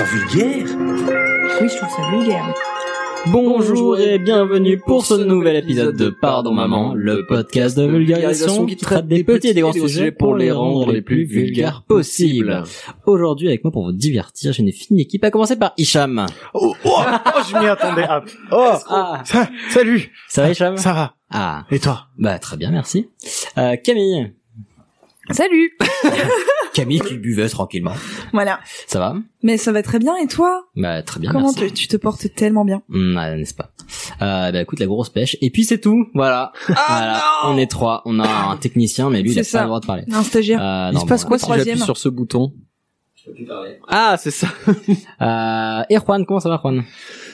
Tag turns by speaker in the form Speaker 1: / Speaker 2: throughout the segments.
Speaker 1: Oui, je trouve ça vulgaire.
Speaker 2: Bonjour et bienvenue pour ce nouvel épisode de Pardon Maman, le podcast de vulgarisation qui traite des petits et des grands sujets pour les rendre les plus vulgaires possibles. Aujourd'hui avec moi pour vous divertir, j'ai une fine équipe à commencer par Hicham.
Speaker 3: Oh, oh, oh, je m'y attendais. Ah. Oh,
Speaker 2: Ah,
Speaker 3: ça- salut.
Speaker 2: ça va Hicham
Speaker 3: Ça va.
Speaker 2: Ah,
Speaker 3: Et toi
Speaker 2: bah très bien, merci. Euh, Camille.
Speaker 1: Salut.
Speaker 2: Camille qui buvait tranquillement.
Speaker 1: Voilà.
Speaker 2: Ça va
Speaker 1: Mais ça va très bien et toi
Speaker 2: Bah très bien,
Speaker 1: Comment
Speaker 2: merci.
Speaker 1: tu, tu te portes tellement bien
Speaker 2: Hmm, ah, n'est-ce pas euh, bah écoute la grosse pêche et puis c'est tout voilà
Speaker 4: Ah,
Speaker 2: voilà on est trois on a un technicien mais lui il a
Speaker 1: C'est
Speaker 2: pas
Speaker 1: ça.
Speaker 2: le droit de parler
Speaker 1: Un stagiaire.
Speaker 2: Euh,
Speaker 4: Il
Speaker 2: non,
Speaker 4: se passe
Speaker 2: bon,
Speaker 4: quoi
Speaker 1: Le
Speaker 4: Ah, si j'appuie
Speaker 1: troisième.
Speaker 4: sur ce bouton Ah, c'est ça.
Speaker 2: Euh, et Juan, comment ça va Juan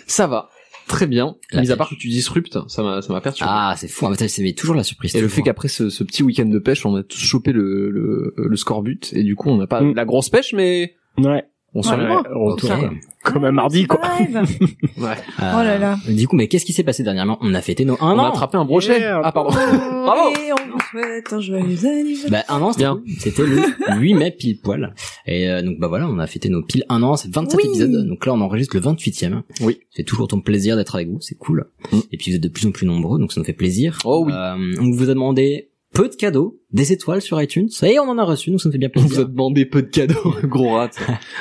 Speaker 4: Ça va. Très bien.
Speaker 2: La
Speaker 4: Mis à
Speaker 2: pêche.
Speaker 4: part que tu disruptes, ça m'a, ça m'a perturbé.
Speaker 2: Ah, c'est fou, ah, putain, c'est toujours la surprise.
Speaker 4: Et le
Speaker 2: toujours.
Speaker 4: fait qu'après ce, ce petit week-end de pêche, on a tous chopé le, le, le scorbut et du coup on n'a pas
Speaker 3: Mm.
Speaker 4: la grosse pêche, mais
Speaker 3: Ouais.
Speaker 4: on s'en
Speaker 3: Ouais,
Speaker 4: est loin.
Speaker 3: on
Speaker 2: Ok.
Speaker 3: retourne comme un mardi, quoi.
Speaker 1: C'est
Speaker 4: bah,
Speaker 1: pas grave.
Speaker 2: Euh,
Speaker 1: Oh là là.
Speaker 2: Du coup, mais qu'est-ce qui s'est passé dernièrement On a fêté nos un
Speaker 4: On a
Speaker 2: an.
Speaker 4: attrapé un brochet.
Speaker 3: Ah Yeah.
Speaker 4: Ah pardon. Bravo.
Speaker 1: Et on vous souhaite un joyeux anniversaire.
Speaker 2: Bah, un an, c'était
Speaker 4: Bien.
Speaker 2: cool. C'était le 8 mai pile poil. Et euh, donc bah voilà, on a fêté nos pile un an, c'est 27
Speaker 1: Oui.
Speaker 2: épisodes. Donc là, on enregistre le 28e.
Speaker 4: Oui. Mm.
Speaker 2: C'est toujours ton plaisir d'être avec vous, c'est cool. Et puis vous êtes de plus en plus nombreux, donc ça nous fait plaisir.
Speaker 4: Oh oui.
Speaker 2: Euh, on vous a demandé peu de cadeaux, des étoiles sur iTunes. Et on en a reçu, donc ça nous fait bien
Speaker 4: On
Speaker 2: plaisir.
Speaker 4: vous a demandé peu de cadeaux, gros rat.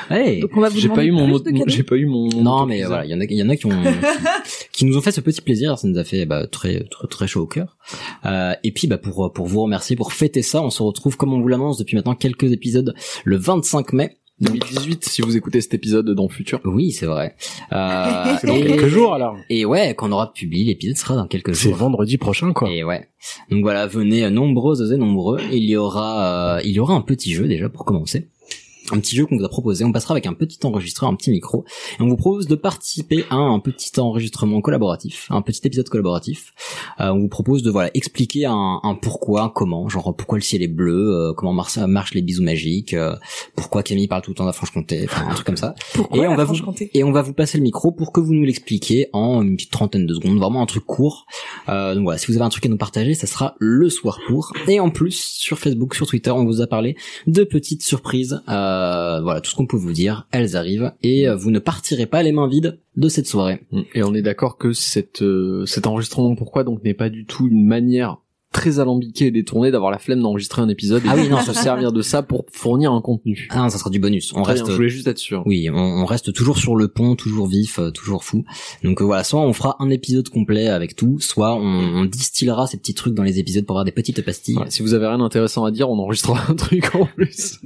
Speaker 2: Ah, Hey.
Speaker 1: Donc on va vous
Speaker 4: J'ai pas
Speaker 1: demander
Speaker 4: eu mon,
Speaker 1: plus
Speaker 4: mot-
Speaker 1: de cadeaux.
Speaker 4: j'ai pas eu mon.
Speaker 2: Non,
Speaker 4: mon
Speaker 2: mais
Speaker 4: autorisation.
Speaker 2: voilà, il y en a, il y en a qui ont, qui nous ont fait ce petit plaisir. Ça nous a fait bah, très, très, très chaud au cœur. Euh, et puis, bah, pour pour vous remercier, pour fêter ça, on se retrouve comme on vous l'annonce depuis maintenant quelques épisodes, le 25 mai.
Speaker 4: 2018, si vous écoutez cet épisode dans le futur.
Speaker 2: Oui, c'est vrai. Euh,
Speaker 3: C'est dans quelques jours, alors.
Speaker 2: et ouais, quand on aura publié l'épisode, ce sera dans quelques
Speaker 3: C'est
Speaker 2: jours.
Speaker 3: vendredi prochain, quoi.
Speaker 2: Et ouais. Donc voilà, venez euh, nombreuses et nombreux. Il y aura, euh, il y aura un petit jeu déjà pour commencer. Un petit jeu qu'on vous a proposé. On passera avec un petit enregistreur, un petit micro. Et on vous propose de participer à un petit enregistrement collaboratif, un petit épisode collaboratif. Euh, on vous propose de voilà expliquer un, un pourquoi, un comment, genre pourquoi le ciel est bleu, euh, comment mar- marchent les bisous magiques, euh, pourquoi Camille parle tout le temps de la Franche-Comté, enfin un truc comme ça.
Speaker 1: Pourquoi
Speaker 2: Et on
Speaker 1: la
Speaker 2: va vous-
Speaker 1: Franche-Comté
Speaker 2: Et on va vous passer le micro pour que vous nous l'expliquiez en une petite trentaine de secondes, vraiment un truc court. Euh, donc voilà, si vous avez un truc à nous partager, ça sera le soir pour. Et en plus, sur Facebook, sur Twitter, on vous a parlé de petites surprises. Euh, voilà, tout ce qu'on peut vous dire, elles arrivent et euh, vous ne partirez pas les mains vides de cette soirée.
Speaker 4: Mm. Et on est d'accord que cette, euh, cet enregistrement, pourquoi donc, n'est pas du tout une manière très alambiquée et détournée d'avoir la flemme d'enregistrer un épisode et
Speaker 2: Ah oui, non,
Speaker 4: de se servir de ça pour fournir un contenu.
Speaker 2: Ah, non, ça sera du bonus. On
Speaker 4: Très
Speaker 2: reste
Speaker 4: bien, je voulais juste être sûr.
Speaker 2: Oui, on, on reste toujours sur le pont, toujours vif, euh, toujours fou. Donc euh, voilà, soit on fera un épisode complet avec tout, soit on, on distillera ces petits trucs dans les épisodes pour avoir des petites pastilles.
Speaker 4: Voilà, si vous avez rien d'intéressant à dire, on enregistrera un truc en plus.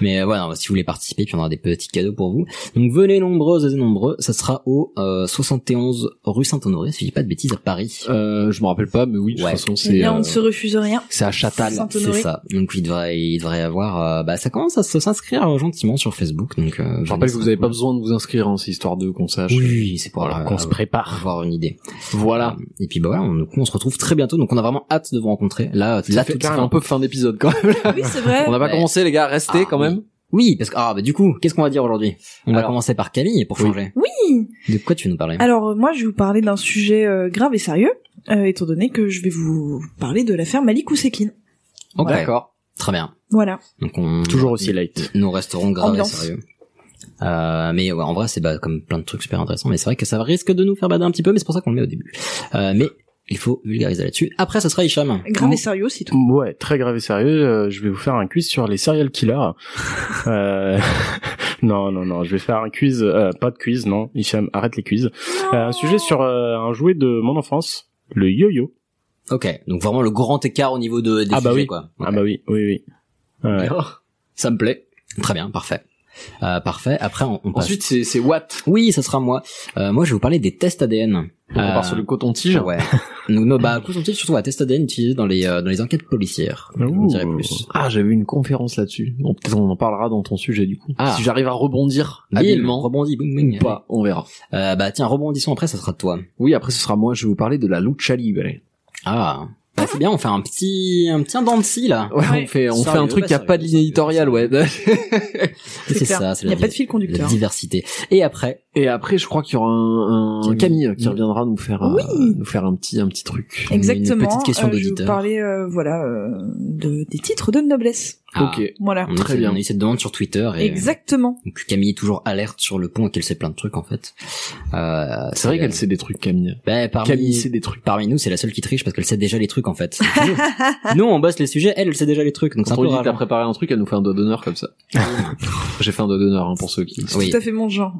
Speaker 2: Mais euh, voilà, si vous voulez participer, puis on aura des petits cadeaux pour vous. Donc venez nombreuses et nombreux, ça sera au euh, 71 rue Saint-Honoré, si je dis pas de bêtises, à Paris.
Speaker 4: Euh, je me rappelle pas, mais oui, de
Speaker 2: Ouais.
Speaker 4: toute façon,
Speaker 1: Eh
Speaker 4: c'est
Speaker 1: bien, on
Speaker 4: euh,
Speaker 1: ne se refuse rien.
Speaker 4: c'est à Châtal.
Speaker 2: C'est
Speaker 1: Saint-Honoré.
Speaker 2: ça. Donc il devrait, il devrait y avoir. euh, bah ça commence à se- s'inscrire euh, gentiment sur Facebook. Donc euh,
Speaker 4: Je rappelle que vous avez pas
Speaker 2: besoin.
Speaker 4: besoin de vous inscrire, hein, c'est histoire de qu'on sache.
Speaker 2: Oui, oui, c'est pour
Speaker 3: Voilà,
Speaker 2: euh,
Speaker 3: qu'on se prépare.
Speaker 2: avoir une idée.
Speaker 4: Voilà.
Speaker 2: Et puis bah voilà, on, on se retrouve très bientôt. Donc on a vraiment hâte de vous rencontrer. Là, là
Speaker 4: Là,
Speaker 2: tout de
Speaker 4: c'est
Speaker 2: suite.
Speaker 4: un peu fin d'épisode quand même.
Speaker 1: Oui, c'est vrai.
Speaker 4: On n'a pas
Speaker 2: Ouais.
Speaker 4: commencé, les gars. Restez
Speaker 2: Ah,
Speaker 4: quand même.
Speaker 2: Oui, parce que ah bah du coup, qu'est-ce qu'on va dire aujourd'hui On va
Speaker 4: Alors.
Speaker 2: commencer par Camille pour
Speaker 4: Oui.
Speaker 2: changer.
Speaker 1: Oui.
Speaker 2: De quoi tu veux nous parler
Speaker 1: Alors euh, moi, je vais vous parler d'un sujet euh, grave et sérieux, euh, étant donné que je vais vous parler de l'affaire Malik Ousekine.
Speaker 2: Ok.
Speaker 4: D'accord.
Speaker 2: Très bien.
Speaker 1: Voilà.
Speaker 2: Donc on
Speaker 3: Toujours aussi light.
Speaker 2: nous resterons grave et
Speaker 1: Ambiance.
Speaker 2: sérieux. Euh, mais ouais, en vrai, c'est bah, comme plein de trucs super intéressants. Mais c'est vrai que ça risque de nous faire bader un petit peu, mais c'est pour ça qu'on le met au début. Euh, mais il faut vulgariser là-dessus. Après, ça sera Hicham.
Speaker 1: Grave et sérieux, c'est tout.
Speaker 3: Ouais, très grave et sérieux. euh, je vais vous faire un quiz sur les serial killers. Euh, non, non, non. Je vais faire un quiz. euh, pas de quiz, non. Hicham, arrête les quiz. Euh, un sujet sur euh, un jouet de mon enfance, le yo-yo.
Speaker 2: Ok. Donc vraiment le grand écart au niveau de des
Speaker 3: Ah bah
Speaker 2: sujets,
Speaker 3: oui.
Speaker 2: quoi.
Speaker 3: Ah
Speaker 2: Ok. Oh,
Speaker 3: bah oui, oui, oui. Ouais.
Speaker 4: Ça me plaît.
Speaker 2: Très bien, parfait. Euh, parfait. Après, on, on passe.
Speaker 4: Ensuite, c'est, c'est Watt.
Speaker 2: Oui, ça sera moi. Euh, moi, je vais vous parler des tests ADN.
Speaker 4: Donc, on part sur le coton-tige.
Speaker 2: Euh, Ouais. Nous, nos, bah, consentis surtout à test ADN utilisé dans les, euh, dans les enquêtes policières. Je vous en dirai plus.
Speaker 4: Ah, j'avais une conférence là-dessus. Bon, peut-être on en parlera dans ton sujet du coup.
Speaker 2: Ah.
Speaker 4: Si j'arrive à rebondir
Speaker 2: Bim,
Speaker 4: habilement
Speaker 2: rebondis, boum,
Speaker 4: ou
Speaker 2: boum.
Speaker 4: pas, on verra.
Speaker 2: Euh, bah, tiens, rebondissons après, ça sera de toi.
Speaker 4: Oui, après ce sera moi, je vais vous parler de la lucha libre.
Speaker 2: Ah. Bah, c'est bien, on fait un petit, un petit dent de scie, là.
Speaker 4: Ouais,
Speaker 1: Ouais.
Speaker 4: on fait, on
Speaker 2: Sérieux,
Speaker 4: fait un truc
Speaker 2: pas
Speaker 4: qui a pas de
Speaker 2: sérieux,
Speaker 4: ligne éditoriale, ouais.
Speaker 2: sérieux. C'est
Speaker 1: clair.
Speaker 2: ça, c'est
Speaker 1: Il n'y
Speaker 2: la,
Speaker 1: a pas de
Speaker 2: di-
Speaker 1: fil
Speaker 2: la
Speaker 1: conducteur.
Speaker 2: diversité. Et après,
Speaker 4: Et après, je crois qu'il y aura un, un
Speaker 2: Camille. Mm.
Speaker 4: Camille, qui reviendra nous faire, euh,
Speaker 1: Oui.
Speaker 4: nous faire un petit, un petit truc.
Speaker 1: Exactement.
Speaker 2: Une petite question
Speaker 1: euh, je vais vous
Speaker 2: d'auditeur.
Speaker 1: parler, euh, voilà, euh, de, des titres de noblesse.
Speaker 2: Ah,
Speaker 4: Ok.
Speaker 1: Voilà.
Speaker 2: on,
Speaker 4: Très
Speaker 2: a eu cette-
Speaker 4: bien.
Speaker 2: on a eu cette demande sur Twitter. Et...
Speaker 1: Exactement.
Speaker 2: Donc Camille est toujours alerte sur le pont et qu'elle sait plein de trucs en fait. Euh,
Speaker 4: C'est vrai qu'elle sait des trucs, Camille.
Speaker 2: bah, parmi,
Speaker 4: Camille sait des trucs.
Speaker 2: parmi nous, c'est la seule qui triche parce qu'elle sait déjà les trucs en fait. nous, on bosse les sujets, elle, elle sait déjà les trucs. Donc c'est un
Speaker 4: Quand on
Speaker 2: peu hein.
Speaker 4: lui dit que t'as
Speaker 2: rageant.
Speaker 4: préparé un truc, elle nous fait un doigt d'honneur comme ça. J'ai fait un doigt d'honneur hein, pour ceux qui.
Speaker 1: C'est
Speaker 2: Oui.
Speaker 1: tout à fait mon genre.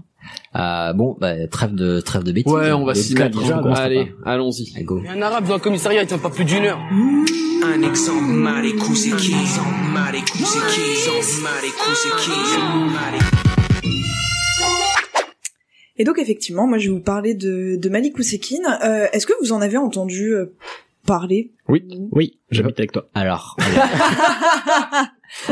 Speaker 2: Euh, bon, bah, trêve de trêve de bêtises.
Speaker 4: Ouais, on va
Speaker 2: De
Speaker 4: s'y
Speaker 2: cas,
Speaker 4: mettre.
Speaker 2: déjà, on commence
Speaker 4: Allez, allons-y.
Speaker 2: par- Go.
Speaker 5: Un arabe dans le commissariat, il tient pas plus d'une heure.
Speaker 6: Un exemple, Marie Kouzeki. Marie Kouzeki. Marie Kouzeki.
Speaker 1: Et donc effectivement, moi je vais vous parler de, de Malik Ousekine. Euh, Est-ce que vous en avez entendu euh, parler
Speaker 3: Oui, oui, j'habite avec toi.
Speaker 2: Alors. alors-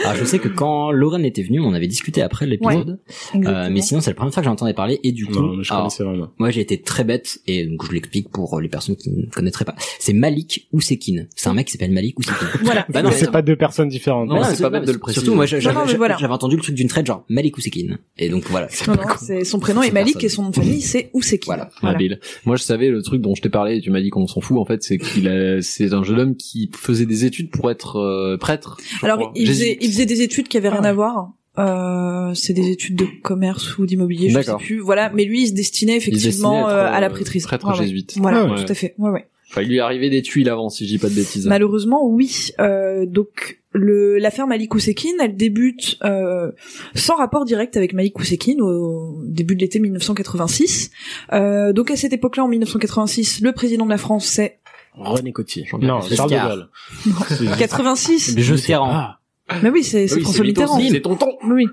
Speaker 2: Alors, je sais que quand Lorraine était venue, on avait discuté après l'épisode. Euh, mais sinon, c'est la première fois que j'entendais parler et du coup,
Speaker 3: Non, mais je
Speaker 2: alors,
Speaker 3: connaissais vraiment.
Speaker 2: moi j'ai été très bête et donc je l'explique pour les personnes qui ne connaîtraient pas. C'est Malik Oussekine. C'est un mec qui s'appelle Malik Oussekine.
Speaker 1: Voilà.
Speaker 2: Bah non,
Speaker 3: Mais
Speaker 2: mais-
Speaker 3: c'est pas deux personnes différentes.
Speaker 4: Non,
Speaker 2: Ouais,
Speaker 4: c'est pas bête de le préciser.
Speaker 2: Surtout, moi, j'a-
Speaker 1: Non, non,
Speaker 2: j'avais
Speaker 1: mais voilà.
Speaker 2: j'avais entendu le truc d'une traite genre Malik Ousekine. Et donc voilà.
Speaker 1: Non, non, c'est son prénom est
Speaker 2: C'est
Speaker 1: Malik
Speaker 2: personne.
Speaker 1: et son nom de famille c'est Ousekine.
Speaker 2: Voilà.
Speaker 1: Voilà.
Speaker 4: Habile. Moi, je savais le truc dont je t'ai parlé et tu m'as dit qu'on s'en fout. En fait, c'est qu'il a- c'est un jeune homme qui faisait des études pour être euh, prêtre. je
Speaker 1: Alors
Speaker 4: crois.
Speaker 1: il
Speaker 4: J'hésite.
Speaker 1: faisait, il faisait des études qui avaient rien à voir. Euh, c'est des études de commerce ou d'immobilier, je sais
Speaker 4: D'accord.
Speaker 1: plus. Voilà, mais lui il se destinait
Speaker 4: Il se destinait
Speaker 1: effectivement
Speaker 4: être,
Speaker 1: euh, à la
Speaker 4: euh,
Speaker 1: prêtrise.
Speaker 4: Prêtre
Speaker 1: Ouais, ouais.
Speaker 4: jésuite.
Speaker 2: Ah
Speaker 1: Voilà,
Speaker 4: Ouais.
Speaker 1: tout à fait. Ouais, ouais.
Speaker 4: Enfin, il lui arrivait des tuiles avant, si je dis pas de bêtises. hein.
Speaker 1: Malheureusement, oui. Euh, donc le l'affaire Malik Ousekine, elle débute euh, sans rapport direct avec Malik Ousekine au début de l'été 1986. Euh, donc à cette époque-là, en 1986, le président de la France c'est
Speaker 4: Ah,
Speaker 3: René Cotier.
Speaker 4: Jean-Pierre
Speaker 3: Non, Charles de
Speaker 2: Giscard.
Speaker 3: Gaulle.
Speaker 1: Non.
Speaker 3: C'est- Ah.
Speaker 1: 86.
Speaker 2: Je
Speaker 3: sais pas.
Speaker 1: Mais oui, c'est c'est
Speaker 4: Oui,
Speaker 1: François
Speaker 4: c'est Mitterrand,
Speaker 1: Mitterrand.
Speaker 4: C'est tonton.
Speaker 1: hein. Oui.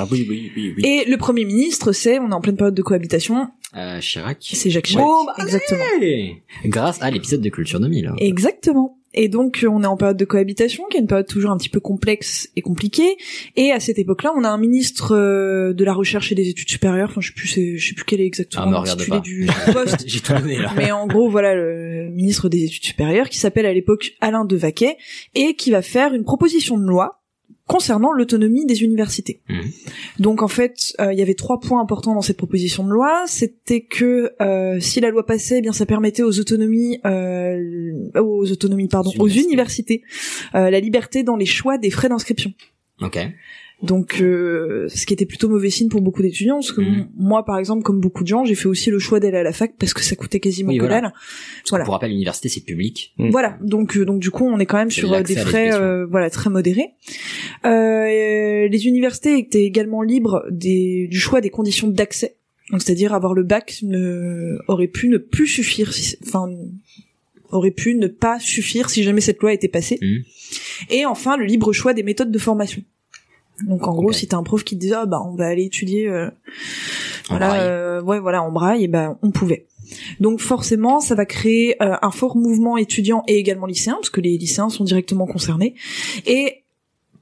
Speaker 3: Ah oui, oui, oui, oui.
Speaker 1: Et le premier ministre, c'est, on est en pleine période de cohabitation,
Speaker 2: Euh, Chirac.
Speaker 1: c'est Jacques Chirac.
Speaker 2: Oh, bah,
Speaker 1: Exactement.
Speaker 2: Hey Grâce à l'épisode de Culture 2000. là.
Speaker 1: Exactement. Et donc euh, on est en période de cohabitation, qui est une période toujours un petit peu complexe et compliquée. Et à cette époque-là, on a un ministre euh, de la recherche et des études supérieures. Enfin, je sais plus, c'est- je sais plus quel est exactement
Speaker 2: Ah, me regarde
Speaker 1: l'intitulé
Speaker 2: pas.
Speaker 1: du poste.
Speaker 2: J'ai tout donné là.
Speaker 1: Mais en gros, voilà le ministre des études supérieures qui s'appelle à l'époque Alain de Vaquet et qui va faire une proposition de loi concernant l'autonomie des universités.
Speaker 2: Mhm.
Speaker 1: Donc en fait, euh, il y avait trois points importants dans cette proposition de loi. C'était que euh, si la loi passait, eh bien ça permettait aux autonomies, euh, aux autonomies pardon,
Speaker 2: Aux
Speaker 1: aux universités,
Speaker 2: universités.
Speaker 1: euh, la liberté dans les choix des frais d'inscription.
Speaker 2: Ok.
Speaker 1: Donc, euh, ce qui était plutôt mauvais signe pour beaucoup d'étudiants, parce que
Speaker 2: Mhm.
Speaker 1: m- moi, par exemple, comme beaucoup de gens, j'ai fait aussi le choix d'aller à la fac parce que ça coûtait quasiment
Speaker 2: Oui,
Speaker 1: que
Speaker 2: voilà.
Speaker 1: dalle. Voilà.
Speaker 2: Pour rappel, l'université c'est public.
Speaker 3: Mm.
Speaker 1: Voilà, donc euh, donc du coup on est quand même
Speaker 2: C'est
Speaker 1: sur euh,
Speaker 2: l'accès
Speaker 1: des
Speaker 2: à
Speaker 1: frais
Speaker 2: l'éducation.
Speaker 1: euh, voilà très modérés. Euh, et, euh, les universités étaient également libres des, du choix des conditions d'accès, donc c'est-à-dire avoir le bac ne aurait pu ne plus suffire, si- enfin aurait pu ne pas suffire si jamais cette loi était passée.
Speaker 2: Mhm.
Speaker 1: Et enfin le libre choix des méthodes de formation. Donc en gros
Speaker 2: Ok.
Speaker 1: si t'as un prof qui te dit ah bah on va aller étudier euh,
Speaker 2: En
Speaker 1: voilà,
Speaker 2: braille.
Speaker 1: euh, ouais, voilà, en braille, et ben on pouvait. Donc forcément, ça va créer euh, un fort mouvement étudiant et également lycéen, parce que les lycéens sont directement concernés. Et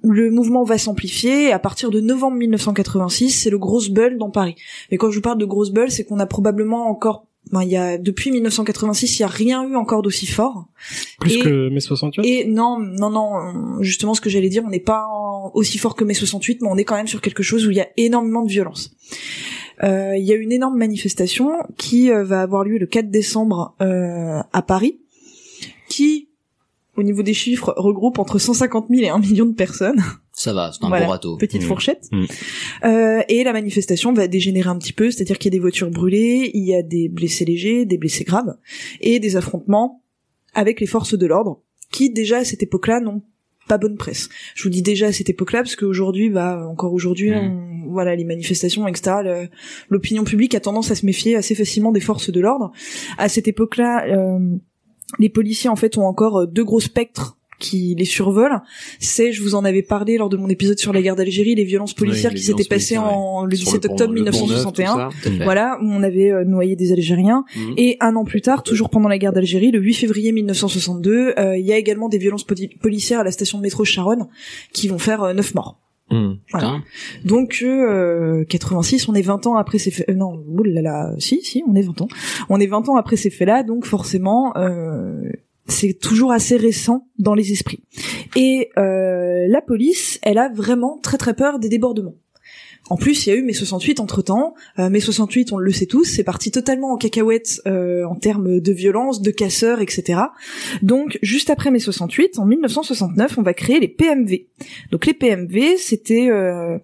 Speaker 1: le mouvement va s'amplifier. et À partir de novembre 1986, c'est le grosse bull dans Paris. Mais quand je vous parle de grosse bull, c'est qu'on a probablement encore, ben, il y a depuis 1986, il y a rien eu encore d'aussi fort.
Speaker 3: Plus
Speaker 1: Et-
Speaker 3: que mai 68
Speaker 1: Et non, non, non, euh, justement ce que j'allais dire, on n'est pas en- aussi fort que mai 68, mais on est quand même sur quelque chose où il y a énormément de violence. Euh, Il y a une énorme manifestation qui euh, va avoir lieu le 4 décembre euh, à Paris, qui, au niveau des chiffres, regroupe entre 150 000 et 1 million de personnes,
Speaker 2: Ça va, c'est un
Speaker 1: Voilà.
Speaker 2: bon râteau.
Speaker 1: petite
Speaker 3: Mmh.
Speaker 1: fourchette.
Speaker 3: Mmh.
Speaker 1: Euh, et la manifestation va dégénérer un petit peu, c'est-à-dire qu'il y a des voitures brûlées, il y a des blessés légers, des blessés graves, et des affrontements avec les forces de l'ordre, qui déjà à cette époque-là n'ont pas bonne presse. Je vous dis déjà à cette époque-là parce qu'aujourd'hui, bah encore
Speaker 4: Mm.
Speaker 1: aujourd'hui,
Speaker 2: Mhm.
Speaker 1: on- voilà les manifestations, etc. le- L'opinion publique a tendance à se méfier assez facilement des forces de l'ordre. À cette époque-là, euh, les policiers en fait ont encore euh, deux gros spectres qui les survole, c'est, je vous en avais parlé lors de mon épisode sur la guerre d'Algérie, les violences policières
Speaker 4: Oui, les
Speaker 1: qui s'étaient
Speaker 4: violences
Speaker 1: passées
Speaker 4: policières,
Speaker 1: en, le
Speaker 4: Sur
Speaker 1: 17
Speaker 4: pont-
Speaker 1: octobre
Speaker 4: le pont Neuf,
Speaker 1: 1961.
Speaker 4: tout ça.
Speaker 1: Voilà, où on avait euh, noyé des Algériens.
Speaker 4: Mhm.
Speaker 1: Et un an plus tard, toujours pendant la guerre d'Algérie, le 8 février 1962, euh, il y a également des violences poli- policières à la station de métro Charonne qui vont faire euh, 9 morts.
Speaker 4: Hmm.
Speaker 2: Putain.
Speaker 1: Donc euh, 86, on est 20 ans après ces faits. euh, non, oulala, si, si, on est 20 ans. On est 20 ans après ces faits-là, donc forcément, euh, c'est toujours assez récent dans les esprits. Et euh, la police, elle a vraiment très très peur des débordements. En plus, il y a eu mai 68 entre temps. mai 68, on le sait tous, c'est parti totalement en cacahuète euh, en termes de violence, de casseurs, etc. Donc, juste après mai 68, en 1969, on va créer les PMV. Donc, les PMV, c'était euh,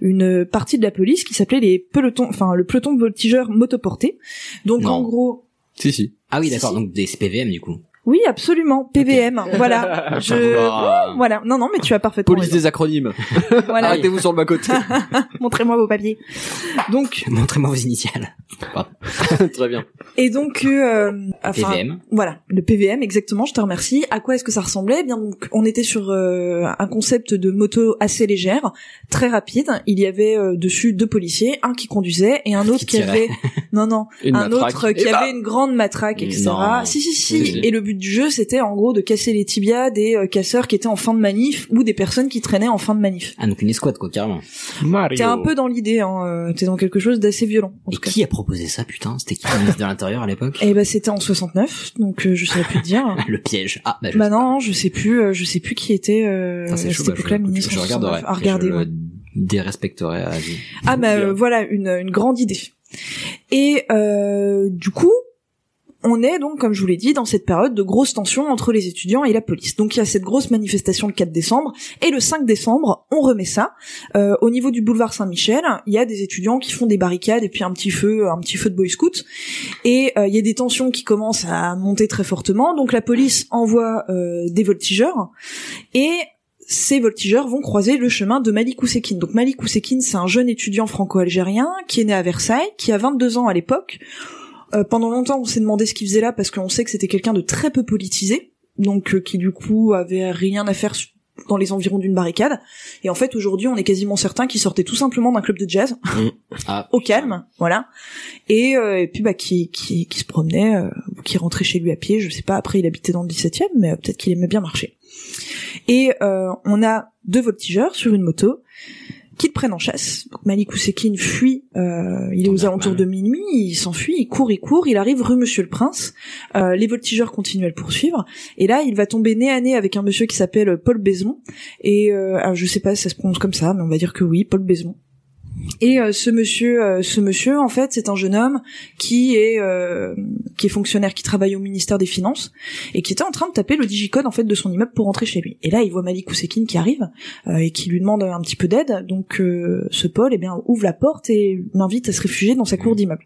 Speaker 1: une partie de la police qui s'appelait les pelotons, enfin le peloton voltigeur motoporté. Donc,
Speaker 2: Non.
Speaker 1: en gros,
Speaker 4: Si, si.
Speaker 2: Ah oui,
Speaker 1: Si,
Speaker 2: d'accord.
Speaker 1: si.
Speaker 2: Donc des CPVM du coup.
Speaker 1: oui, absolument, PVM. Voilà, je,
Speaker 2: Ah.
Speaker 1: voilà. Non, non, mais tu as parfaitement.
Speaker 4: Police des acronymes.
Speaker 1: raison. Voilà,
Speaker 4: Arrêtez-vous sur le bas côté.
Speaker 1: montrez-moi vos papiers. Donc,
Speaker 2: Montrez-moi vos initiales.
Speaker 4: Très bien.
Speaker 1: et donc, euh, enfin,
Speaker 2: PVM.
Speaker 1: Voilà, le PVM, exactement, je te remercie. À quoi est-ce que ça ressemblait Eh bien donc, on était sur euh, un concept de moto assez légère, très rapide. Il y avait euh, dessus deux policiers, un qui conduisait et un autre qui,
Speaker 2: tirait.
Speaker 1: avait... Non, non,
Speaker 4: Une
Speaker 1: un
Speaker 4: matraque.
Speaker 1: autre qui
Speaker 4: Eh
Speaker 1: avait une grande matraque, etc.
Speaker 2: bah. Non.
Speaker 1: Si, si, si,
Speaker 4: Si, si.
Speaker 1: Et le but du jeu, c'était en gros de casser les tibias des euh, casseurs qui étaient en fin de manif ou des personnes qui traînaient en fin de manif.
Speaker 2: Ah donc une escouade quoi carrément.
Speaker 3: Mario.
Speaker 1: T'es un
Speaker 2: oh.
Speaker 1: peu dans l'idée, hein. euh, t'es dans quelque chose d'assez violent, en
Speaker 2: Et
Speaker 1: tout cas.
Speaker 2: qui a proposé ça putain C'était qui le ministre de l'intérieur à l'époque
Speaker 1: Eh ben, c'était en 69, donc euh, je saurais plus te dire.
Speaker 2: Le piège. Ah bah je.
Speaker 1: Bah non, je sais plus, euh, je sais plus qui était euh,
Speaker 2: Putain,
Speaker 1: à
Speaker 2: c'est chaud,
Speaker 1: cette
Speaker 2: bah,
Speaker 1: époque-là
Speaker 2: je,
Speaker 1: ministre.
Speaker 2: je
Speaker 1: en Ah, 69.
Speaker 2: regarderai.
Speaker 1: À regarder.
Speaker 2: je
Speaker 1: ouais.
Speaker 2: le dérespecterai à vie.
Speaker 1: Ah bah euh, voilà une, une grande idée. Et euh, du coup, on est donc, comme je vous l'ai dit, dans cette période de grosse tension entre les étudiants et la police. Donc il y a cette grosse manifestation le 4 décembre, et le 5 décembre, on remet ça. Euh, au niveau du boulevard Saint-Michel, il y a des étudiants qui font des barricades et puis un petit feu, un petit feu de Boy Scout. Et euh, il y a des tensions qui commencent à monter très fortement. Donc la police envoie euh, des voltigeurs, et ces voltigeurs vont croiser le chemin de Malik Ousekine. Donc Malik Ousekine, c'est un jeune étudiant franco-algérien qui est né à Versailles, qui a 22 ans à l'époque. Euh, pendant longtemps, on s'est demandé ce qu'il faisait là parce qu'on sait que c'était quelqu'un de très peu politisé, donc euh, qui du coup avait rien à faire su- dans les environs d'une barricade. Et en fait, aujourd'hui, on est quasiment certain qu'il sortait tout simplement d'un club de jazz,
Speaker 2: Ah,
Speaker 1: au calme, voilà. Et, euh, et puis bah qui qui qui se promenait, euh, ou qui rentrait chez lui à pied, je sais pas. Après, il habitait dans le 17e, mais euh, peut-être qu'il aimait bien marcher. Et euh, on a deux voltigeurs sur une moto qui le prennent en chasse. Donc Malik Ousekine fuit, euh, il est aux
Speaker 2: Normal.
Speaker 1: alentours de minuit, il s'enfuit, il court, il court, il arrive rue Monsieur le Prince. Euh, les voltigeurs continuent à le poursuivre, et là il va tomber nez à nez avec un monsieur qui s'appelle Paul Baison, et euh, alors, je sais pas si ça se prononce comme ça, mais on va dire que oui, Paul Baison. Et euh, ce monsieur, euh, ce monsieur, en fait, c'est un jeune homme qui est euh, qui est fonctionnaire, qui travaille au ministère des Finances et qui était en train de taper le digicode en fait de son immeuble pour rentrer chez lui. Et là, il voit Malik Ousekine qui arrive euh, et qui lui demande un petit peu d'aide. Donc, euh, ce Paul, eh bien, ouvre la porte et l'invite à se réfugier dans sa cour d'immeuble.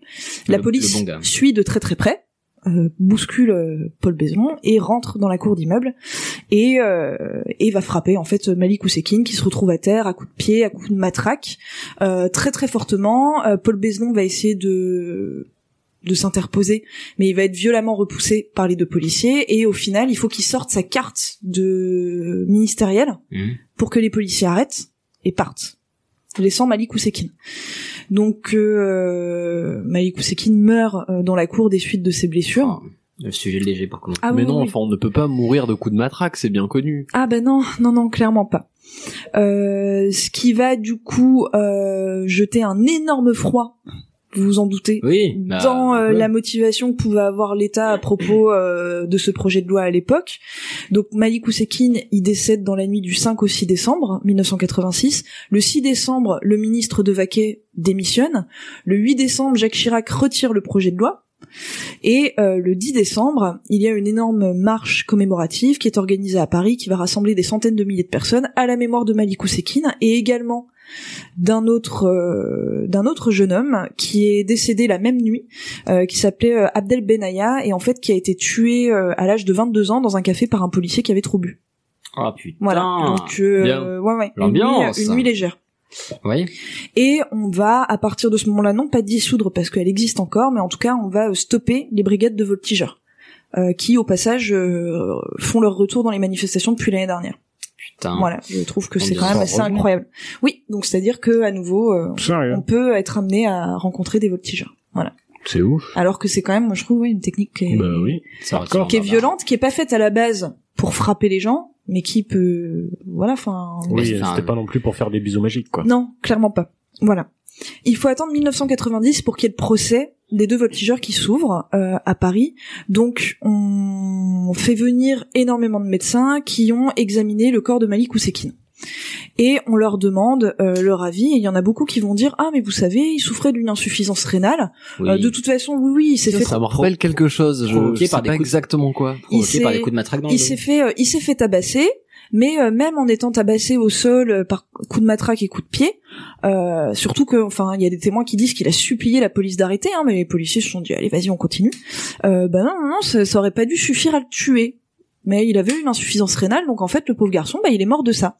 Speaker 1: La
Speaker 2: Le-
Speaker 1: police
Speaker 2: le bon gars.
Speaker 1: suit de très très près. euh, bouscule euh, Paul Baison et rentre dans la cour d'immeuble et, euh, et va frapper en fait Malik Ousekine qui se retrouve à terre à coups de pied, à coups de matraque euh, très très fortement. Euh, Paul Besnon va essayer de de s'interposer, mais il va être violemment repoussé par les deux policiers et au final, il faut qu'il sorte sa carte de ministérielle
Speaker 2: Mhm.
Speaker 1: pour que les policiers arrêtent et partent, laissant Malik Ousekine. Donc euh, Malik Ousekine meurt euh, dans la cour des suites de ses blessures.
Speaker 2: Oh, Le sujet léger par contre.
Speaker 1: Ah
Speaker 4: Ah. Mais
Speaker 1: oui,
Speaker 4: non,
Speaker 1: oui, oui.
Speaker 4: enfin, on ne peut pas mourir de coups de matraque, c'est bien connu.
Speaker 1: Ah ben non, non, non, clairement pas. Euh, ce qui va du coup euh, jeter un énorme froid, vous vous en doutez,
Speaker 2: Oui. bah,
Speaker 1: dans euh,
Speaker 2: ouais.
Speaker 1: la motivation que pouvait avoir l'État à propos euh, de ce projet de loi à l'époque. Donc Malik Ousekine, il décède dans la nuit du 5 au 6 décembre 1986. Le 6 décembre, le ministre de Vaquet démissionne. Le 8 décembre, Jacques Chirac retire le projet de loi. Et euh, le 10 décembre, il y a une énorme marche commémorative qui est organisée à Paris, qui va rassembler des centaines de milliers de personnes à la mémoire de Malik Ousekine et également d'un autre euh, d'un autre jeune homme qui est décédé la même nuit euh, qui s'appelait euh, Abdel Benaya et en fait qui a été tué euh, à l'âge de 22 ans dans un café par un policier qui avait trop bu.
Speaker 2: Ah putain.
Speaker 1: Voilà. Donc euh,
Speaker 4: bien.
Speaker 1: ouais ouais, une
Speaker 2: L'ambiance.
Speaker 1: nuit, une nuit légère.
Speaker 2: Oui.
Speaker 1: Et on va à partir de ce moment-là non pas dissoudre parce qu'elle existe encore mais en tout cas on va euh, stopper les brigades de voltigeurs. euh, qui au passage euh, font leur retour dans les manifestations depuis l'année dernière.
Speaker 2: Putain.
Speaker 1: Voilà, je trouve que
Speaker 2: On
Speaker 1: c'est quand
Speaker 2: dirait
Speaker 1: même
Speaker 2: un
Speaker 1: assez
Speaker 2: roman.
Speaker 1: incroyable. Oui, donc c'est-à-dire que à nouveau, euh,
Speaker 3: Sérieux.
Speaker 1: on peut être amené à rencontrer des voltigeurs. Voilà.
Speaker 3: C'est ouf.
Speaker 1: Alors que c'est quand même, moi, je trouve, oui, une technique qui est,
Speaker 3: Bah oui.
Speaker 2: C'est
Speaker 3: Hardcore.
Speaker 1: qui est violente, qui est pas faite à la base pour frapper les gens, mais qui peut, voilà, enfin,
Speaker 3: Oui,
Speaker 2: Mais, enfin,
Speaker 3: c'était pas non plus pour faire des bisous magiques, quoi.
Speaker 1: non, clairement pas. Voilà. Il faut attendre 1990 pour qu'il y ait le procès des deux voltigeurs qui s'ouvrent euh, à Paris. Donc on fait venir énormément de médecins qui ont examiné le corps de Malik Oussekine. Et on leur demande euh, leur avis, et il y en a beaucoup qui vont dire « Ah, mais vous savez, il souffrait d'une insuffisance rénale.
Speaker 2: Oui.
Speaker 1: Euh, de toute façon, oui, oui, il s'est fait
Speaker 4: Ça me rappelle quelque chose. Je,
Speaker 2: provoqué
Speaker 4: je sais
Speaker 2: par
Speaker 4: pas
Speaker 2: des coups de-
Speaker 4: exactement quoi.
Speaker 2: provoqué
Speaker 1: il
Speaker 2: Oh, par
Speaker 1: s'est-
Speaker 2: des coups de matraque dans le
Speaker 1: il
Speaker 2: dos.
Speaker 1: s'est fait euh, il s'est fait tabasser mais euh, même en étant tabassé au sol euh, par coup de matraque et coup de pied euh, surtout que enfin il y a des témoins qui disent qu'il a supplié la police d'arrêter hein, mais les policiers se sont dit allez vas-y on continue euh, ben non non, non, ça, ça aurait pas dû suffire à le tuer mais il avait une insuffisance rénale donc en fait le pauvre garçon bah il est mort de ça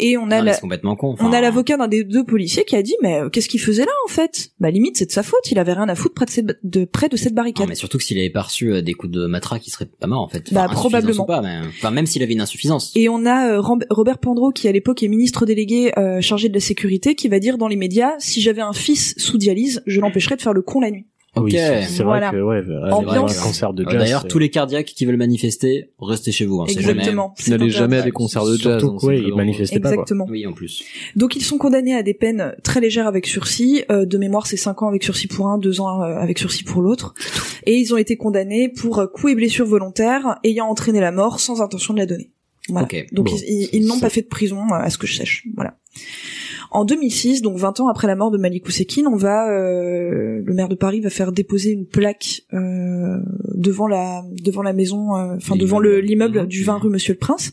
Speaker 1: et on a
Speaker 2: Non, mais
Speaker 1: la-
Speaker 2: c'est complètement con.
Speaker 1: on
Speaker 2: enfin,
Speaker 1: a l'avocat d'un des deux policiers qui a dit mais euh, qu'est-ce qu'il faisait là en fait bah limite c'est de sa faute il avait rien à foutre près de cette, de, près de cette
Speaker 2: Non,
Speaker 1: barricade
Speaker 2: mais surtout que s'il avait pas reçu euh, des coups de matraque, il serait pas mort en fait.
Speaker 1: Bah,
Speaker 2: insuffisance
Speaker 1: probablement.
Speaker 2: ou pas, mais- Enfin, même s'il avait une insuffisance.
Speaker 1: Et on a euh, Ram- Robert Pandreau, qui à l'époque est ministre délégué euh, chargé de la sécurité, qui va dire dans les médias si j'avais un fils sous dialyse, je l'empêcherais de faire le con la nuit.
Speaker 2: Ok.
Speaker 3: Oui, c'est c'est
Speaker 1: Voilà.
Speaker 3: vrai que, ouais, ouais,
Speaker 1: Ambiance.
Speaker 3: un concert de
Speaker 2: Euh,
Speaker 3: jazz.
Speaker 2: D'ailleurs,
Speaker 3: c'est-
Speaker 2: tous les cardiaques qui veulent manifester, restez chez vous. Hein, c'est jamais.
Speaker 1: Exactement. C'est
Speaker 4: N'allez
Speaker 1: interdit.
Speaker 4: jamais à des concerts de jazz.
Speaker 3: Surtout,
Speaker 4: hein,
Speaker 3: ouais,
Speaker 4: c'est
Speaker 3: ils
Speaker 4: vraiment-
Speaker 3: manifestaient pas, quoi.
Speaker 1: Exactement.
Speaker 2: Oui, en plus.
Speaker 1: Donc ils sont condamnés à des peines très légères avec sursis. Euh, de mémoire, c'est 5 ans avec sursis pour un, 2 ans euh, avec sursis pour l'autre. Et ils ont été condamnés pour euh, coups et blessures volontaires ayant entraîné la mort sans intention de la donner. Voilà.
Speaker 2: Ok.
Speaker 1: Donc
Speaker 3: Bon,
Speaker 1: ils, ils- ils n'ont pas fait de prison, euh, à ce que je sache. Voilà. En 2006, donc 20 ans après la mort de Malik Oussekine, on va, euh, le maire de Paris va faire déposer une plaque euh, devant la devant la maison, euh, enfin devant le-
Speaker 2: L'immeuble. Mhm.
Speaker 1: l'immeuble du 20 rue Monsieur le Prince.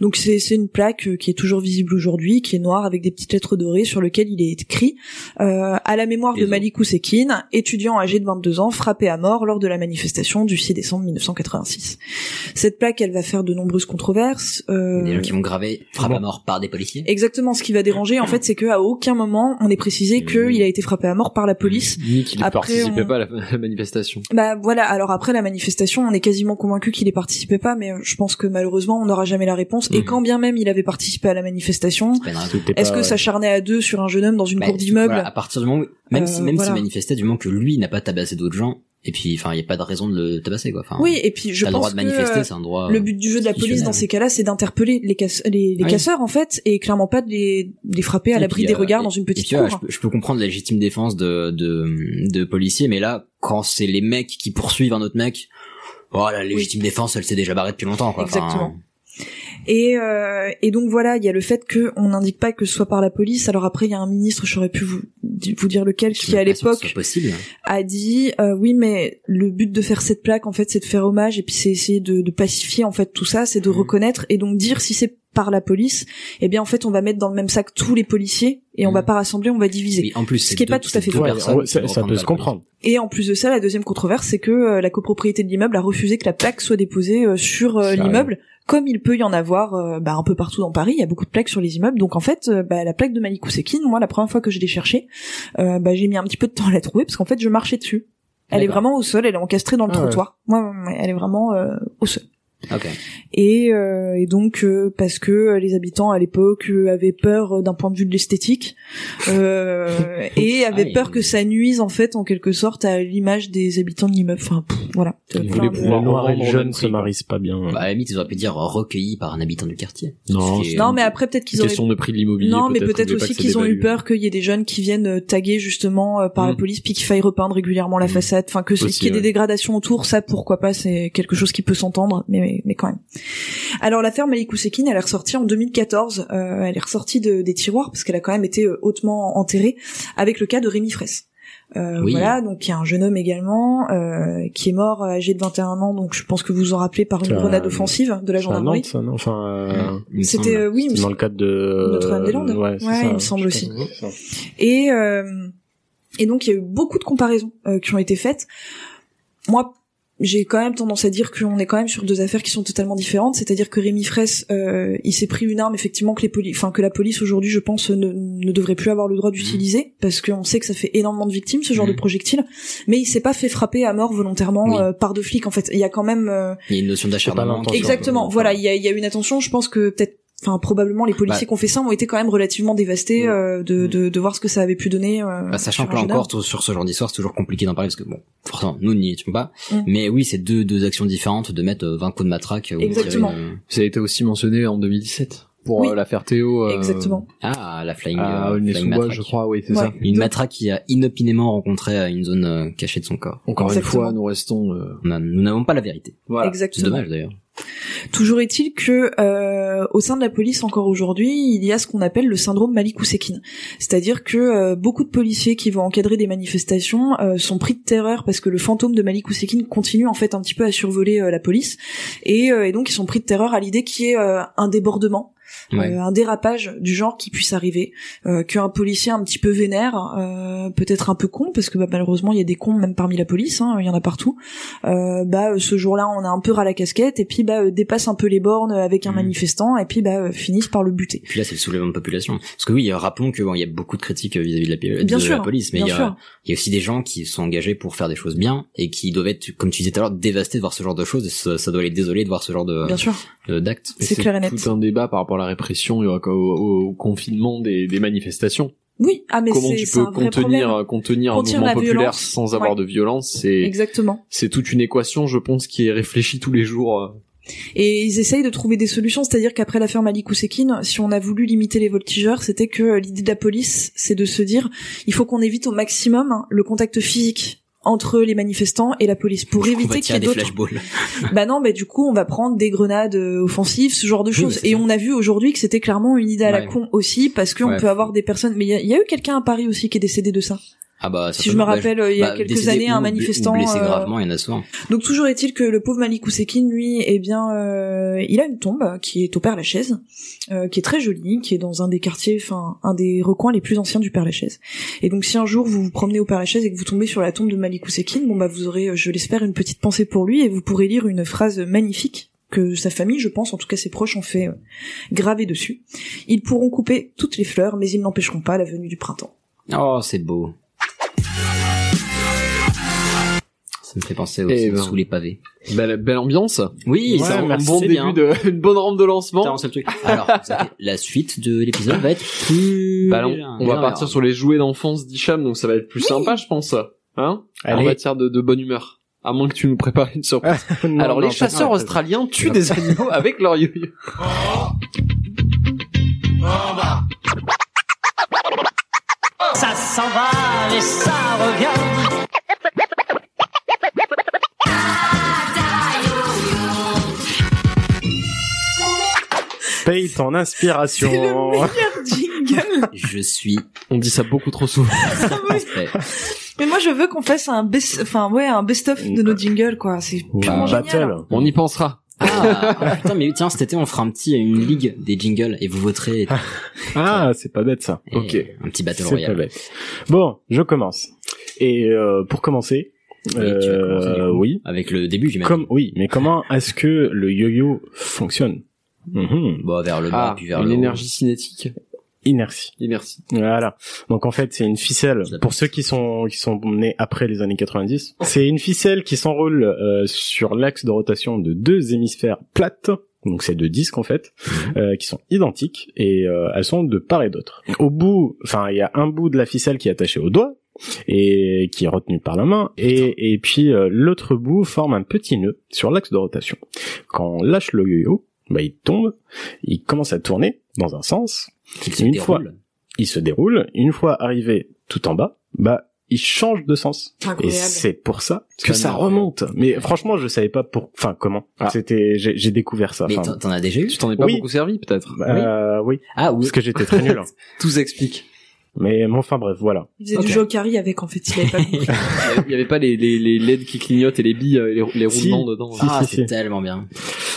Speaker 1: Donc c'est c'est une plaque euh, qui est toujours visible aujourd'hui, qui est noire avec des petites lettres dorées sur lequel il est écrit euh, à la mémoire de
Speaker 2: Désolé.
Speaker 1: Malik Oussekine, étudiant âgé de 22 ans, frappé à mort lors de la manifestation du 6 décembre 1986. Cette plaque, elle va faire de nombreuses controverses. euh,
Speaker 2: Des gens qui vont graver frappe
Speaker 3: Bon.
Speaker 2: à mort par des policiers.
Speaker 1: Exactement, ce qui va déranger, en fait, c'est qu'à aucun moment on est précisé qu'il a été frappé à mort par la police.
Speaker 4: Ni qu'il
Speaker 1: Après,
Speaker 4: participait
Speaker 1: on-
Speaker 4: pas à la, à la manifestation.
Speaker 1: Bah voilà, alors après la manifestation, on est quasiment convaincu qu'il y participait pas, mais euh, je pense que malheureusement on n'aura jamais la réponse. Et
Speaker 2: Mhm.
Speaker 1: quand bien même il avait participé à la manifestation,
Speaker 2: C'est pas une raison.
Speaker 3: C'était
Speaker 1: est-ce
Speaker 3: pas-
Speaker 1: que ça charnait à deux sur un jeune homme dans une
Speaker 2: Bah,
Speaker 1: cour
Speaker 2: surtout,
Speaker 1: d'immeuble
Speaker 2: voilà, à partir du moment où, même
Speaker 1: Euh,
Speaker 2: si, même
Speaker 1: voilà.
Speaker 2: s'il manifestait, du moment que lui n'a pas tabassé d'autres gens, et puis, enfin, il n'y a pas de raison de le tabasser, quoi. Enfin,
Speaker 1: Oui, et puis je
Speaker 2: t'as le droit
Speaker 1: pense
Speaker 2: de
Speaker 1: que
Speaker 2: manifester,
Speaker 1: euh,
Speaker 2: c'est un droit.
Speaker 1: le but du jeu de la police
Speaker 2: Exceptionnel.
Speaker 1: dans ces cas-là, c'est d'interpeller les, casse- les, les
Speaker 2: Oui.
Speaker 1: casseurs en fait, et clairement pas de les, de les frapper à
Speaker 2: Et
Speaker 1: l'abri
Speaker 2: puis,
Speaker 1: des
Speaker 2: euh,
Speaker 1: regards
Speaker 2: et-
Speaker 1: dans une
Speaker 2: et
Speaker 1: petite
Speaker 2: tu vois,
Speaker 1: cour.
Speaker 2: je, peux, je peux comprendre la légitime défense de, de, de policiers, mais là, quand c'est les mecs qui poursuivent un autre mec, oh, la légitime défense, elle s'est déjà barrée depuis longtemps, quoi. Enfin,
Speaker 1: Exactement. Et, euh, et donc voilà, il y a le fait que on n'indique pas que ce soit par la police. Alors après, il y a un ministre, je saurais plus vous, vous dire lequel,
Speaker 2: je suis
Speaker 1: qui à
Speaker 2: même pas sûr que ce
Speaker 1: l'époque
Speaker 2: soit possible.
Speaker 1: a dit euh, oui, mais le but de faire cette plaque, en fait, c'est de faire hommage et puis c'est essayer de, de pacifier en fait tout ça, c'est de
Speaker 2: Mhm.
Speaker 1: reconnaître et donc dire si c'est par la police, eh bien en fait, on va mettre dans le même sac tous les policiers et on
Speaker 2: Mhm.
Speaker 1: va pas rassembler, on va diviser.
Speaker 2: Oui, en plus,
Speaker 1: Ce
Speaker 2: c'est
Speaker 1: qui est
Speaker 2: deux-
Speaker 1: pas tout à
Speaker 2: c'est
Speaker 1: fait
Speaker 2: deux
Speaker 1: vrai.
Speaker 3: Ouais,
Speaker 2: personnes
Speaker 3: ouais,
Speaker 2: qui
Speaker 3: ça-
Speaker 2: vont
Speaker 3: ça
Speaker 2: reprendre
Speaker 3: peut
Speaker 2: la
Speaker 3: se comprendre.
Speaker 1: Et en plus de ça, la deuxième controverse, c'est que euh, la copropriété de l'immeuble a refusé que la plaque soit déposée euh, sur euh,
Speaker 3: Sérieux
Speaker 1: l'immeuble, comme il peut y en avoir euh, bah, un peu partout dans Paris. Il y a beaucoup de plaques sur les immeubles, donc en fait, euh, bah, la plaque de Malik Oussekine, moi, la première fois que je l'ai cherchée, euh, bah, j'ai mis un petit peu de temps à la trouver parce qu'en fait, je marchais dessus. Elle est
Speaker 2: D'accord.
Speaker 1: vraiment au sol, elle est encastrée dans le
Speaker 3: Ah ouais.
Speaker 1: trottoir. Moi, elle est vraiment euh, au sol.
Speaker 2: police. Ok.
Speaker 1: Et, euh, et donc euh, parce que euh, les habitants à l'époque euh, avaient peur euh, d'un point de vue de l'esthétique euh, et avaient
Speaker 2: Ah,
Speaker 1: peur
Speaker 2: et-
Speaker 1: que ça nuise en fait en quelque sorte à l'image des habitants de l'immeuble. Enfin pff, voilà.
Speaker 2: Ils
Speaker 3: Le
Speaker 1: Plein
Speaker 2: voulaient
Speaker 1: de-
Speaker 2: pouvoir
Speaker 3: noir et
Speaker 2: revendre
Speaker 3: le
Speaker 2: au
Speaker 3: jaune
Speaker 2: même
Speaker 3: se
Speaker 2: prix, quoi.
Speaker 3: marient pas bien.
Speaker 2: Bah, à la limite, ils auraient pu dire euh, recueilli par un habitant du quartier.
Speaker 4: Non,
Speaker 2: Ce qui est-
Speaker 1: Non mais après peut-être qu'ils auraient
Speaker 4: Question de prix de l'immobilier.
Speaker 1: non, mais
Speaker 4: ils
Speaker 1: peut-être
Speaker 4: voulaient pas
Speaker 1: aussi
Speaker 4: que ça
Speaker 1: qu'ils ont eu
Speaker 4: dévalue. hein.
Speaker 1: peur qu'il y ait des jeunes qui viennent euh, taguer justement euh, par la
Speaker 4: Mm.
Speaker 1: police, puis qu'il faille repeindre régulièrement la
Speaker 4: Mm.
Speaker 1: façade, enfin que qu'il
Speaker 4: Aussi,
Speaker 1: y ait des
Speaker 4: ouais.
Speaker 1: dégradations autour, ça pourquoi pas, c'est quelque chose qui peut s'entendre, mais, mais quand même. Alors l'affaire Malik Oussekine, elle est ressortie en 2014, euh, elle est ressortie de- des tiroirs parce qu'elle a quand même été euh, hautement enterrée, avec le cas de Rémi Fraisse. Euh,
Speaker 2: Oui.
Speaker 1: Voilà, donc il y a un jeune homme également euh, qui est mort euh, âgé de 21 ans, donc je pense que vous vous en rappelez par une
Speaker 3: C'est un-
Speaker 1: grenade offensive de la
Speaker 3: C'est à Nantes,
Speaker 1: gendarmerie.
Speaker 3: ça, non Enfin, euh,
Speaker 2: Il me
Speaker 1: C'était
Speaker 2: semble.
Speaker 1: euh, oui, il me
Speaker 3: dans le cadre de
Speaker 1: Notre-Dame-des-Landes
Speaker 3: Ouais, c'est
Speaker 1: Ouais,
Speaker 3: ça,
Speaker 1: il me semble
Speaker 3: je
Speaker 1: aussi.
Speaker 3: sais pas.
Speaker 1: Et, euh, et donc, il y a eu beaucoup de comparaisons euh, qui ont été faites. Moi, j'ai quand même tendance à dire qu'on est quand même sur deux affaires qui sont totalement différentes, c'est-à-dire que Rémi Fraisse, euh, il s'est pris une arme effectivement que les poli- enfin que la police aujourd'hui, je pense, ne, ne devrait plus avoir le droit d'utiliser parce qu'on sait que ça fait énormément de victimes ce genre
Speaker 2: Mhm.
Speaker 1: de projectile, mais il s'est pas fait frapper à mort volontairement
Speaker 2: Oui.
Speaker 1: euh, par deux flics en fait. Il y a quand même euh,
Speaker 2: Il y a une notion d'acharnement.
Speaker 3: Attention,
Speaker 1: exactement,
Speaker 2: hein.
Speaker 1: voilà, il y a, il y a une attention, je pense que peut-être. Enfin, probablement, les policiers
Speaker 2: Bah.
Speaker 1: qui ont fait ça ont été quand même relativement dévastés
Speaker 2: Oui.
Speaker 1: euh, de,
Speaker 2: Mhm.
Speaker 1: de, de voir ce que ça avait pu donner. euh,
Speaker 2: Bah, sachant
Speaker 1: sur
Speaker 2: que
Speaker 1: un
Speaker 2: là
Speaker 1: jeune homme.
Speaker 2: encore, tout- sur ce genre d'histoire, c'est toujours compliqué d'en parler parce que bon, forcément, nous n'y étions pas.
Speaker 1: Mm.
Speaker 2: Mais oui, c'est deux, deux actions différentes de mettre euh, 20 coups de matraque. ou de tirer
Speaker 1: Exactement.
Speaker 2: une- euh,
Speaker 4: Ça a été aussi mentionné en 2017 pour
Speaker 1: Oui.
Speaker 4: euh, l'affaire Théo. euh,
Speaker 1: Exactement.
Speaker 2: Ah, la flying,
Speaker 4: À
Speaker 2: euh,
Speaker 4: aulnay
Speaker 2: flying
Speaker 4: sous
Speaker 2: matraque.
Speaker 4: je crois, oui, c'est
Speaker 1: Ouais.
Speaker 4: ça.
Speaker 2: Une matraque qui a inopinément rencontré euh, une zone euh, cachée de son corps.
Speaker 4: Encore
Speaker 1: Exactement.
Speaker 4: une fois, nous restons. euh,
Speaker 2: On a- nous n'avons pas la vérité. C'est
Speaker 1: Exactement.
Speaker 2: dommage d'ailleurs.
Speaker 1: Toujours est-il que euh, au sein de la police encore aujourd'hui, il y a ce qu'on appelle le syndrome Malik Ousekine, c'est-à-dire que euh, beaucoup de policiers qui vont encadrer des manifestations euh, sont pris de terreur parce que le fantôme de Malik Ousekine continue en fait un petit peu à survoler euh, la police et, euh, et donc ils sont pris de terreur à l'idée qu'il y ait euh, un débordement,
Speaker 2: Ouais.
Speaker 1: euh, un dérapage du genre qui puisse arriver, euh, qu'un policier un petit peu vénère, euh, peut-être un peu con parce que bah, malheureusement il y a des cons même parmi la police, hein, il y en a partout euh, bah euh, ce jour-là on a un peu ras la casquette et puis bah euh, dépasse un peu les bornes avec un
Speaker 2: Mhm.
Speaker 4: Mm.
Speaker 1: manifestant et puis bah euh, finissent par le buter.
Speaker 2: Puis là, c'est le soulèvement de population. Parce que oui, rappelons que bon, il y a beaucoup de critiques vis-à-vis de la, de
Speaker 1: Bien
Speaker 2: la
Speaker 1: sûr,
Speaker 2: police, mais
Speaker 1: bien
Speaker 2: il y, a,
Speaker 1: sûr.
Speaker 2: il y a aussi des gens qui sont engagés pour faire des choses bien et qui doivent être, comme tu disais tout à l'heure, dévastés de voir ce genre de choses. Et ça, ça doit les désoler de voir ce genre de
Speaker 1: Bien sûr,
Speaker 2: de- d'actes.
Speaker 4: Bah, et
Speaker 1: c'est clair et net.
Speaker 4: Tout un débat par rapport à la répression et au, au- au confinement des, des manifestations.
Speaker 1: Oui, ah mais
Speaker 4: Comment
Speaker 1: c'est
Speaker 4: tu
Speaker 1: c'est
Speaker 4: peux
Speaker 1: un vrai problème.
Speaker 4: contenir, euh, contenir un
Speaker 1: Contenir
Speaker 4: mouvement
Speaker 1: la
Speaker 4: populaire
Speaker 1: violence.
Speaker 4: sans avoir
Speaker 1: Ouais.
Speaker 4: de violence C'est
Speaker 1: Exactement.
Speaker 4: c'est toute une équation, je pense, qui est réfléchie tous les jours. euh,
Speaker 1: Et ils essayent de trouver des solutions, c'est-à-dire qu'après l'affaire Malik Ousekine, si on a voulu limiter les voltigeurs, c'était que l'idée de la police, c'est de se dire, il faut qu'on évite au maximum hein, le contact physique entre les manifestants et la police pour
Speaker 2: Du coup, on va
Speaker 1: éviter qu'il y
Speaker 2: tirer
Speaker 1: ait
Speaker 2: des
Speaker 1: d'autres
Speaker 2: flashballs.
Speaker 1: bah non, bah du coup, on va prendre des grenades euh, offensives, ce genre de
Speaker 2: Oui,
Speaker 1: choses.
Speaker 2: c'est
Speaker 1: Et
Speaker 2: ça.
Speaker 1: on a vu aujourd'hui que c'était clairement une idée à la
Speaker 2: Ouais.
Speaker 1: con aussi, parce qu'on
Speaker 2: Ouais.
Speaker 1: peut avoir des personnes. Mais il y, a- il y a eu quelqu'un à Paris aussi qui est décédé de ça.
Speaker 2: Ah bah,
Speaker 1: si je me
Speaker 2: certainement, bah,
Speaker 1: rappelle, euh, il y a
Speaker 2: bah,
Speaker 1: quelques
Speaker 2: décédé
Speaker 1: années,
Speaker 2: ou
Speaker 1: un
Speaker 2: blé-
Speaker 1: manifestant.
Speaker 2: Ou blessé
Speaker 1: euh,
Speaker 2: gravement, il y en a souvent.
Speaker 1: Donc toujours est-il que le pauvre Malik Ousekine, lui, eh bien, euh, il a une tombe qui est au Père Lachaise, euh, qui est très jolie, qui est dans un des quartiers, enfin, un des recoins les plus anciens du Père Lachaise. Et donc si un jour vous vous promenez au Père Lachaise et que vous tombez sur la tombe de Malik Ousekine, bon bah vous aurez, euh, je l'espère, une petite pensée pour lui et vous pourrez lire une phrase magnifique que sa famille, je pense, en tout cas ses proches, ont fait euh, graver dessus. Ils pourront couper toutes les fleurs, mais ils n'empêcheront pas la venue du printemps.
Speaker 2: Oh, c'est beau. Ça me fait penser au
Speaker 4: Eh ben.
Speaker 2: sous les pavés.
Speaker 4: Belle, belle ambiance.
Speaker 2: Oui,
Speaker 3: Ouais,
Speaker 2: ça,
Speaker 4: un
Speaker 3: merci,
Speaker 4: bon
Speaker 2: c'est
Speaker 4: début
Speaker 2: bien.
Speaker 4: de, une bonne rampe de lancement.
Speaker 2: le truc. Alors, vous savez, la suite de l'épisode va être plus.
Speaker 4: Bah non, on va partir sur les jouets d'enfance d'Icham, donc ça va être plus sympa, je pense. Hein En
Speaker 3: Allez.
Speaker 4: matière de, de bonne humeur. À moins que tu nous prépares une surprise.
Speaker 3: Non,
Speaker 4: Alors,
Speaker 3: non,
Speaker 4: les chasseurs
Speaker 3: pas-
Speaker 4: australiens tuent des animaux avec leur yo-yo.
Speaker 7: Ça s'en va et ça revient.
Speaker 3: Paye ton inspiration.
Speaker 1: C'est le jingle
Speaker 2: Je suis
Speaker 4: On dit ça beaucoup trop souvent.
Speaker 2: circonspect.
Speaker 1: Mais moi je veux qu'on fasse un
Speaker 3: Mm.
Speaker 1: best, enfin ouais, un best-of de nos jingles quoi. C'est purement
Speaker 3: Bah,
Speaker 1: génial.
Speaker 3: battle.
Speaker 4: On y pensera.
Speaker 2: Ah, ah, putain, mais tiens, cet été, on fera un petit, une ligue des jingles et vous voterez. et-
Speaker 3: Ah, c'est pas bête ça.
Speaker 2: et Un petit battle
Speaker 3: C'est pas
Speaker 2: royale.
Speaker 3: bête. Bon, je commence. Et euh, pour commencer,
Speaker 2: Oui, tu vas commencer, du
Speaker 3: euh,
Speaker 2: coup.
Speaker 3: oui,
Speaker 2: Avec le début, j'imagine.
Speaker 3: comme oui, mais comment est-ce que le yo-yo fonctionne Mhm.
Speaker 2: Bon, vers le bas,
Speaker 4: Ah,
Speaker 2: puis vers
Speaker 4: une
Speaker 2: le haut.
Speaker 4: énergie cinétique.
Speaker 3: Inertie.
Speaker 4: Inertie.
Speaker 3: Voilà. Donc en fait, c'est une ficelle.
Speaker 2: Je l'appelle.
Speaker 3: Pour ceux qui sont qui sont nés après les années 90, c'est une ficelle qui s'enroule euh, sur l'axe de rotation de deux hémisphères plates. Donc c'est deux disques en fait, euh, qui sont identiques et euh, elles sont de part et d'autre. Au bout, enfin il y a un bout de la ficelle qui est attaché au doigt et qui est retenu par la main et, et puis euh, l'autre bout forme un petit nœud sur l'axe de rotation. Quand on lâche le yo-yo, bah, il tombe, il commence à tourner dans un sens
Speaker 2: Qu'il se
Speaker 3: une
Speaker 2: déroule.
Speaker 3: fois. il se déroule. Une fois arrivé tout en bas, bah il change de sens. Et
Speaker 1: Incroyable.
Speaker 3: c'est pour ça
Speaker 4: C'est
Speaker 3: que
Speaker 4: pas
Speaker 3: ça
Speaker 4: normal.
Speaker 3: remonte. Mais franchement, je savais pas pour, enfin comment.
Speaker 4: Ah.
Speaker 3: C'était, j'ai j'ai découvert ça.
Speaker 2: Mais
Speaker 3: Enfin,
Speaker 2: t'en t'en as déjà eu
Speaker 4: Tu t'en es pas
Speaker 3: Oui.
Speaker 4: beaucoup servi, peut-être.
Speaker 3: euh, oui.
Speaker 2: Ah, oui.
Speaker 3: Parce que j'étais très nul. hein.
Speaker 4: Tout s'explique.
Speaker 3: Mais mais enfin bref, voilà.
Speaker 1: Il faisait
Speaker 2: Ok.
Speaker 1: du jeu au carry avec en fait, il avait pas compris.
Speaker 4: Il y avait pas les, les, les LED qui clignotent et les billes, euh, les, les
Speaker 3: Si.
Speaker 4: roulements dedans.
Speaker 3: Si.
Speaker 2: Ah, c'est tellement bien.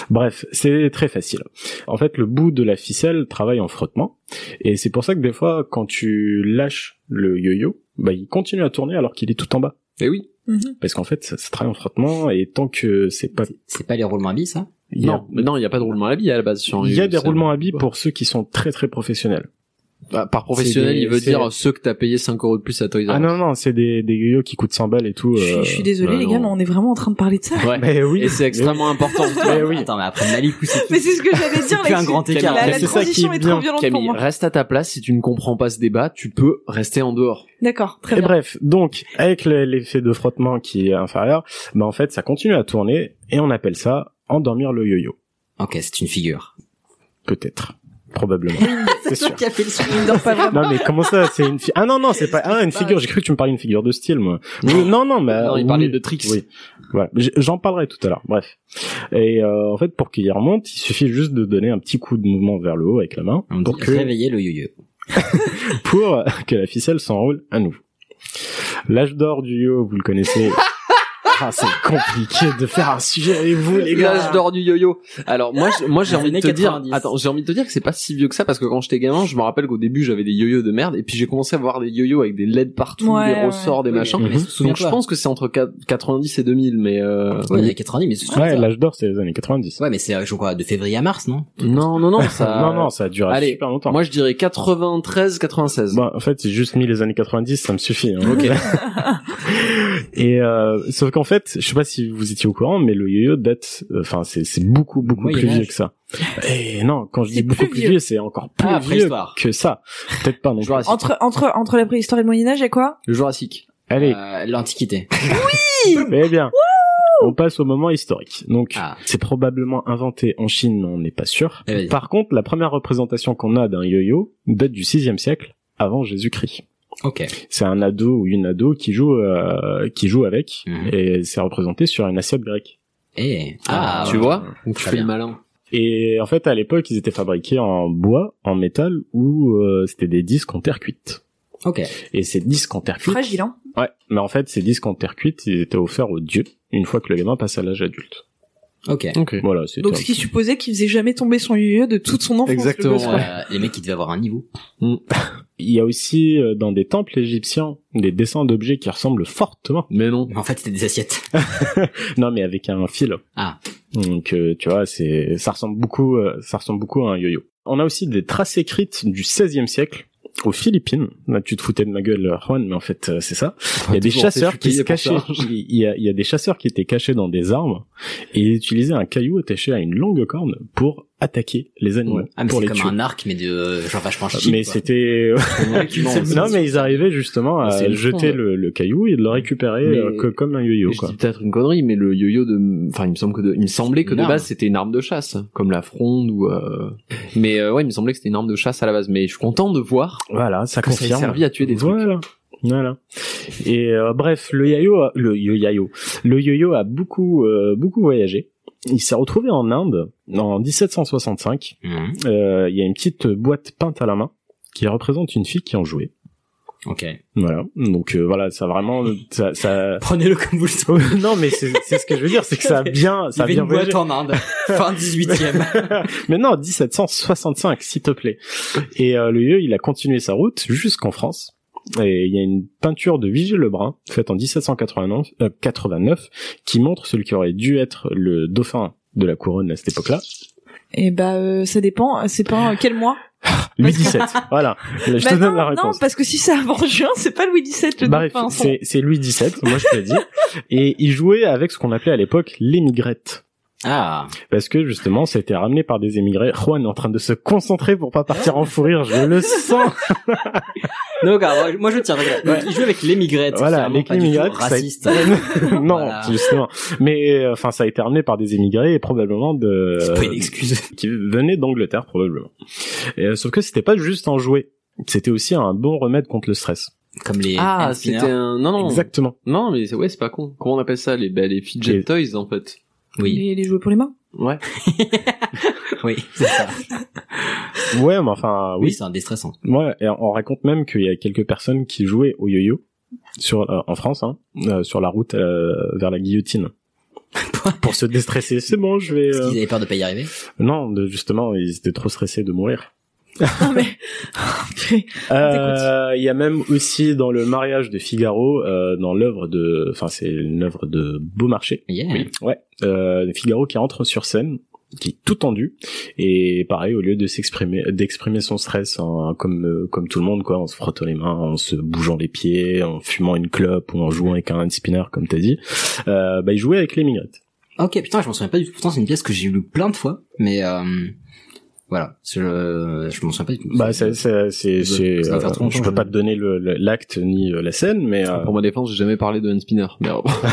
Speaker 3: Bref, c'est très facile. En fait, le bout de la ficelle travaille en frottement, et c'est pour ça que des fois, quand tu lâches le yo-yo, bah il continue à tourner alors qu'il est tout en bas.
Speaker 4: Et oui.
Speaker 1: Mhm.
Speaker 3: Parce qu'en fait, ça, ça travaille en frottement, et tant que c'est pas...
Speaker 2: C'est- C'est pas les roulements à billes, ça
Speaker 3: il y a-
Speaker 4: Non, mais non, il n'y a pas de roulement à la bille à la base sur un
Speaker 3: Il y a
Speaker 4: U,
Speaker 3: des
Speaker 4: c'est-
Speaker 3: roulements à billes pour ceux qui sont très très professionnels.
Speaker 4: Bah, par professionnel,
Speaker 3: C'est des-
Speaker 4: il veut
Speaker 3: c'est-
Speaker 4: dire euh, ceux que t'as payé 5 euros de plus à Toys R Us.
Speaker 3: Ah non, non, c'est des, des griots qui coûtent 100 balles et tout.
Speaker 1: Je suis-
Speaker 3: euh,
Speaker 1: je suis désolée
Speaker 4: bah
Speaker 1: les gars, mais
Speaker 4: non.
Speaker 1: on est vraiment en train de parler de ça.
Speaker 4: Ouais.
Speaker 3: Mais oui.
Speaker 4: Et c'est extrêmement important.
Speaker 3: Mais oui.
Speaker 2: Attends, mais après Malik ou c'est
Speaker 1: Mais c'est ce que j'allais dire.
Speaker 2: plus
Speaker 1: là,
Speaker 2: un grand
Speaker 1: c'est-
Speaker 2: écart.
Speaker 1: La, la
Speaker 3: C'est ça qui est
Speaker 1: transition est,
Speaker 3: bien,
Speaker 1: trop violente pour
Speaker 4: Camille,
Speaker 1: moi.
Speaker 4: reste à ta place. Si tu ne comprends pas ce débat, tu peux rester en dehors.
Speaker 1: D'accord, très
Speaker 3: Et
Speaker 1: bien.
Speaker 3: bref, donc avec le- l'effet de frottement qui est inférieur, bah en fait ça continue à tourner et on appelle ça endormir le yo-yo,
Speaker 2: Ok, c'est une figure.
Speaker 3: peut-être, probablement. c'est sûr.
Speaker 2: qui a fait le son.
Speaker 1: Non, pas vraiment.
Speaker 3: Non mais comment ça, c'est une fi- ah non non c'est pas ah une figure, j'ai cru que tu me parlais d'une figure de style moi. Oui, non non mais
Speaker 4: Non, il
Speaker 3: oui.
Speaker 4: parlait de tricks.
Speaker 3: Oui, voilà, J- j'en parlerai tout à l'heure. Bref, et euh, en fait pour qu'il y remonte, il suffit juste de donner un petit coup de mouvement vers le haut avec la main
Speaker 2: On
Speaker 3: pour
Speaker 2: dit
Speaker 3: que
Speaker 2: réveiller le yo-yo.
Speaker 3: pour euh, que la ficelle s'enroule à nouveau. L'âge d'or du yo, vous le connaissez. Ah, c'est compliqué de faire un sujet avec vous, les gars.
Speaker 4: L'âge d'or du yo-yo. Alors moi, je- moi j'ai
Speaker 2: Ah, Les
Speaker 4: envie de
Speaker 2: années
Speaker 4: te dire,
Speaker 2: 90.
Speaker 4: attends, j'ai envie de te dire que c'est pas si vieux que ça parce que quand j'étais gamin, je me rappelle qu'au début j'avais des yo-yo de merde et puis j'ai commencé à voir des yo-yo avec des LED partout,
Speaker 1: Ouais,
Speaker 4: des
Speaker 1: ouais.
Speaker 4: ressorts, des machins.
Speaker 3: mais
Speaker 4: Donc je pense que c'est entre quat- 90 et 2000, mais euh,
Speaker 2: Ouais, il y a 90, mais c'est
Speaker 3: Ouais, l'âge d'or, c'est les années 90.
Speaker 2: Ouais, mais c'est, euh, je crois, de février à mars, non
Speaker 4: non, non, non, ça.
Speaker 3: non, non, ça a duré
Speaker 4: Allez,
Speaker 3: super longtemps.
Speaker 4: Moi je dirais 93, 96.
Speaker 3: Bon, Bah, en fait, j'ai juste mis les années 90, ça me suffit. Ok. Et euh, sauf qu'en fait, je sais pas si vous étiez au courant, mais le yo-yo date, euh, enfin, c'est c'est beaucoup beaucoup
Speaker 2: Moyen
Speaker 3: plus vieux
Speaker 2: Âge.
Speaker 3: que ça. Et non, quand je
Speaker 1: C'est
Speaker 3: dis beaucoup
Speaker 1: plus
Speaker 3: plus
Speaker 1: vieux.
Speaker 3: vieux, c'est encore plus
Speaker 2: Ah,
Speaker 3: vieux
Speaker 2: préhistoire.
Speaker 3: que ça. Peut-être pas non plus.
Speaker 4: Jurassique.
Speaker 1: Entre entre entre la préhistoire et le Moyen Âge, il y a quoi
Speaker 4: Le Jurassique.
Speaker 3: Allez,
Speaker 2: Euh, L'Antiquité.
Speaker 3: Eh bien, on passe au moment historique. Donc,
Speaker 2: Ah.
Speaker 3: c'est probablement inventé en Chine, mais on n'est pas sûr.
Speaker 2: Eh oui.
Speaker 3: Par contre, la première représentation qu'on a d'un yo-yo date du 6e siècle avant Jésus-Christ.
Speaker 2: Ok.
Speaker 3: C'est un ado ou une ado qui joue, euh, qui joue avec,
Speaker 2: Mhm.
Speaker 3: et c'est représenté sur une assiette grecque.
Speaker 2: Eh. Ah,
Speaker 4: Ah, tu
Speaker 2: ouais.
Speaker 4: vois Donc tu
Speaker 2: Très
Speaker 4: fais le
Speaker 2: bien.
Speaker 4: malin.
Speaker 3: Et en fait, à l'époque, ils étaient fabriqués en bois, en métal, ou euh, c'était des disques en terre cuite.
Speaker 2: Ok.
Speaker 3: Et ces disques en terre cuite...
Speaker 1: Fragile, hein
Speaker 3: Ouais, mais en fait, ces disques en terre cuite, ils étaient offerts aux dieux, une fois que le gamin passe à l'âge adulte.
Speaker 2: Ok.
Speaker 4: Ok.
Speaker 3: Voilà, c'était
Speaker 1: Donc
Speaker 3: un
Speaker 1: ce qui supposait qu'il faisait jamais tomber son yo de toute son enfance. le
Speaker 4: Exactement,
Speaker 1: gosse, quoi.
Speaker 4: ouais.
Speaker 2: Euh, les mecs, ils devaient avoir un niveau.
Speaker 3: Il y a aussi euh, dans des temples égyptiens des dessins d'objets qui ressemblent fortement.
Speaker 4: Mais non.
Speaker 2: Mais en fait, c'était des assiettes.
Speaker 3: Non, mais avec un fil.
Speaker 2: Ah.
Speaker 3: Donc euh, tu vois, c'est ça ressemble beaucoup, euh, ça ressemble beaucoup à un yo-yo. On a aussi des traces écrites du XVIe siècle aux Philippines. Là, tu te foutais de ma gueule, euh, Juan, mais en fait, euh, c'est ça. Il y a des
Speaker 4: Toujours, c'est- je
Speaker 3: chasseurs
Speaker 4: suis
Speaker 3: qui se
Speaker 4: payé
Speaker 3: cachaient.
Speaker 4: pour ça.
Speaker 3: Il y, a, il y a des chasseurs qui étaient cachés dans des arbres et ils utilisaient un caillou attaché à une longue corne pour attaquer les animaux,
Speaker 2: Ah, mais
Speaker 3: pour
Speaker 2: c'est
Speaker 3: les
Speaker 2: comme
Speaker 3: tuer. Ah,
Speaker 2: un arc, mais de, euh, genre vachement chic.
Speaker 3: mais
Speaker 2: quoi.
Speaker 3: c'était non mais ils arrivaient justement
Speaker 4: Mais Ah, c'est
Speaker 3: à
Speaker 4: le
Speaker 3: jeter
Speaker 4: fond,
Speaker 3: le, le caillou et de le récupérer
Speaker 4: Mais-
Speaker 3: euh, que- comme un yo-yo
Speaker 4: Je
Speaker 3: quoi.
Speaker 4: dis peut-être une connerie, mais le yo-yo de, enfin, il me semble que de- il me semblait que
Speaker 2: Une
Speaker 4: de
Speaker 2: arme.
Speaker 4: base c'était une arme de chasse, comme la fronde ou. euh, Mais euh, ouais, il me semblait que c'était une arme de chasse à la base. Mais je suis content de voir
Speaker 3: Voilà, ça
Speaker 4: que ça ait
Speaker 3: confirme.
Speaker 4: servi à tuer des trucs.
Speaker 3: voilà. Voilà. Et euh, bref, le yo-yo, a- le yo-yo, le yo-yo a beaucoup euh, beaucoup voyagé. Il s'est retrouvé en Inde en 1765.
Speaker 2: Mhm.
Speaker 3: Euh, Il y a une petite boîte peinte à la main qui représente une fille qui en jouait.
Speaker 2: Ok.
Speaker 3: Voilà. Donc euh, voilà, ça vraiment ça, ça... Oh,
Speaker 2: Prenez-le comme vous le savez.
Speaker 3: non mais c'est c'est ce que je veux dire, c'est que ça a bien
Speaker 2: Il y
Speaker 3: ça a
Speaker 2: avait
Speaker 3: bien
Speaker 2: une
Speaker 3: voyagé.
Speaker 2: boîte en Inde. fin 18ème.
Speaker 3: Mais non, 1765, s'il te plaît. Et euh, le lieu, il a continué sa route jusqu'en France. Et il y a une peinture de Vigée Lebrun, faite en 1789, euh, 89, qui montre celui qui aurait dû être le dauphin de la couronne à cette époque-là.
Speaker 1: Eh bah euh, ça dépend. C'est pas euh, quel mois
Speaker 3: Louis XVII. voilà. Je te
Speaker 1: Bah
Speaker 3: donne
Speaker 1: non,
Speaker 3: la
Speaker 1: non,
Speaker 3: réponse.
Speaker 1: parce que si c'est avant juin, c'est pas Louis XVII le
Speaker 3: Bref,
Speaker 1: dauphin. son-
Speaker 3: c'est c'est Louis XVII, moi je te le dis. Et il jouait avec ce qu'on appelait à l'époque les migrettes.
Speaker 2: Ah.
Speaker 3: Parce que justement, ça a été ramené par des émigrés. Juan est en train de se concentrer pour pas partir en fou rire, je le sens.
Speaker 2: Non, regarde, moi je tiens. Regarde.
Speaker 3: Ouais.
Speaker 2: Il joue avec les migrettes.
Speaker 3: Voilà,
Speaker 2: clairement
Speaker 3: les
Speaker 2: pas du tout
Speaker 3: migrettes, ça-
Speaker 2: Raciste.
Speaker 3: non,
Speaker 2: Voilà.
Speaker 3: justement. Mais euh, enfin, ça a été ramené par des émigrés et probablement de
Speaker 2: C'est pas une excuse.
Speaker 3: qui venaient d'Angleterre probablement. Et, euh, sauf que c'était pas juste en jouet. C'était aussi un bon remède contre le stress.
Speaker 2: Comme les.
Speaker 4: Ah,
Speaker 2: hand spinners.
Speaker 4: c'était un.
Speaker 2: Oh.
Speaker 4: Non, non.
Speaker 3: Exactement.
Speaker 4: Non, mais c'est- ouais, c'est pas con. Comment on appelle ça les, bah, les fidget
Speaker 3: Les-
Speaker 4: toys en fait.
Speaker 2: Oui,
Speaker 1: Les, les jouets pour les mains.
Speaker 4: Ouais.
Speaker 2: oui, c'est ça.
Speaker 3: Ouais, mais enfin,
Speaker 2: Oui,
Speaker 3: oui.
Speaker 2: c'est un déstressant.
Speaker 3: Ouais, et on raconte même qu'il y a quelques personnes qui jouaient au yo-yo sur euh, en France, hein, euh, sur la route euh, vers la guillotine. pour se déstresser, c'est bon, je vais.
Speaker 2: Parce
Speaker 3: euh,
Speaker 2: qu'ils avaient peur de pas y arriver.
Speaker 3: Non, de- justement, ils étaient trop stressés de mourir.
Speaker 1: Non, mais... Purée.
Speaker 3: Euh, Il y a même aussi dans le mariage de Figaro, euh, dans l'œuvre de, enfin c'est une œuvre de Beaumarchais.
Speaker 2: Yeah.
Speaker 3: Ouais, euh, Figaro qui entre sur scène, qui est tout tendu et pareil au lieu de s'exprimer, d'exprimer son stress en- comme euh, comme tout le monde quoi, en se frottant les mains, en se bougeant les pieds, en fumant une clope ou en jouant avec un hand spinner comme t'as dit, euh, bah il jouait avec les migrettes.
Speaker 2: Ok, putain, je m'en souviens pas du tout. Pourtant, c'est une pièce que j'ai lue plein de fois, mais euh, voilà, je, je m'en souviens pas du tout.
Speaker 3: Bah c'est c'est c'est,
Speaker 2: Ça doit
Speaker 3: c'est,
Speaker 2: faire
Speaker 3: euh,
Speaker 2: trop longtemps,
Speaker 3: je peux
Speaker 2: je-
Speaker 3: pas te donner le- le- l'acte ni euh, la scène mais euh,
Speaker 4: Pour ma défense, j'ai jamais parlé de hand spinner. Mais euh, bon.
Speaker 3: Ah,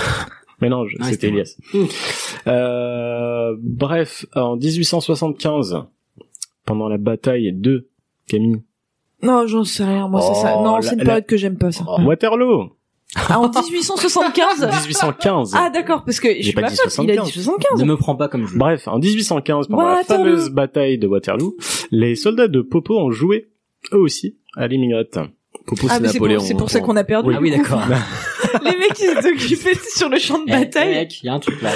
Speaker 3: Mais non, je-
Speaker 2: Ah,
Speaker 3: c'était
Speaker 2: c'était Hmm.
Speaker 3: Elias. Euh, bref, en 1875, pendant la bataille de Camille.
Speaker 1: Non, j'en sais rien. Moi, c'est ça.
Speaker 3: Oh,
Speaker 1: Non,
Speaker 3: la-
Speaker 1: c'est une
Speaker 3: la- Oh.
Speaker 1: période que j'aime pas, ça.
Speaker 2: Oh.
Speaker 3: Waterloo
Speaker 1: Ah, en 1875
Speaker 3: 1815
Speaker 1: Ah, d'accord, parce que je suis
Speaker 3: pas
Speaker 1: pas
Speaker 3: dit
Speaker 1: folle, Il a dit
Speaker 3: 75.
Speaker 1: 75.
Speaker 2: ne me prends pas comme je.
Speaker 3: Bref, en 1815, pendant la
Speaker 1: Waterloo.
Speaker 3: fameuse bataille de Waterloo, les soldats de Popo ont joué, eux aussi, à l'immigrate.
Speaker 4: Popo,
Speaker 1: Ah,
Speaker 4: c'est
Speaker 1: mais c'est
Speaker 4: Napoléon.
Speaker 1: pour, c'est
Speaker 4: hein,
Speaker 1: pour ça
Speaker 4: pour-
Speaker 1: qu'on a perdu.
Speaker 2: ah oui, d'accord.
Speaker 1: Les mecs, ils étaient occupés sur le champ de
Speaker 2: Eh,
Speaker 1: bataille.
Speaker 2: mec, il y a un truc là.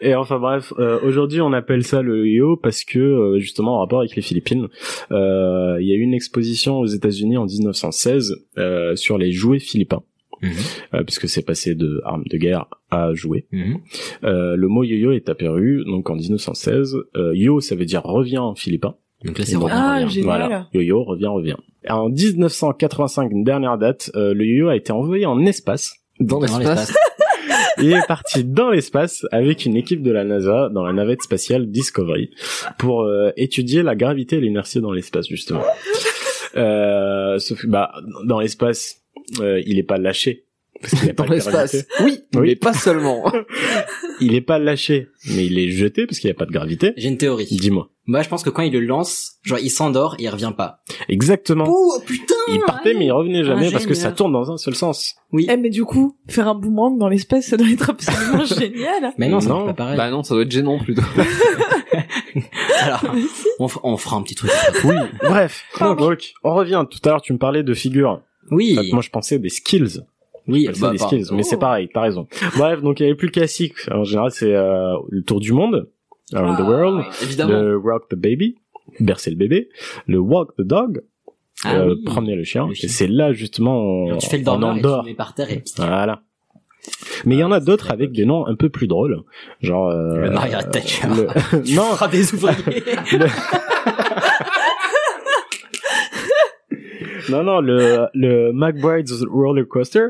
Speaker 3: Et enfin bref, euh, aujourd'hui on appelle ça le yo parce que euh, justement en rapport avec les Philippines, euh, il y a eu une exposition aux États-Unis en 1916 euh, sur les jouets philippins.
Speaker 2: Mhm.
Speaker 3: Euh, puisque c'est passé de armes de guerre à jouets.
Speaker 2: Mhm.
Speaker 3: Euh, le mot yo-yo est apparu donc en 1916. Euh, yo ça veut dire revient en philippin.
Speaker 2: Donc là, c'est
Speaker 3: Et
Speaker 2: revient,
Speaker 1: Ah,
Speaker 2: revient.
Speaker 1: j'ai- Génial.
Speaker 3: Voilà. Yo-yo revient revient. En 1985, une dernière date, euh, le yo-yo a été envoyé en espace.
Speaker 4: Dans l'espace.
Speaker 3: Il est parti dans l'espace avec une équipe de la NASA dans la navette spatiale Discovery pour euh, étudier la gravité et l'inertie dans l'espace justement. Euh, sauf que, bah dans l'espace, euh, il est pas lâché. parce qu'il a
Speaker 4: Dans
Speaker 3: pas de
Speaker 4: l'espace.
Speaker 3: gravité.
Speaker 4: Oui,
Speaker 3: Oui.
Speaker 4: mais pas seulement.
Speaker 3: Il est pas lâché, mais il est jeté parce qu'il n'y a pas de gravité.
Speaker 2: J'ai une théorie.
Speaker 3: Dis-moi.
Speaker 2: Moi, je pense que quand il le lance, genre, il s'endort et il revient pas.
Speaker 3: Exactement.
Speaker 2: Oh putain
Speaker 3: Il partait mais il revenait jamais parce que ça
Speaker 1: Ingénieur.
Speaker 3: tourne dans un seul sens.
Speaker 1: Eh, mais du coup, faire un boomerang dans l'espace, ça doit être absolument génial.
Speaker 2: Mais non, c'est
Speaker 3: Non.
Speaker 2: pas pareil.
Speaker 4: bah non, ça doit être gênant plutôt.
Speaker 2: Alors, on, f- on fera un petit truc.
Speaker 3: Oui. Bref. Donc, on revient. Tout à l'heure, tu me parlais de figures.
Speaker 2: Oui,
Speaker 3: Moi, je pensais des skills.
Speaker 2: oui,
Speaker 3: Appelle ça
Speaker 2: bah,
Speaker 3: des
Speaker 2: bah,
Speaker 3: skills, mais
Speaker 1: Oh.
Speaker 3: c'est pareil, t'as raison. Bref, donc il y avait plus le classique. En général, c'est euh, le tour du monde, around
Speaker 2: Ah,
Speaker 3: the world,
Speaker 4: Évidemment.
Speaker 3: le rock the baby, bercer le bébé, le walk the dog,
Speaker 2: Ah
Speaker 3: euh,
Speaker 2: oui.
Speaker 3: promener le chien.
Speaker 2: Le
Speaker 3: Et
Speaker 2: chien.
Speaker 3: c'est là justement on,
Speaker 2: Genre, tu fais le
Speaker 3: on
Speaker 2: dormeur et tu
Speaker 3: endort.
Speaker 2: le Ah, mets par terre et
Speaker 3: Voilà. Mais il y en a d'autres avec des noms un peu plus drôles, genre euh,
Speaker 2: le Margaret Thatcher.
Speaker 3: le-
Speaker 2: Tu
Speaker 3: non,
Speaker 2: feras des ouvriers.
Speaker 3: non, non, le, le McBride's Roller Coaster,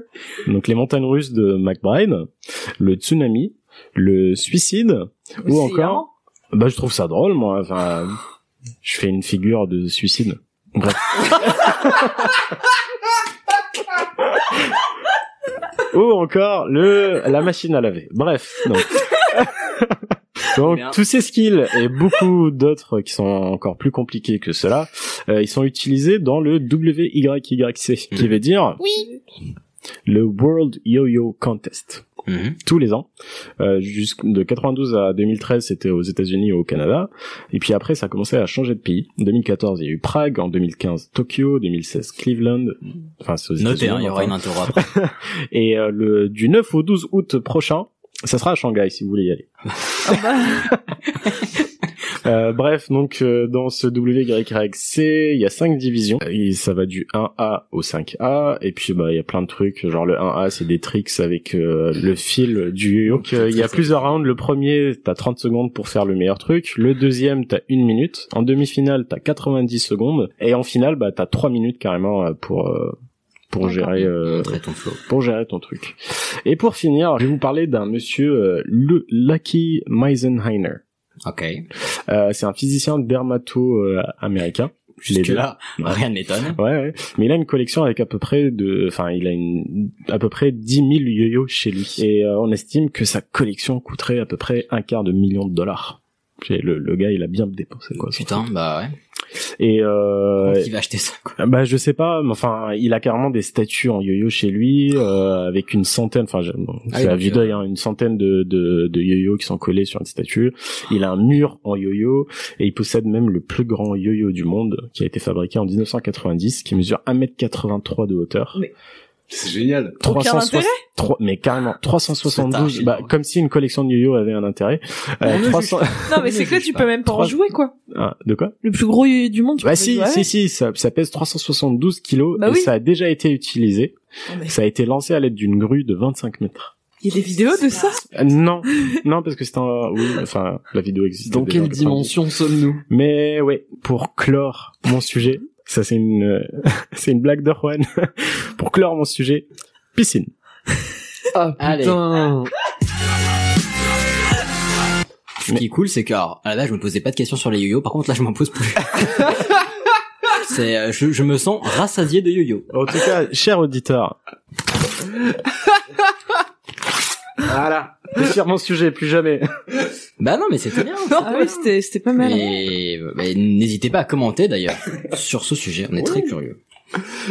Speaker 3: donc les montagnes russes de McBride, le tsunami, le suicide, ou
Speaker 1: C'est hilarant.
Speaker 3: encore, Bah, je trouve ça drôle, moi. Enfin, je fais une figure de suicide. Bref. Ou encore le la machine à laver. Bref. Donc, Donc,
Speaker 2: Bien.
Speaker 3: tous ces skills et beaucoup d'autres qui sont encore plus compliqués que cela, euh, ils sont utilisés dans le WYYC,
Speaker 1: Hmm.
Speaker 3: qui veut dire le World Yo-Yo Contest
Speaker 2: Mhm.
Speaker 3: tous les ans. Euh, jusqu- de 92 à 2013, c'était aux États-Unis et au Canada. Et puis après, ça a commencé à changer de pays. En 2014, il y a eu Prague. En 2015, Tokyo. 2016, Cleveland. Enfin, c'est aux
Speaker 2: Notez,
Speaker 3: États-Unis.
Speaker 2: hein, il y aura
Speaker 3: enfin.
Speaker 2: une interro après.
Speaker 3: Et euh, le, du 9 au 12 août prochain, ça sera à Shanghai si vous voulez y aller. Ah bah. Euh, bref, donc euh, dans ce WYC, il y a cinq divisions. Euh, Et ça va du 1A au 5A. Et puis bah il y a plein de trucs. Genre le 1A, c'est des tricks avec euh, le fil du yo. Donc euh, il y a plusieurs rounds. Le premier, t'as 30 secondes pour faire le meilleur truc. Le deuxième, t'as une minute. En demi-finale, t'as 90 secondes. Et en finale, bah t'as trois minutes carrément euh, pour euh, pour gérer euh,
Speaker 2: Montrez ton flow.
Speaker 3: pour gérer ton truc. Et pour finir, je vais vous parler d'un monsieur euh, le Lucky Meisenheiner.
Speaker 2: Ok.
Speaker 3: Euh, c'est un physicien dermato euh, américain.
Speaker 2: Jusque
Speaker 3: deux.
Speaker 2: là, rien n'étonne.
Speaker 3: Ouais, ouais. Mais il a une collection avec à peu près de, enfin, il a une, à peu près 10 000 yo-yo chez lui. Et euh, on estime que sa collection coûterait à peu près un quart de million de dollars. J'ai- Le, le gars, il a bien dépensé quoi. son
Speaker 2: Putain,
Speaker 3: truc.
Speaker 2: bah ouais.
Speaker 3: Et euh,
Speaker 2: Qui va acheter ça quoi
Speaker 3: bah je sais pas, mais enfin il a carrément des statues en yo-yo chez lui euh, avec une centaine, enfin je- bon,
Speaker 2: Ah
Speaker 3: c'est
Speaker 2: oui,
Speaker 3: à
Speaker 2: donc,
Speaker 1: euh,
Speaker 3: vue d'œil, hein, une centaine de, de, de yo-yo qui sont collés sur une statue. Il a un mur en yo-yo et il possède même le plus grand yo-yo du monde qui a été fabriqué en 1990, qui mesure 1m83 de hauteur.
Speaker 1: Mais-
Speaker 4: C'est génial.
Speaker 1: intérêt.
Speaker 3: 3, mais carrément,
Speaker 4: C'est archi
Speaker 3: 372, bah,
Speaker 4: drôle.
Speaker 3: comme si une collection de yo-yo avait un intérêt. Euh,
Speaker 4: On ne
Speaker 3: 300,
Speaker 1: Non, Ah, mais c'est que là, tu peux même pas en
Speaker 3: Trois-
Speaker 1: jouer, quoi.
Speaker 3: Ah, de quoi?
Speaker 1: Le plus gros yo-yo du monde, tu
Speaker 3: Bah
Speaker 1: peux
Speaker 3: si,
Speaker 1: pas jouer
Speaker 3: si,
Speaker 1: avec.
Speaker 3: si, ça, ça pèse 372 kilos
Speaker 1: Bah
Speaker 3: et
Speaker 1: oui.
Speaker 3: ça a déjà été utilisé.
Speaker 1: Non, mais
Speaker 3: Ça a été lancé à l'aide d'une grue de 25 mètres.
Speaker 1: Il y a des vidéos de ça.
Speaker 3: Euh, non, non, parce que c'était un... Oui, enfin, la vidéo existe.
Speaker 4: Dans quelle dimension sommes-nous
Speaker 3: Mais ouais, pour clore mon sujet, ça c'est une, euh, c'est une blague de Juan. pour clore mon sujet, piscine.
Speaker 4: Ah
Speaker 2: Allez.
Speaker 4: putain
Speaker 2: Ce qui est cool, c'est que alors, à la base, je me posais pas de questions sur les yo-yo. Par contre, là, je m'en pose plus. c'est, euh, je, je me sens rassasié de yo-yo.
Speaker 3: En tout cas, cher auditeur. voilà. Sur mon sujet, plus jamais.
Speaker 2: Bah non, mais c'était bien.
Speaker 1: Ah oui, c'était, c'était pas mal.
Speaker 2: Mais, mais n'hésitez pas à commenter d'ailleurs sur ce sujet. On est très curieux.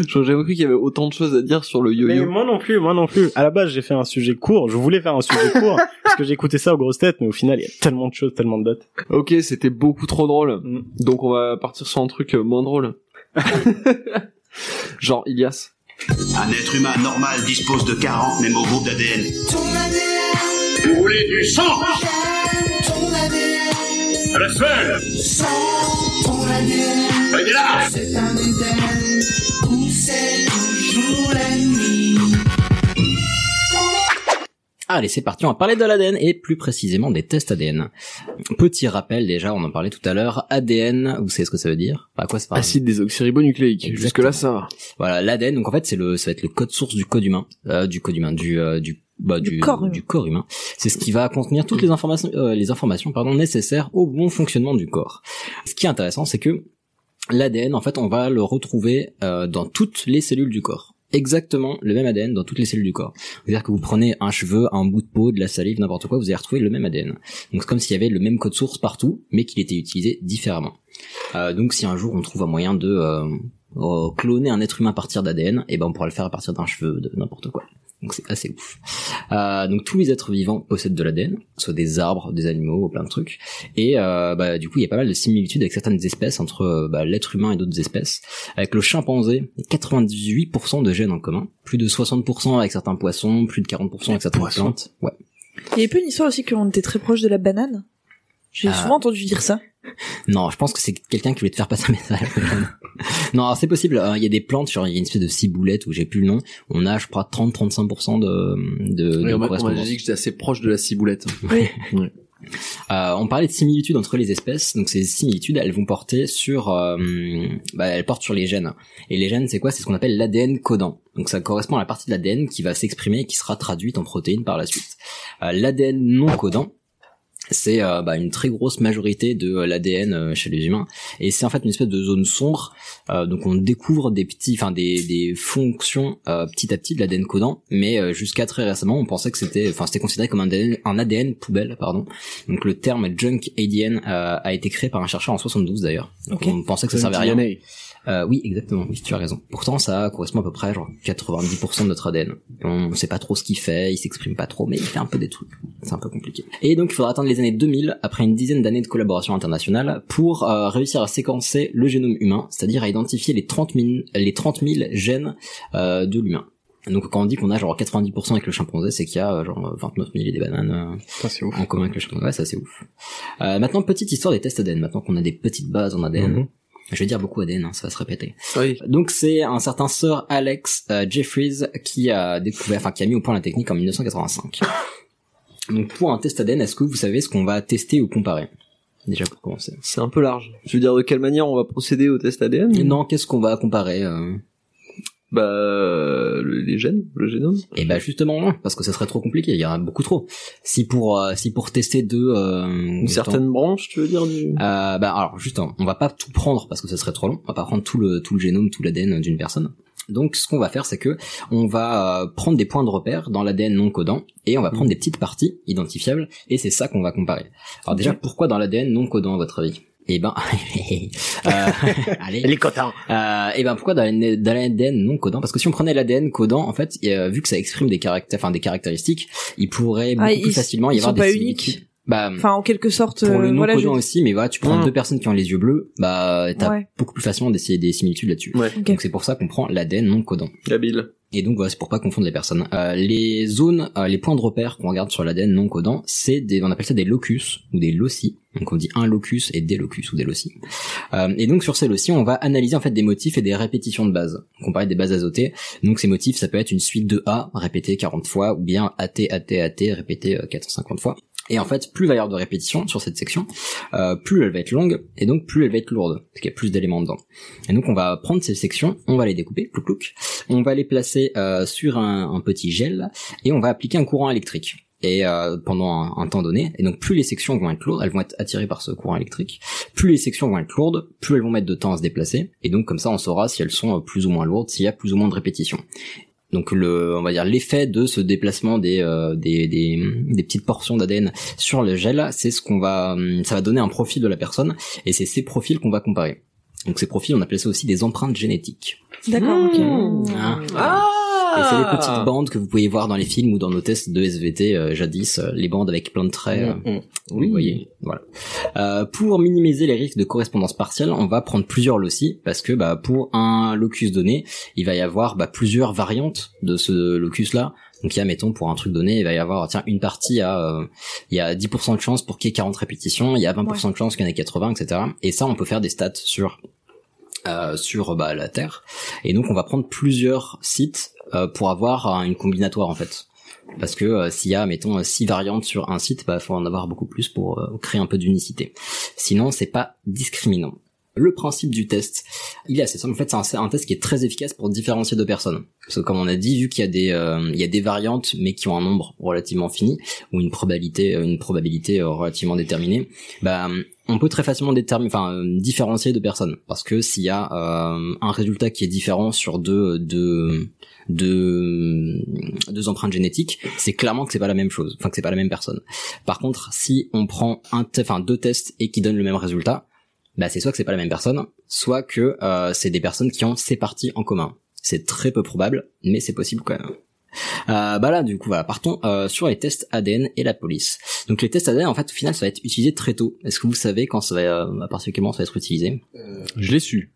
Speaker 4: J'aurais jamais cru qu'il y avait autant de choses à dire sur le
Speaker 3: Mais
Speaker 4: yo-yo.
Speaker 3: moi non plus, moi non plus. À la base, j'ai fait un sujet court. Je voulais faire un sujet court parce que j'ai écouté ça aux grosses têtes, mais au final, il y a tellement de choses, tellement de dates.
Speaker 4: Ok, c'était beaucoup trop drôle.
Speaker 3: Mm.
Speaker 4: Donc on va partir sur un truc euh, moins drôle. Genre Ilias.
Speaker 8: Un être humain normal dispose de 40 mémogroupes d'ADN.
Speaker 2: Allez, c'est parti. On va parler de l'ADN et plus précisément des tests ADN. Petit rappel déjà, on en parlait tout à l'heure. ADN, vous savez ce que ça veut dire Enfin, À quoi ça parle
Speaker 4: Acide désoxyribonucléique.
Speaker 2: Exactement.
Speaker 4: Jusque là, ça va.
Speaker 2: Voilà, l'ADN. Donc en fait, c'est le, ça va être le code source du code humain, euh, du code humain, du euh, du bah,
Speaker 1: Du
Speaker 2: du,
Speaker 1: corps humain.
Speaker 2: du corps humain. C'est ce qui va contenir toutes les informations, euh, les informations pardon nécessaires au bon fonctionnement du corps. Ce qui est intéressant, c'est que l'ADN, en fait, on va le retrouver euh, dans toutes les cellules du corps. Exactement le même ADN dans toutes les cellules du corps. C'est-à-dire que vous prenez un cheveu, un bout de peau, de la salive, n'importe quoi, vous allez retrouver le même ADN. Donc c'est comme s'il y avait le même code source partout, mais qu'il était utilisé différemment. Euh, donc si un jour on trouve un moyen de euh, euh, cloner un être humain à partir d'ADN, et ben on pourra le faire à partir d'un cheveu, de n'importe quoi. Donc c'est assez ouf. Euh, donc tous les êtres vivants possèdent de l'ADN, soit des arbres, des animaux, plein de trucs. Et euh, bah, du coup il y a pas mal de similitudes avec certaines espèces entre euh, bah, l'être humain et d'autres espèces. Avec le chimpanzé, 98% de gènes en commun, plus de 60% avec certains poissons, plus de 40% avec certaines
Speaker 4: poissons.
Speaker 2: plantes. Ouais.
Speaker 1: Il y a pas une histoire aussi qu'on était très proche de la banane. J'ai
Speaker 2: Ah.
Speaker 1: souvent entendu dire ça.
Speaker 2: Non, je pense que c'est quelqu'un qui voulait te faire passer un message. non, alors, c'est possible. euh, Il y a des plantes, genre il y a une espèce de ciboulette où j'ai plus le nom. On a, je crois, 30-35% de, de, de
Speaker 4: Ouais, on m'a- on m'a
Speaker 2: correspondance.
Speaker 4: dit que j'étais assez proche de la ciboulette.
Speaker 2: Euh, on parlait de similitudes entre les espèces, donc ces similitudes, elles vont porter sur, euh, bah, elles portent sur les gènes. Et les gènes, c'est quoi C'est ce qu'on appelle l'ADN codant. Donc ça correspond à la partie de l'ADN qui va s'exprimer et qui sera traduite en protéines par la suite. Euh, L'ADN non codant. C'est euh, bah, une très grosse majorité de euh, l'ADN euh, chez les humains, et c'est en fait une espèce de zone sombre. Euh, donc on découvre des petits, enfin des, des fonctions euh, petit à petit de l'ADN codant, mais euh, jusqu'à très récemment, on pensait que c'était, enfin c'était considéré comme un ADN, un ADN poubelle, pardon. Donc le terme junk ADN euh, a été créé par un chercheur en 72 d'ailleurs. Donc
Speaker 1: Ok.
Speaker 2: On pensait que ça servait à rien. Euh, oui, exactement. Oui, tu as raison. Pourtant, ça correspond à peu près à genre 90% de notre ADN. On sait pas trop ce qu'il fait, il s'exprime pas trop, mais il fait un peu des trucs. C'est un peu compliqué. Et donc, il faudra attendre les années 2000, après une dizaine d'années de collaboration internationale, pour euh, réussir à séquencer le génome humain, c'est-à-dire à identifier les 30 000, les 30 000 gènes euh, de l'humain. Donc quand on dit qu'on a genre 90% avec le chimpanzé, c'est qu'il y a euh, genre 29 000 et des bananes euh,
Speaker 3: c'est ouf.
Speaker 2: en commun avec le chimpanzé. Ouais, ça c'est ouf. Euh, maintenant, petite histoire des tests ADN. Maintenant qu'on a des petites bases en ADN,
Speaker 3: Mhm.
Speaker 2: je vais dire beaucoup ADN, hein, ça va se répéter.
Speaker 4: Oui.
Speaker 2: Donc c'est un certain Sir Alex euh, Jeffries qui a découvert, enfin qui a mis au point la technique en 1985. Donc pour un test ADN, est-ce que vous savez ce qu'on va tester ou comparer Déjà pour commencer.
Speaker 4: C'est un peu large. Je veux dire, de quelle manière on va procéder au test ADN
Speaker 2: Non, qu'est-ce qu'on va comparer euh
Speaker 4: Bah, euh, les gènes, le génome.
Speaker 2: Et ben justement non, parce que ça serait trop compliqué. Il y en a beaucoup trop. Si pour euh, si pour tester deux euh,
Speaker 4: Une
Speaker 2: autant-
Speaker 4: certaine branche, tu veux dire du...
Speaker 2: Euh, bah alors juste, hein, on va pas tout prendre parce que ce serait trop long. On va pas prendre tout le tout le génome, tout l'ADN d'une personne. Donc ce qu'on va faire, c'est que on va euh, prendre des points de repère dans l'ADN non codant et on va prendre des petites parties identifiables et c'est ça qu'on va comparer. Alors déjà, pourquoi dans l'ADN non codant à votre avis Eh ben, euh, allez,
Speaker 3: Les cotins.
Speaker 2: euh, et ben pourquoi dans l'ADN dans l'ADN non codant Parce que si on prenait l'ADN codant, en fait, euh, vu que ça exprime des caractères, enfin des caractéristiques, il pourrait beaucoup
Speaker 1: Ah,
Speaker 2: plus
Speaker 1: ils-
Speaker 2: facilement y
Speaker 1: ils
Speaker 2: avoir
Speaker 1: sont pas
Speaker 2: des
Speaker 1: uniques.
Speaker 2: similitudes. Bah,
Speaker 1: Enfin, en quelque sorte,
Speaker 2: pour le
Speaker 1: euh,
Speaker 2: non
Speaker 1: voilà.
Speaker 2: codant
Speaker 1: je-
Speaker 2: aussi, mais voilà, tu prends
Speaker 4: Ouais.
Speaker 2: deux personnes qui ont les yeux bleus, bah t'as
Speaker 1: Hmm. Ouais.
Speaker 2: beaucoup plus facilement d'essayer des similitudes là-dessus.
Speaker 4: Ouais.
Speaker 1: Ok.
Speaker 2: Donc c'est pour ça qu'on prend l'ADN non codant.
Speaker 4: Habile.
Speaker 2: Et donc voilà, c'est pour pas confondre les personnes. Euh, les zones, euh, les points de repère qu'on regarde sur l'ADN non codant, c'est des, on appelle ça des locus ou des loci. Donc on dit un locus et des locus ou des loci. Euh, et donc sur ces loci, on va analyser en fait des motifs et des répétitions de bases. Donc on parlait des bases azotées. Donc ces motifs, ça peut être une suite de A répétée 40 fois ou bien AT AT AT répétée euh, 450 fois. Et en fait, plus il va y avoir de répétitions sur cette section, euh, plus elle va être longue, et donc plus elle va être lourde, parce qu'il y a plus d'éléments dedans. Et donc on va prendre ces sections, on va les découper, clouc clouc, on va les placer euh, sur un, un petit gel et on va appliquer un courant électrique. Et euh, pendant un, un temps donné, et donc plus les sections vont être lourdes, elles vont être attirées par ce courant électrique. Plus les sections vont être lourdes, plus elles vont mettre de temps à se déplacer. Et donc comme ça, on saura si elles sont euh, plus ou moins lourdes, s'il y a plus ou moins de répétitions. Donc le, on va dire l'effet de ce déplacement des euh, des, des, des petites portions d'ADN sur le gel, c'est ce qu'on va, hum, ça va donner un profil de la personne, et c'est ces profils qu'on va comparer. Donc ces profils, on appelle ça aussi des empreintes génétiques.
Speaker 1: D'accord. ok.
Speaker 4: Mm. Ah.
Speaker 2: Hein, voilà. Et c'est les petites bandes que vous pouvez voir dans les films ou dans nos tests de SVT euh, jadis, euh, les bandes avec plein de traits.
Speaker 4: Mm.
Speaker 2: euh, Vous voyez, voilà. Euh, pour minimiser les risques de correspondance partielle, on va prendre plusieurs loci parce que bah, pour un locus donné, il va y avoir bah, plusieurs variantes de ce locus-là. Donc il y a, mettons, pour un truc donné, il va y avoir, tiens, une partie à, euh, il y a 10% de chance pour qu'il y ait 40 répétitions, il y a 20% de chance qu'il y en ait 80, etc. Et ça, on peut faire des stats sur euh, sur bah, la Terre. Et donc on va prendre plusieurs sites euh, pour avoir euh, une combinatoire en fait. Parce que euh, s'il y a, mettons, euh, six variantes sur un site, bah faut en avoir beaucoup plus pour euh, créer un peu d'unicité. Sinon, c'est pas discriminant. Le principe du test, il est assez simple. En fait, c'est un, un test qui est très efficace pour différencier deux personnes. Parce que comme on a dit, vu qu'il y a des, euh, il y a des variantes, mais qui ont un nombre relativement fini ou une probabilité, une probabilité euh, relativement déterminée, bah on peut très facilement déterminer, enfin, euh, différencier deux personnes, parce que s'il y a euh, un résultat qui est différent sur deux, deux, deux, deux empreintes génétiques, c'est clairement que c'est pas la même chose, enfin que c'est pas la même personne. Par contre, si on prend un, te- enfin deux tests et qui donnent le même résultat, bah c'est soit que c'est pas la même personne, soit que euh, c'est des personnes qui ont ces parties en commun. C'est très peu probable, mais c'est possible quand même. Euh, bah là, du coup, voilà, partons euh, sur les tests ADN et la police. Donc les tests ADN, en fait, au final, ça va être utilisé très tôt. Est-ce que vous savez quand ça va, euh, à partir de quel moment ça va être utilisé
Speaker 3: Je l'ai su.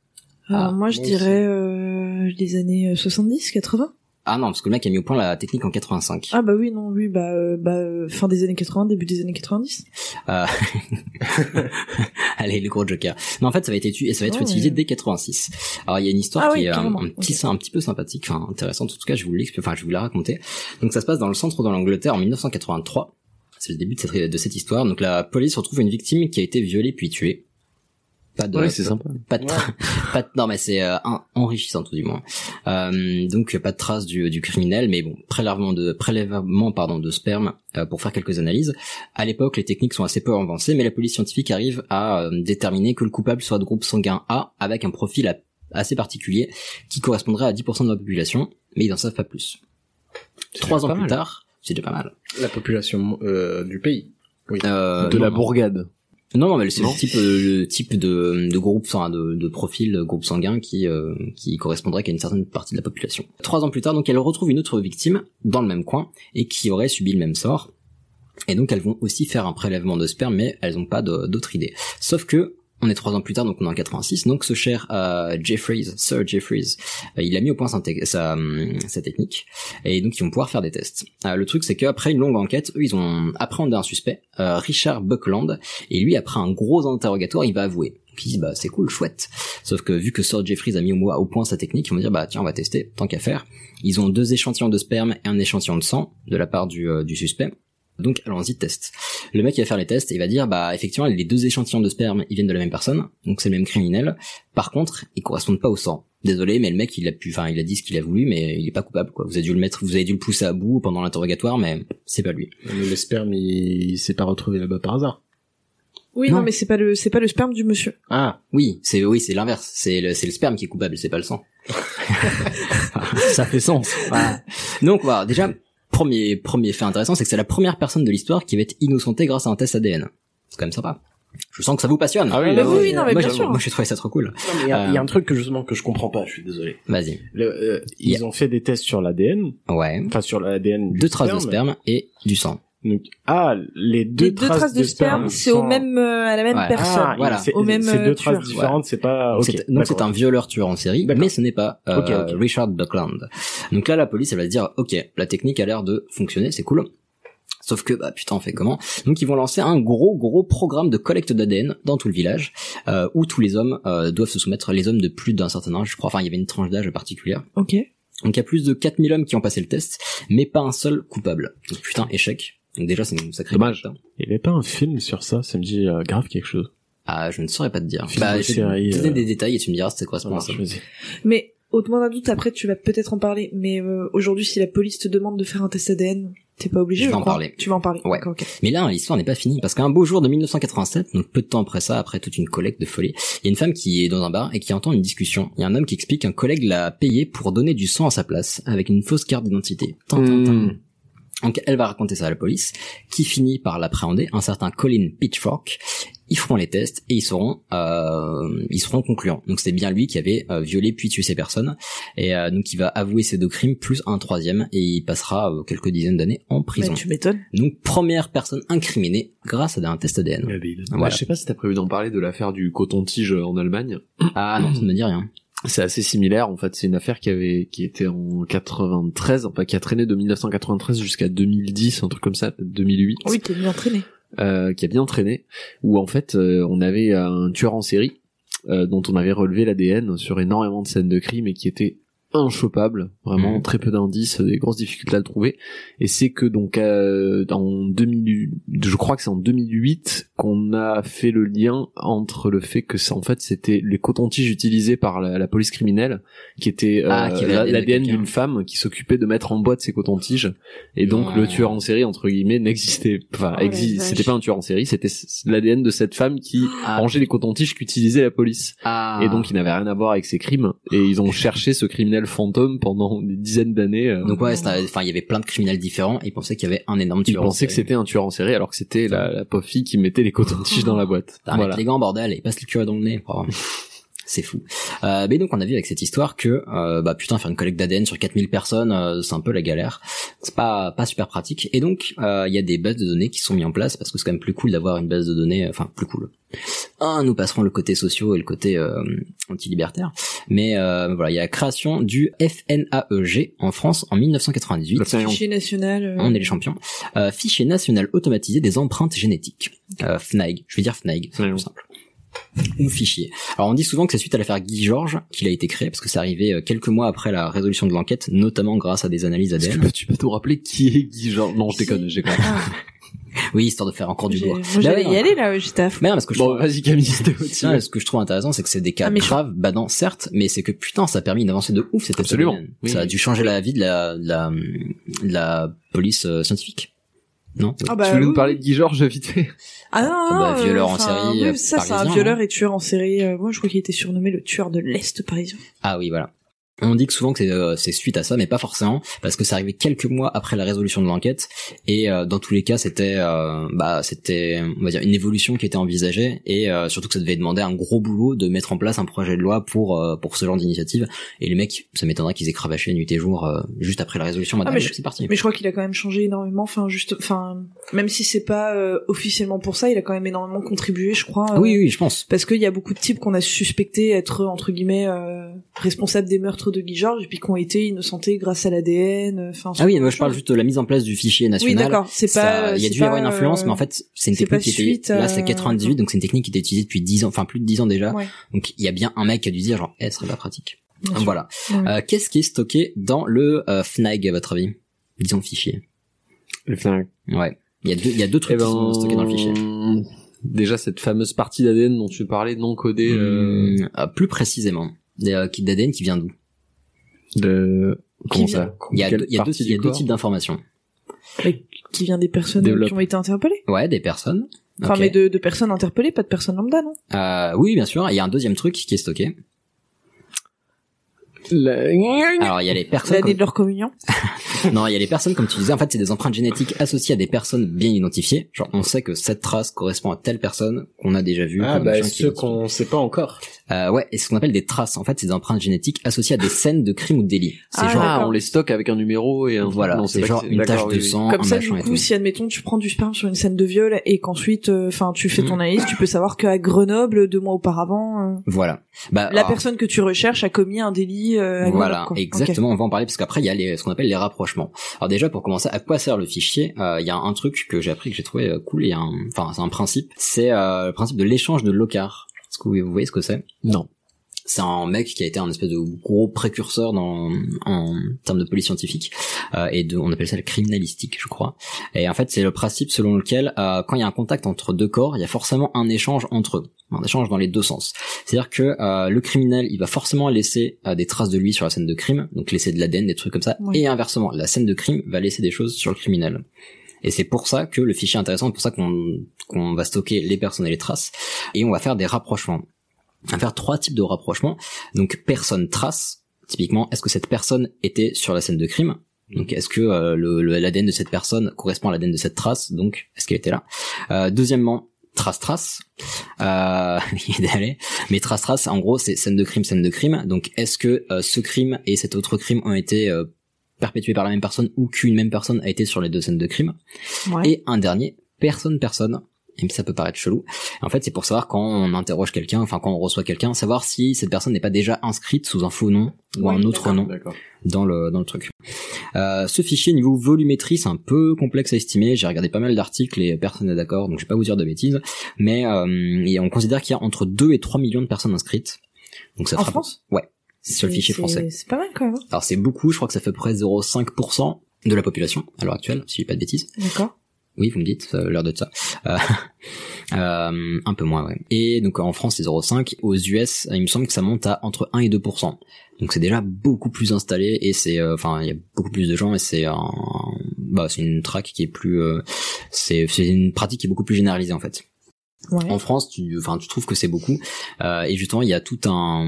Speaker 1: Alors,
Speaker 2: Ah,
Speaker 1: moi, je
Speaker 2: moi
Speaker 1: dirais euh, les années 70, 80.
Speaker 2: Ah non, parce que le mec a mis au point la technique en 85.
Speaker 1: Ah bah oui, non, lui, bah, euh, bah euh, fin des années 80, début des années 90.
Speaker 2: Euh, Allez, le gros joker. Non, en fait, ça va être, étu- et ça va être
Speaker 1: Oh,
Speaker 2: utilisé
Speaker 1: ouais.
Speaker 2: dès 86. Alors, il y a une histoire
Speaker 1: Ah
Speaker 2: qui
Speaker 1: oui,
Speaker 2: est euh, un,
Speaker 1: carrément.
Speaker 2: petit,
Speaker 1: Ok.
Speaker 2: un petit peu sympathique, enfin intéressante. En tout cas, je vous l'explique, enfin, je vous la raconter. Donc, ça se passe dans le centre de l'Angleterre en 1983. C'est le début de cette, de cette histoire. Donc, la police retrouve une victime qui a été violée puis tuée. Pas de,
Speaker 4: Ouais, c'est sympa.
Speaker 2: pas de, tra- pas de- non mais c'est euh, un- enrichissant tout du moins. Euh, donc pas de traces du, du criminel, mais bon prélèvement de prélèvement pardon de sperme euh, pour faire quelques analyses. À l'époque, les techniques sont assez peu avancées, mais la police scientifique arrive à euh, déterminer que le coupable soit de groupe sanguin A avec un profil a- assez particulier qui correspondrait à 10% de la population, mais ils n'en savent pas plus. Trois
Speaker 9: déjà
Speaker 2: ans
Speaker 9: pas
Speaker 2: plus
Speaker 9: mal.
Speaker 2: tard, c'est déjà pas mal.
Speaker 9: La population euh, du pays.
Speaker 2: Euh,
Speaker 4: de
Speaker 2: non,
Speaker 4: la
Speaker 2: non.
Speaker 4: bourgade.
Speaker 2: Non, non, mais c'est
Speaker 4: Non.
Speaker 2: le type, euh, le type de, de groupe, enfin, de, de profil euh, groupe sanguin qui, euh, qui correspondrait qu'à une certaine partie de la population. Trois ans plus tard, donc, elle retrouve une autre victime dans le même coin et qui aurait subi le même sort. Et donc, elles vont aussi faire un prélèvement de sperme, mais elles n'ont pas de- d'autre idée. Sauf que, on est trois ans plus tard, donc on est en 86. Donc, ce cher euh, Jeffries, Sir Jeffries, euh, il a mis au point sa, tec- sa, hum, sa technique, et donc ils vont pouvoir faire des tests. Euh, le truc, c'est qu'après une longue enquête, eux, ils ont appréhendé un suspect, euh, Richard Buckland, et lui, après un gros interrogatoire, il va avouer. Donc ils disent, bah c'est cool, chouette. Sauf que vu que Sir Jeffries a mis au, mo- au point sa technique, ils vont dire, bah tiens, on va tester, tant qu'à faire. Ils ont deux échantillons de sperme et un échantillon de sang de la part du, euh, du suspect. Donc allons-y, test. Le mec il va faire les tests et il va dire, bah effectivement, les deux échantillons de sperme, ils viennent de la même personne, donc c'est le même criminel. Par contre, ils correspondent pas au sang. Désolé, mais le mec, il a pu, enfin, il a dit ce qu'il a voulu, mais il est pas coupable, quoi. Vous avez dû le mettre, vous avez dû le pousser à bout pendant l'interrogatoire, mais c'est pas lui.
Speaker 9: Mais le sperme, il, il s'est pas retrouvé là-bas par hasard.
Speaker 1: Oui, non,
Speaker 2: Non.
Speaker 1: mais c'est pas le c'est pas le sperme du monsieur.
Speaker 9: Ah,
Speaker 2: Oui, c'est oui, c'est l'inverse. C'est le, c'est le sperme qui est coupable, c'est pas le sang.
Speaker 4: Ça fait sens.
Speaker 2: Voilà. Donc voilà, déjà premier premier fait intéressant, c'est que c'est la première personne de l'histoire qui va être innocentée grâce à un test ADN. C'est quand même sympa. Je sens que ça vous passionne.
Speaker 9: Ah oui,
Speaker 1: Ah bah oui, oui, non, mais
Speaker 2: moi,
Speaker 1: bien
Speaker 2: j'ai-
Speaker 1: sûr.
Speaker 2: Moi, j'ai trouvé ça trop cool.
Speaker 9: il y, a-
Speaker 2: Euh.
Speaker 9: y a un truc que justement que je comprends pas. Je suis désolé.
Speaker 2: Vas-y.
Speaker 9: Le, euh,
Speaker 3: Ils
Speaker 2: Yeah.
Speaker 3: ont fait des tests sur l'ADN,
Speaker 2: Ouais.
Speaker 3: enfin sur l'ADN. du
Speaker 2: Deux traces de
Speaker 3: sperme.
Speaker 2: sperme et du sang.
Speaker 3: Donc, ah, les deux,
Speaker 1: les deux traces, de sperme, c'est au
Speaker 3: sont-
Speaker 1: même euh, à la même
Speaker 2: Ouais.
Speaker 1: personne.
Speaker 3: Ah,
Speaker 2: voilà.
Speaker 3: c'est-
Speaker 1: Au même,
Speaker 3: C'est
Speaker 1: euh,
Speaker 3: deux traces
Speaker 1: tueur.
Speaker 3: différentes, c'est pas. Ah, ok,
Speaker 2: C'est- donc c'est
Speaker 3: d'accord.
Speaker 2: un violeur tueur en série,
Speaker 3: D'accord.
Speaker 2: mais ce n'est pas euh,
Speaker 3: Ok, ok.
Speaker 2: Richard Buckland. Donc là, la police, elle va se dire, ok, la technique a l'air de fonctionner, c'est cool. Sauf que, bah putain, on fait comment Donc ils vont lancer un gros, gros programme de collecte d'ADN dans tout le village, euh, où tous les hommes euh, doivent se soumettre, les hommes de plus d'un certain âge, je crois, enfin il y avait une tranche d'âge particulière.
Speaker 1: Ok.
Speaker 2: Donc il y a plus de 4000 hommes qui ont passé le test, mais pas un seul coupable. Donc putain, échec. Donc déjà, c'est une sacrée...
Speaker 4: Dommage.
Speaker 2: merde.
Speaker 3: Il n'y avait pas un film sur ça, ça me dit euh, grave quelque chose.
Speaker 2: Ah, je ne saurais pas te dire.
Speaker 3: Film
Speaker 2: Bah,
Speaker 3: ou
Speaker 2: je vais
Speaker 3: série,
Speaker 2: te donner
Speaker 3: euh,
Speaker 2: des détails et tu me diras c'est quoi ce
Speaker 3: Ça marche,
Speaker 9: Ah,
Speaker 2: ça.
Speaker 3: vas-y.
Speaker 1: Mais au-delà d'un doute, après tu vas peut-être en parler. Mais euh, aujourd'hui, si la police te demande de faire un test ADN, t'es pas obligé.
Speaker 2: Je vais en
Speaker 1: crois.
Speaker 2: parler.
Speaker 1: Tu vas en parler.
Speaker 2: Ouais.
Speaker 1: D'accord, ok.
Speaker 2: Mais là, l'histoire n'est pas finie, parce qu'un beau jour de 1987, donc peu de temps après ça, après toute une collecte de folie, il y a une femme qui est dans un bar et qui entend une discussion. Il y a un homme qui explique qu'un collègue l'a payé pour donner du sang à sa place, avec une fausse carte d'identité. Tin, tin, tin.
Speaker 4: Hmm.
Speaker 2: Donc elle va raconter ça à la police, qui finit par l'appréhender, un certain Colin Pitchfork. Ils feront les tests et ils seront, euh, ils seront concluants. Donc c'est bien lui qui avait euh, violé puis tué ces personnes. Et euh, donc il va avouer ces deux crimes plus un troisième et il passera euh, quelques dizaines d'années en prison.
Speaker 1: Mais Bah, tu m'étonnes.
Speaker 2: Donc première personne incriminée grâce à un test ADN. Voilà.
Speaker 4: Ouais, Je sais pas si t'as prévu d'en parler de l'affaire du coton-tige en Allemagne.
Speaker 2: Ah non, ça ne me dit rien.
Speaker 4: C'est assez similaire. En fait, c'est une affaire qui avait, qui était en 93, enfin, qui a traîné de 1993 jusqu'à 2010, un truc comme ça, peut-être 2008.
Speaker 1: Oui, t'es bien entraîné.
Speaker 4: euh, qui a bien traîné, où en fait euh, on avait un tueur en série euh, dont on avait relevé l'ADN sur énormément de scènes de crime et qui était inchopable, vraiment
Speaker 2: Mhm.
Speaker 4: très peu d'indices, des grosses difficultés à le trouver. Et c'est que donc euh, en 2000, je crois que c'est en 2008 qu'on a fait le lien entre le fait que ça en fait c'était les cotons-tiges utilisés par la, la police criminelle qui était euh,
Speaker 2: Ah, qui avait
Speaker 4: la-
Speaker 2: l'ADN de
Speaker 4: l'ADN
Speaker 2: quelqu'un.
Speaker 4: d'une femme qui s'occupait de mettre en boîte ses cotons-tiges et donc
Speaker 2: Non.
Speaker 4: le tueur en série entre guillemets n'existait enfin
Speaker 1: Oh la
Speaker 4: Ah, exi-
Speaker 1: vache.
Speaker 4: c'était pas un tueur en série c'était s- l'ADN de cette femme qui
Speaker 2: Ah.
Speaker 4: rangeait les cotons-tiges qu'utilisait la police
Speaker 2: Ah.
Speaker 4: et donc il n'avait rien à voir avec ses crimes et ils ont cherché ce criminel fantôme pendant des dizaines d'années euh,
Speaker 2: donc ouais, c'est- enfin il y avait plein de criminels différents et ils pensaient qu'il y avait un énorme
Speaker 4: ils
Speaker 2: tueur. en
Speaker 4: pensaient que
Speaker 2: série.
Speaker 4: c'était un tueur en série alors que c'était la, la pauvre fille qui mettait les cotons-tiges dans la boîte
Speaker 2: Putain,
Speaker 4: voilà
Speaker 2: Arrête les gants, bordel, et passe le curé dans le nez. Oh. C'est fou. Euh, mais donc on a vu avec cette histoire que euh, bah putain faire une collecte d'ADN sur 4000 personnes euh, c'est un peu la galère. C'est pas pas super pratique. Et donc euh, il y a des bases de données qui sont mises en place parce que c'est quand même plus cool d'avoir une base de données enfin plus cool. Un nous passerons le côté sociaux et le côté euh, anti-libertaire. Mais euh, voilà, il y a la création du FNAEG E en France en 1998.
Speaker 1: Fichier national. euh,
Speaker 2: Hein, On est les champions. Euh, fichier national automatisé des empreintes génétiques. Euh, FNAG. Je vais dire FNAG. C'est plus simple. Ou fichier. Alors on dit souvent que c'est suite à l'affaire Guy Georges qu'il a été créé parce que c'est arrivé euh, quelques mois après la résolution de l'enquête, notamment grâce à des analyses
Speaker 4: Est-ce que tu
Speaker 2: ADN.
Speaker 4: peux- tu peux te rappeler qui est Guy Georges Non, je déconne, je déconne.
Speaker 1: Ah,
Speaker 2: Oui, histoire de faire encore du
Speaker 1: j'ai-
Speaker 2: lourd.
Speaker 1: moi,
Speaker 2: Bah
Speaker 1: j'allais
Speaker 2: ouais, non.
Speaker 1: y aller là, j'étais à fond.
Speaker 2: Mais non, parce que je Ah,
Speaker 4: Bon,
Speaker 2: trouve-
Speaker 4: vas-y Camille, c'était au-dessus.
Speaker 2: Non, ce que je trouve intéressant, c'est que c'est des cas
Speaker 1: Ah, mais je-
Speaker 2: graves, badants, certes, mais c'est que putain, ça a permis d'avancer de ouf. Cette
Speaker 4: Absolument.
Speaker 2: phénomène.
Speaker 4: Oui.
Speaker 2: Ça a dû changer la vie de la, de la, de la police euh, scientifique. Non
Speaker 1: Ah bah,
Speaker 4: tu voulais
Speaker 1: oui,
Speaker 4: nous parler
Speaker 1: oui.
Speaker 4: de Guy Georges vite fait
Speaker 1: Ah non, non,
Speaker 2: Bah,
Speaker 1: euh,
Speaker 2: violeur en
Speaker 1: enfin,
Speaker 2: série,
Speaker 1: oui, ça, c'est un
Speaker 2: parisien, hein.
Speaker 1: violeur et tueur en série. euh, moi, je crois qu'il était surnommé le tueur de l'Est parisien.
Speaker 2: Ah oui, voilà. On dit que souvent que c'est euh, c'est suite à ça, mais pas forcément, parce que c'est arrivé quelques mois après la résolution de l'enquête, et euh, dans tous les cas, c'était euh, bah c'était on va dire une évolution qui était envisagée, et euh, surtout que ça devait demander un gros boulot de mettre en place un projet de loi pour euh, pour ce genre d'initiative. Et les mecs, ça m'étonnerait qu'ils aient cravaché nuit et jour euh, juste après la résolution. en mode,
Speaker 1: Ah,
Speaker 2: Ah,
Speaker 1: mais
Speaker 2: mais c'est parti.
Speaker 1: Mais je crois qu'il a quand même changé énormément. Enfin, juste, enfin, même si c'est pas euh, officiellement pour ça, il a quand même énormément contribué, je crois. euh,
Speaker 2: Ah Oui, oui, je pense.
Speaker 1: Parce qu'il y a beaucoup de types qu'on a suspectés être entre guillemets euh, responsables des meurtres de Guy Georges et puis qui ont été innocentés grâce à l'ADN. euh, Enfin, ce
Speaker 2: Ah oui,
Speaker 1: genre
Speaker 2: moi
Speaker 1: de
Speaker 2: je parle
Speaker 1: choses.
Speaker 2: juste de la mise en place du fichier
Speaker 1: Oui,
Speaker 2: national.
Speaker 1: d'accord. C'est
Speaker 2: Ça-
Speaker 1: pas.
Speaker 2: il y a
Speaker 1: c'est
Speaker 2: dû y
Speaker 1: pas,
Speaker 2: avoir une influence,
Speaker 1: euh,
Speaker 2: mais en fait, c'est une
Speaker 1: c'est pas
Speaker 2: technique qui était,
Speaker 1: suite,
Speaker 2: là, c'est
Speaker 1: euh,
Speaker 2: 98, donc c'est une technique qui était utilisée depuis 10 ans, enfin plus de 10 ans déjà.
Speaker 1: Ouais.
Speaker 2: Donc il y a bien un mec qui a dû se dire genre, eh, ce serait pas pratique.
Speaker 1: bien sûr.
Speaker 2: Voilà.
Speaker 1: Ouais.
Speaker 2: Euh, Qu'est-ce qui est stocké dans le euh, FNAG à votre avis Disons fichier.
Speaker 4: Le flingue.
Speaker 2: Ouais. Il y a deux, il y a deux trucs
Speaker 4: Eh ben,
Speaker 2: qui sont stockés dans le fichier.
Speaker 4: Déjà cette fameuse partie d'ADN dont tu parlais non codée euh,
Speaker 2: Hum, euh, plus précisément, des euh, kits d'ADN qui vient d'où
Speaker 4: de comment
Speaker 1: vient-
Speaker 4: ça
Speaker 2: Il y a,
Speaker 4: Quelle
Speaker 2: deux, il y a deux-
Speaker 4: partie
Speaker 2: il y a
Speaker 4: du
Speaker 2: deux
Speaker 4: corps
Speaker 2: types d'informations.
Speaker 1: Qui vient des personnes
Speaker 4: Développe.
Speaker 1: qui ont été interpellées.
Speaker 2: Ouais, des personnes.
Speaker 1: Enfin,
Speaker 2: Ok.
Speaker 1: mais de, de personnes interpellées, pas de personnes lambda, non
Speaker 2: Euh, oui, bien sûr. Et Il y a un deuxième truc qui est stocké.
Speaker 4: La-
Speaker 2: Alors il y a les personnes.
Speaker 1: L'année
Speaker 2: comme-
Speaker 1: de leur communion.
Speaker 2: non, il y a les personnes, comme tu disais, en fait, c'est des empreintes génétiques associées à des personnes bien identifiées. Genre, on sait que cette trace correspond à telle personne qu'on a déjà vue.
Speaker 9: Ah
Speaker 2: comme
Speaker 9: bah
Speaker 2: machin qui-
Speaker 9: ceux qu'on sait pas encore.
Speaker 2: Euh, ouais, et ce qu'on appelle des traces. En fait, c'est des empreintes génétiques associées à des scènes de crimes ou de délits. C'est
Speaker 1: Ah,
Speaker 2: genre,
Speaker 4: Ah, on les stocke avec un numéro et un.
Speaker 2: voilà,
Speaker 4: Non,
Speaker 2: c'est
Speaker 4: pas
Speaker 2: genre
Speaker 4: que
Speaker 2: une tache
Speaker 4: d'accord,
Speaker 2: de
Speaker 4: oui, oui.
Speaker 2: sang,
Speaker 1: Comme
Speaker 2: un
Speaker 1: ça, du
Speaker 2: machin et
Speaker 1: coup,
Speaker 2: tout.
Speaker 1: si admettons tu prends du sperme sur une scène de viol et qu'ensuite, euh, enfin, tu fais ton
Speaker 2: Mm.
Speaker 1: analyse, tu peux savoir qu'à Grenoble, deux mois auparavant, euh,
Speaker 2: Voilà. Bah,
Speaker 1: la
Speaker 2: alors,
Speaker 1: personne que tu recherches a commis un délit. euh, à Grenoble,
Speaker 2: Voilà,
Speaker 1: quoi.
Speaker 2: exactement. On va en parler parce qu'après il y a les, ce qu'on appelle les rapprochements. Alors déjà pour commencer, à quoi sert le fichier Euh, Il y a un truc que j'ai appris que j'ai trouvé euh, cool et un, enfin c'est un principe. C'est euh, le principe de l'échange de Locard. Est-ce que vous, vous voyez ce que c'est
Speaker 4: Non.
Speaker 2: C'est un mec qui a été un espèce de gros précurseur dans en termes de police scientifique euh, et de, on appelle ça le criminalistique, je crois. Et en fait c'est le principe selon lequel euh, quand il y a un contact entre deux corps, il y a forcément un échange entre eux, un échange dans les deux sens. C'est-à-dire que euh, le criminel, il va forcément laisser euh, des traces de lui sur la scène de crime, donc laisser de l'ADN, des trucs comme ça,
Speaker 1: Oui.
Speaker 2: et inversement, la scène de crime va laisser des choses sur le criminel. Et c'est pour ça que le fichier est intéressant, c'est pour ça qu'on qu'on va stocker les personnes et les traces, et on va faire des rapprochements. On va faire trois types de rapprochements. Donc personne trace, typiquement, est-ce que cette personne était sur la scène de crime donc est-ce que euh, le- le- l'ADN de cette personne correspond à l'ADN de cette trace Donc est-ce qu'elle était là Euh, Deuxièmement, trace trace. Euh, il est allé. Mais trace trace, en gros, c'est scène de crime, scène de crime. Donc, est-ce que euh, ce crime et cet autre crime ont été euh, perpétués par la même personne ou qu'une même personne a été sur les deux scènes de crime
Speaker 1: Ouais.
Speaker 2: Et un dernier, personne personne. Et ça peut paraître chelou. En fait, c'est pour savoir quand on interroge quelqu'un, enfin quand on reçoit quelqu'un, savoir si cette personne n'est pas déjà inscrite sous un faux nom ou
Speaker 1: Oui,
Speaker 2: un autre
Speaker 1: d'accord.
Speaker 2: nom
Speaker 9: D'accord.
Speaker 2: dans le dans le truc. Euh, ce fichier niveau volumétrie c'est un peu complexe à estimer. J'ai regardé pas mal d'articles et personne n'est d'accord, donc je vais pas vous dire de bêtises. Mais euh, et on considère qu'il y a entre 2 et 3 millions de personnes inscrites. Donc ça
Speaker 1: En
Speaker 2: fera-
Speaker 1: France.
Speaker 2: sur le
Speaker 1: C'est- c'est-
Speaker 2: fichier français.
Speaker 1: C'est pas mal quand même. hein.
Speaker 2: Alors c'est beaucoup, je crois que ça fait près 0,5% de la population à l'heure actuelle, si je dis pas de bêtises.
Speaker 1: D'accord.
Speaker 2: Oui, vous me dites, ça a l'air de ça. Euh, euh, un peu moins, ouais. Et donc en France, c'est 0,5. Aux US, il me semble que ça monte à entre 1 et 2 Donc c'est déjà beaucoup plus installé et c'est, euh, enfin, il y a beaucoup plus de gens et c'est un, bah, c'est une track qui est plus, euh, c'est, c'est une pratique qui est beaucoup plus généralisée en fait.
Speaker 1: Ouais.
Speaker 2: En France, tu, enfin, tu trouves que c'est beaucoup. Euh, et justement, il y a tout un,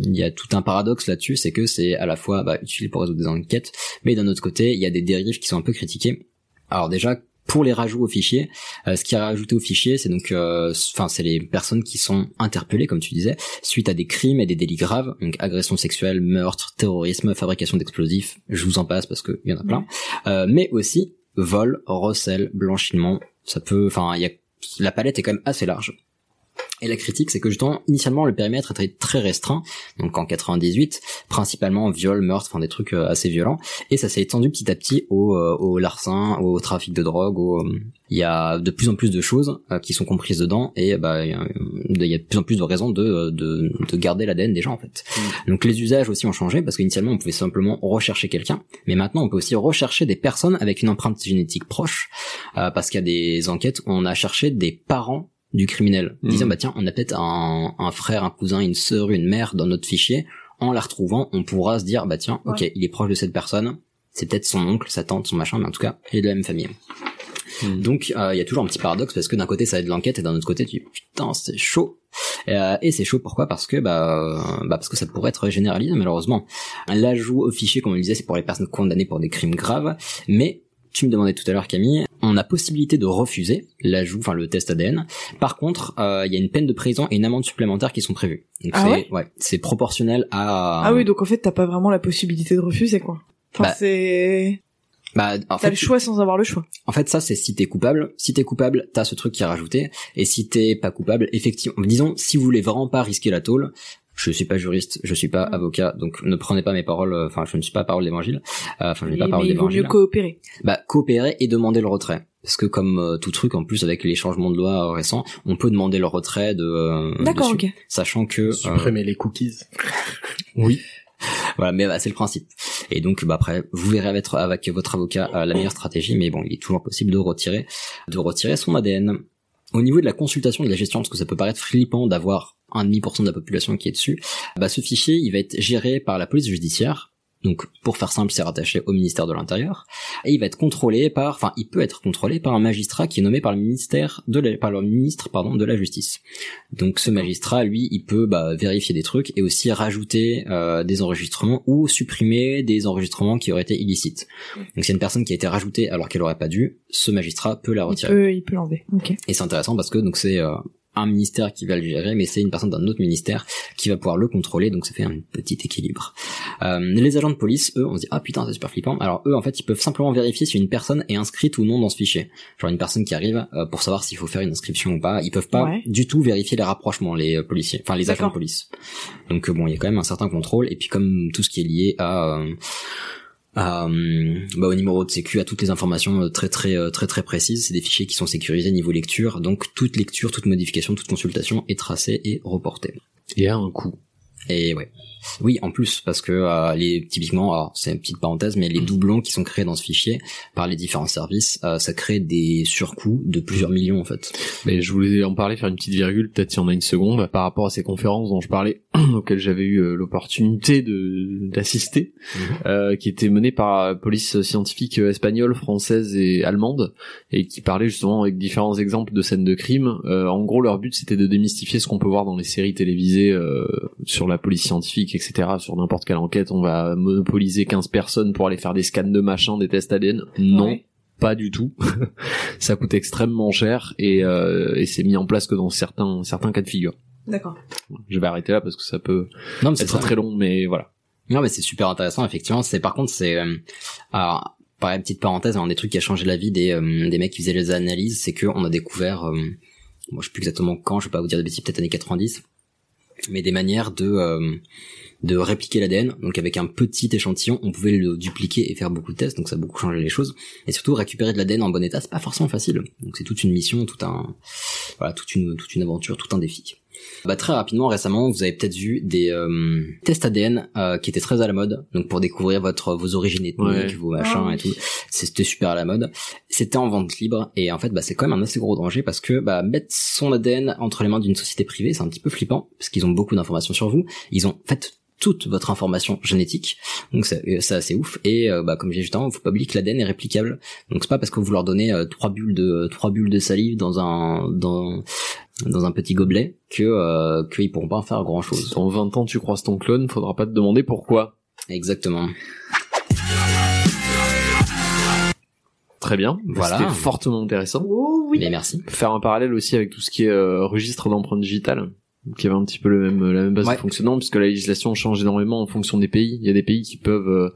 Speaker 2: il y a tout un paradoxe là-dessus, c'est que c'est à la fois bah, utile pour résoudre des enquêtes, mais d'un autre côté, il y a des dérives qui sont un peu critiquées. Alors déjà, pour les rajouts au fichier, euh, ce qui est rajouté au fichier, c'est donc, euh, enfin, c'est les personnes qui sont interpellées, comme tu disais, suite à des crimes et des délits graves, donc agression sexuelle, meurtre, terrorisme, fabrication d'explosifs. Je vous en passe parce qu'il y en a plein. Euh, mais aussi vol, recel, blanchiment. Ça peut, enfin, il y a la palette est quand même assez large. Et la critique, c'est que justement, initialement, le périmètre était très restreint, donc en 98, principalement viol, meurtre, enfin des trucs euh, assez violents, et ça s'est étendu petit à petit au, euh, au larcin, au trafic de drogue, au, euh, il y a de plus en plus de choses euh, qui sont comprises dedans, et bah, il y a- il y a de plus en plus de raisons de, euh, de, de garder l'ADN des gens, en fait. Donc les usages aussi ont changé, parce qu'initialement, on pouvait simplement rechercher quelqu'un, mais maintenant, on peut aussi rechercher des personnes avec une empreinte génétique proche, euh, parce qu'il y a des enquêtes où on a cherché des parents du criminel.
Speaker 4: Mhm.
Speaker 2: Disant, bah tiens, on a peut-être un, un frère, un cousin, une sœur, une mère dans notre fichier. En la retrouvant, on pourra se dire, bah tiens, ok, il est proche de cette personne. C'est peut-être son oncle, sa tante, son machin, mais en tout cas, il est de la même famille.
Speaker 4: Mhm.
Speaker 2: Donc, euh, il y a toujours un petit paradoxe parce que d'un côté, ça aide l'enquête et d'un autre côté, tu dis, putain, c'est chaud. Euh, et c'est chaud pourquoi Parce que bah, euh, bah parce que ça pourrait être généralisé malheureusement. L'ajout au fichier, comme on le disait, c'est pour les personnes condamnées pour des crimes graves, mais tu me demandais tout à l'heure Camille, on a possibilité de refuser l'ajout, enfin le test ADN. Par contre, euh, il y a une peine de prison et une amende supplémentaire qui sont prévues. Donc
Speaker 1: Ah
Speaker 2: c'est
Speaker 1: ouais
Speaker 2: c'est proportionnel à.
Speaker 1: Ah, oui, donc en fait, t'as pas vraiment la possibilité de refuser quoi. Enfin,
Speaker 2: Bah,
Speaker 1: c'est
Speaker 2: Bah, en
Speaker 1: t'as
Speaker 2: fait,
Speaker 1: le choix sans avoir le choix.
Speaker 2: En fait, ça, c'est si t'es coupable. Si t'es coupable, t'as ce truc qui est rajouté. Et si t'es pas coupable, effectivement, disons, si vous voulez vraiment pas risquer la tôle, je suis pas juriste, je suis
Speaker 1: Mm.
Speaker 2: pas avocat, donc ne prenez pas mes paroles, euh, enfin, je ne suis pas parole d'évangile, Euh, enfin, je n'ai
Speaker 1: Mais,
Speaker 2: pas parole
Speaker 1: mais il vaut mieux
Speaker 2: d'évangile.
Speaker 1: coopérer.
Speaker 2: Bah, coopérer et demander le retrait. Parce que comme euh, tout truc, en plus, avec les changements de loi euh, récents, on peut demander le retrait de, euh,
Speaker 1: D'accord,
Speaker 2: dessus.
Speaker 1: ok.
Speaker 2: sachant que, euh,
Speaker 9: Supprimer les cookies.
Speaker 2: voilà, mais bah, c'est le principe. Et donc, bah, après, vous verrez avec, avec votre avocat euh, la meilleure stratégie, mais bon, il est toujours possible de retirer, de retirer son ADN. Au niveau de la consultation de la gestion, parce que ça peut paraître flippant d'avoir un demi pour cent de la population qui est dessus, bah, ce fichier, il va être géré par la police judiciaire. Donc, pour faire simple, c'est rattaché au ministère de l'Intérieur. Et il va être contrôlé par, enfin, il peut être contrôlé par un magistrat qui est nommé par le ministère de la, par le ministre, pardon, de la Justice. Donc, ce magistrat, lui, il peut bah, vérifier des trucs et aussi rajouter euh, des enregistrements ou supprimer des enregistrements qui auraient été illicites. Donc, c'est une personne qui a été rajoutée alors qu'elle aurait pas dû. Ce magistrat peut la retirer.
Speaker 1: Il peut, il peut l'enlever. Ok.
Speaker 2: Et c'est intéressant parce que donc c'est euh, un ministère qui va le gérer, mais c'est une personne d'un autre ministère qui va pouvoir le contrôler, donc ça fait un petit équilibre. Euh, les agents de police, eux, on se dit ah putain c'est super flippant. Alors eux en fait ils peuvent simplement vérifier si une personne est inscrite ou non dans ce fichier. Genre une personne qui arrive euh, pour savoir s'il faut faire une inscription ou pas, ils peuvent pas
Speaker 1: Ouais.
Speaker 2: du tout vérifier les rapprochements les euh, policiers, enfin les agents de
Speaker 1: D'accord.
Speaker 2: police. Donc euh, bon il y a quand même un certain contrôle et puis comme tout ce qui est lié à euh, à, euh, bah, au numéro de sécu, à toutes les informations euh, très très euh, très très précises. C'est des fichiers qui sont sécurisés niveau lecture, donc toute lecture, toute modification, toute consultation est tracée et reportée.
Speaker 4: Et à un coup.
Speaker 2: Et ouais. Oui, en plus, parce que euh, les typiquement, alors c'est une petite parenthèse, mais les doublons qui sont créés dans ce fichier par les différents services, euh, ça crée des surcoûts de plusieurs millions en fait.
Speaker 4: Mais je voulais en parler, faire une petite virgule, peut-être si on a une seconde, par rapport à ces conférences dont je parlais, auxquelles j'avais eu euh, l'opportunité de d'assister,
Speaker 2: Mhm.
Speaker 4: euh, qui étaient menées par euh, police scientifique euh, espagnole, française et allemande, et qui parlaient justement avec différents exemples de scènes de crime. Euh, en gros, leur but c'était de démystifier ce qu'on peut voir dans les séries télévisées euh, sur la police scientifique, etc. Sur n'importe quelle enquête, on va monopoliser 15 personnes pour aller faire des scans de machin, des tests ADN. Non.
Speaker 1: Ouais.
Speaker 4: Pas du tout. ça coûte extrêmement cher et, euh, et c'est mis en place que dans certains certains cas de figure.
Speaker 1: D'accord.
Speaker 4: Je vais arrêter là parce que ça peut
Speaker 2: Non, mais
Speaker 4: être très,
Speaker 2: ça.
Speaker 4: long, mais voilà.
Speaker 2: Non, mais c'est super intéressant, effectivement. C'est par contre, c'est euh, alors pareil, petite parenthèse, un des trucs qui a changé la vie des euh, des mecs qui faisaient les analyses, c'est que on a découvert, euh, moi je sais plus exactement quand, je vais pas vous dire de bêtises, peut-être années 90, mais des manières de euh, de répliquer l'ADN, donc avec un petit échantillon, on pouvait le dupliquer et faire beaucoup de tests, donc ça a beaucoup changé les choses. Et surtout, récupérer de l'ADN en bon état, c'est pas forcément facile. Donc c'est toute une mission, tout un, voilà, toute une, toute une aventure, tout un défi. Bah, très rapidement, récemment, vous avez peut-être vu des euh, tests ADN euh, qui étaient très à la mode, donc pour découvrir votre vos origines ethniques,
Speaker 4: Ouais.
Speaker 2: vos machins
Speaker 1: Ah
Speaker 2: et tout. C'était super à la mode. C'était en vente libre et en fait, bah, c'est quand même un assez gros danger parce que bah, mettre son ADN entre les mains d'une société privée, c'est un petit peu flippant parce qu'ils ont beaucoup d'informations sur vous. Ils ont en fait toute votre information génétique, donc ça, euh, ça, c'est ouf. Et euh, bah, comme j'ai juste avant, faut pas oublier que l'ADN est réplicable. Donc c'est pas parce que vous leur donnez euh, trois bulles de trois bulles de salive dans un dans dans un petit gobelet que euh, qu'ils pourront pas en faire grand
Speaker 4: Si
Speaker 2: chose.
Speaker 4: dans 20 ans tu croises ton clone, faudra pas te demander pourquoi.
Speaker 2: Exactement.
Speaker 4: Très bien.
Speaker 2: Voilà.
Speaker 4: C'était fortement intéressant.
Speaker 1: Oh oui.
Speaker 2: Mais Eh merci.
Speaker 4: Faire un parallèle aussi avec tout ce qui est euh, registre d'empreintes digitales qui avait un petit peu le même, la même base
Speaker 2: Ouais.
Speaker 4: de fonctionnement puisque la législation change énormément en fonction des pays. Il y a des pays qui peuvent euh,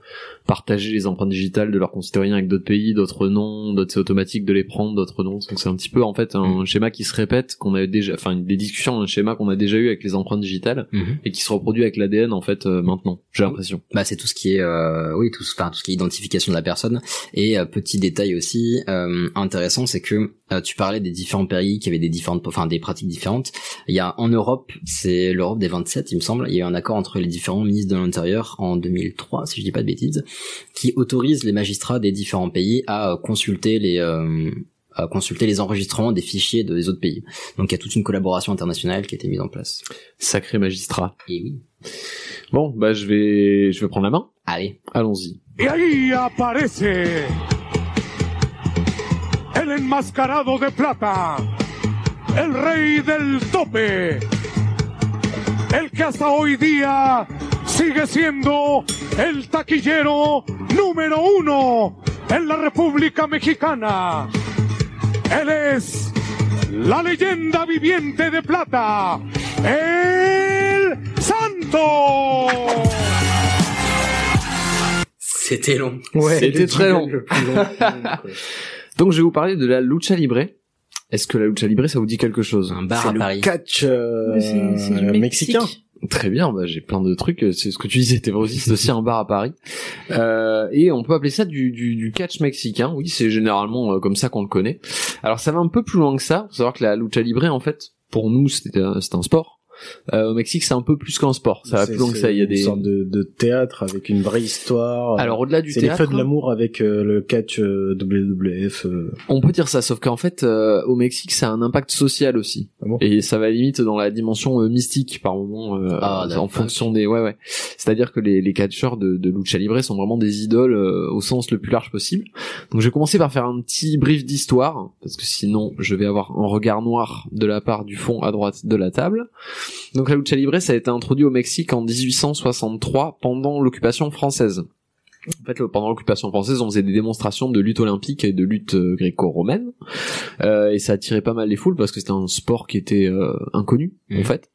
Speaker 4: partager les empreintes digitales de leurs concitoyens avec d'autres pays, d'autres non, d'autres c'est automatique de les prendre, d'autres non. Donc c'est un petit peu en fait un schéma qui se répète qu'on a déjà, enfin des discussions, un schéma qu'on a déjà eu avec les empreintes digitales.
Speaker 2: Mhm.
Speaker 4: et qui se reproduit avec l'ADN en fait euh, maintenant. J'ai l'impression.
Speaker 2: Bah c'est tout ce qui est euh, oui tout ce- enfin tout ce qui est identification de la personne et euh, petit détail aussi euh, intéressant c'est que euh, tu parlais des différents pays qui avaient des différentes enfin des pratiques différentes il y a en Europe c'est l'Europe des 27 il me semble il y a eu un accord entre les différents ministres de l'intérieur en 2003 si je dis pas de bêtises qui autorise les magistrats des différents pays à euh, consulter les euh, à consulter les enregistrements des fichiers de- des autres pays. Donc il y a toute une collaboration internationale qui a été mise en place.
Speaker 4: Sacré magistrat.
Speaker 2: Et oui.
Speaker 4: Bon, bah je vais je vais prendre la main.
Speaker 2: Allez.
Speaker 4: Allons-y.
Speaker 10: Y ahí aparece el enmascarado de plata, el rey del tope, el que hasta hoy día sigue siendo el taquillero número uno en la República Mexicana. Él es la leyenda viviente de plata, el santo.
Speaker 2: C'était long.
Speaker 4: C'était très long. Donc je vais vous parler de la lucha libre. Est-ce que la lucha libre ça vous dit quelque chose
Speaker 2: Un bar à Paris.
Speaker 9: Catch euh,
Speaker 1: Mais c'est- c'est du Mexique.
Speaker 9: mexicain.
Speaker 4: Très bien, bah, j'ai plein de trucs. C'est ce que tu disais, t'es vrai aussi. C'est aussi un bar à Paris. Euh, et on peut appeler ça du, du, du catch mexicain. Oui, c'est généralement euh, comme ça qu'on le connaît. Alors ça va un peu plus loin que ça. Faut savoir que la lucha libre, en fait, pour nous, c'est un, c'est un sport. Euh, au Mexique, c'est un peu plus qu'un sport. Ça va
Speaker 9: C'est-
Speaker 4: plus loin que ça. Il y a
Speaker 9: c'est
Speaker 4: des.
Speaker 9: une sorte de, de théâtre avec une vraie histoire.
Speaker 4: Alors, au-delà du
Speaker 9: C'est
Speaker 4: théâtre-
Speaker 9: les feux de l'amour avec euh, le catch euh, WWF. euh.
Speaker 4: On peut dire ça, sauf qu'en fait, euh, au Mexique, ça a un impact social aussi, et ça va limite dans la dimension euh, mystique par moment, euh,
Speaker 2: Ah, la
Speaker 4: en
Speaker 2: vache.
Speaker 4: fonction des, ouais, ouais. C'est-à-dire que les, les catcheurs de, de lucha libre sont vraiment des idoles euh, au sens le plus large possible. Donc, je vais commencer par faire un petit brief d'histoire, parce que sinon, je vais avoir un regard noir de la part du fond à droite de la table. Donc, la lucha libre, ça a été introduit au Mexique en 1863 pendant l'occupation française. En fait, le- pendant l'occupation française, on faisait des démonstrations de lutte olympique et de lutte euh, gréco-romaine, Euh, et ça attirait pas mal les foules parce que c'était un sport qui était euh, inconnu en fait.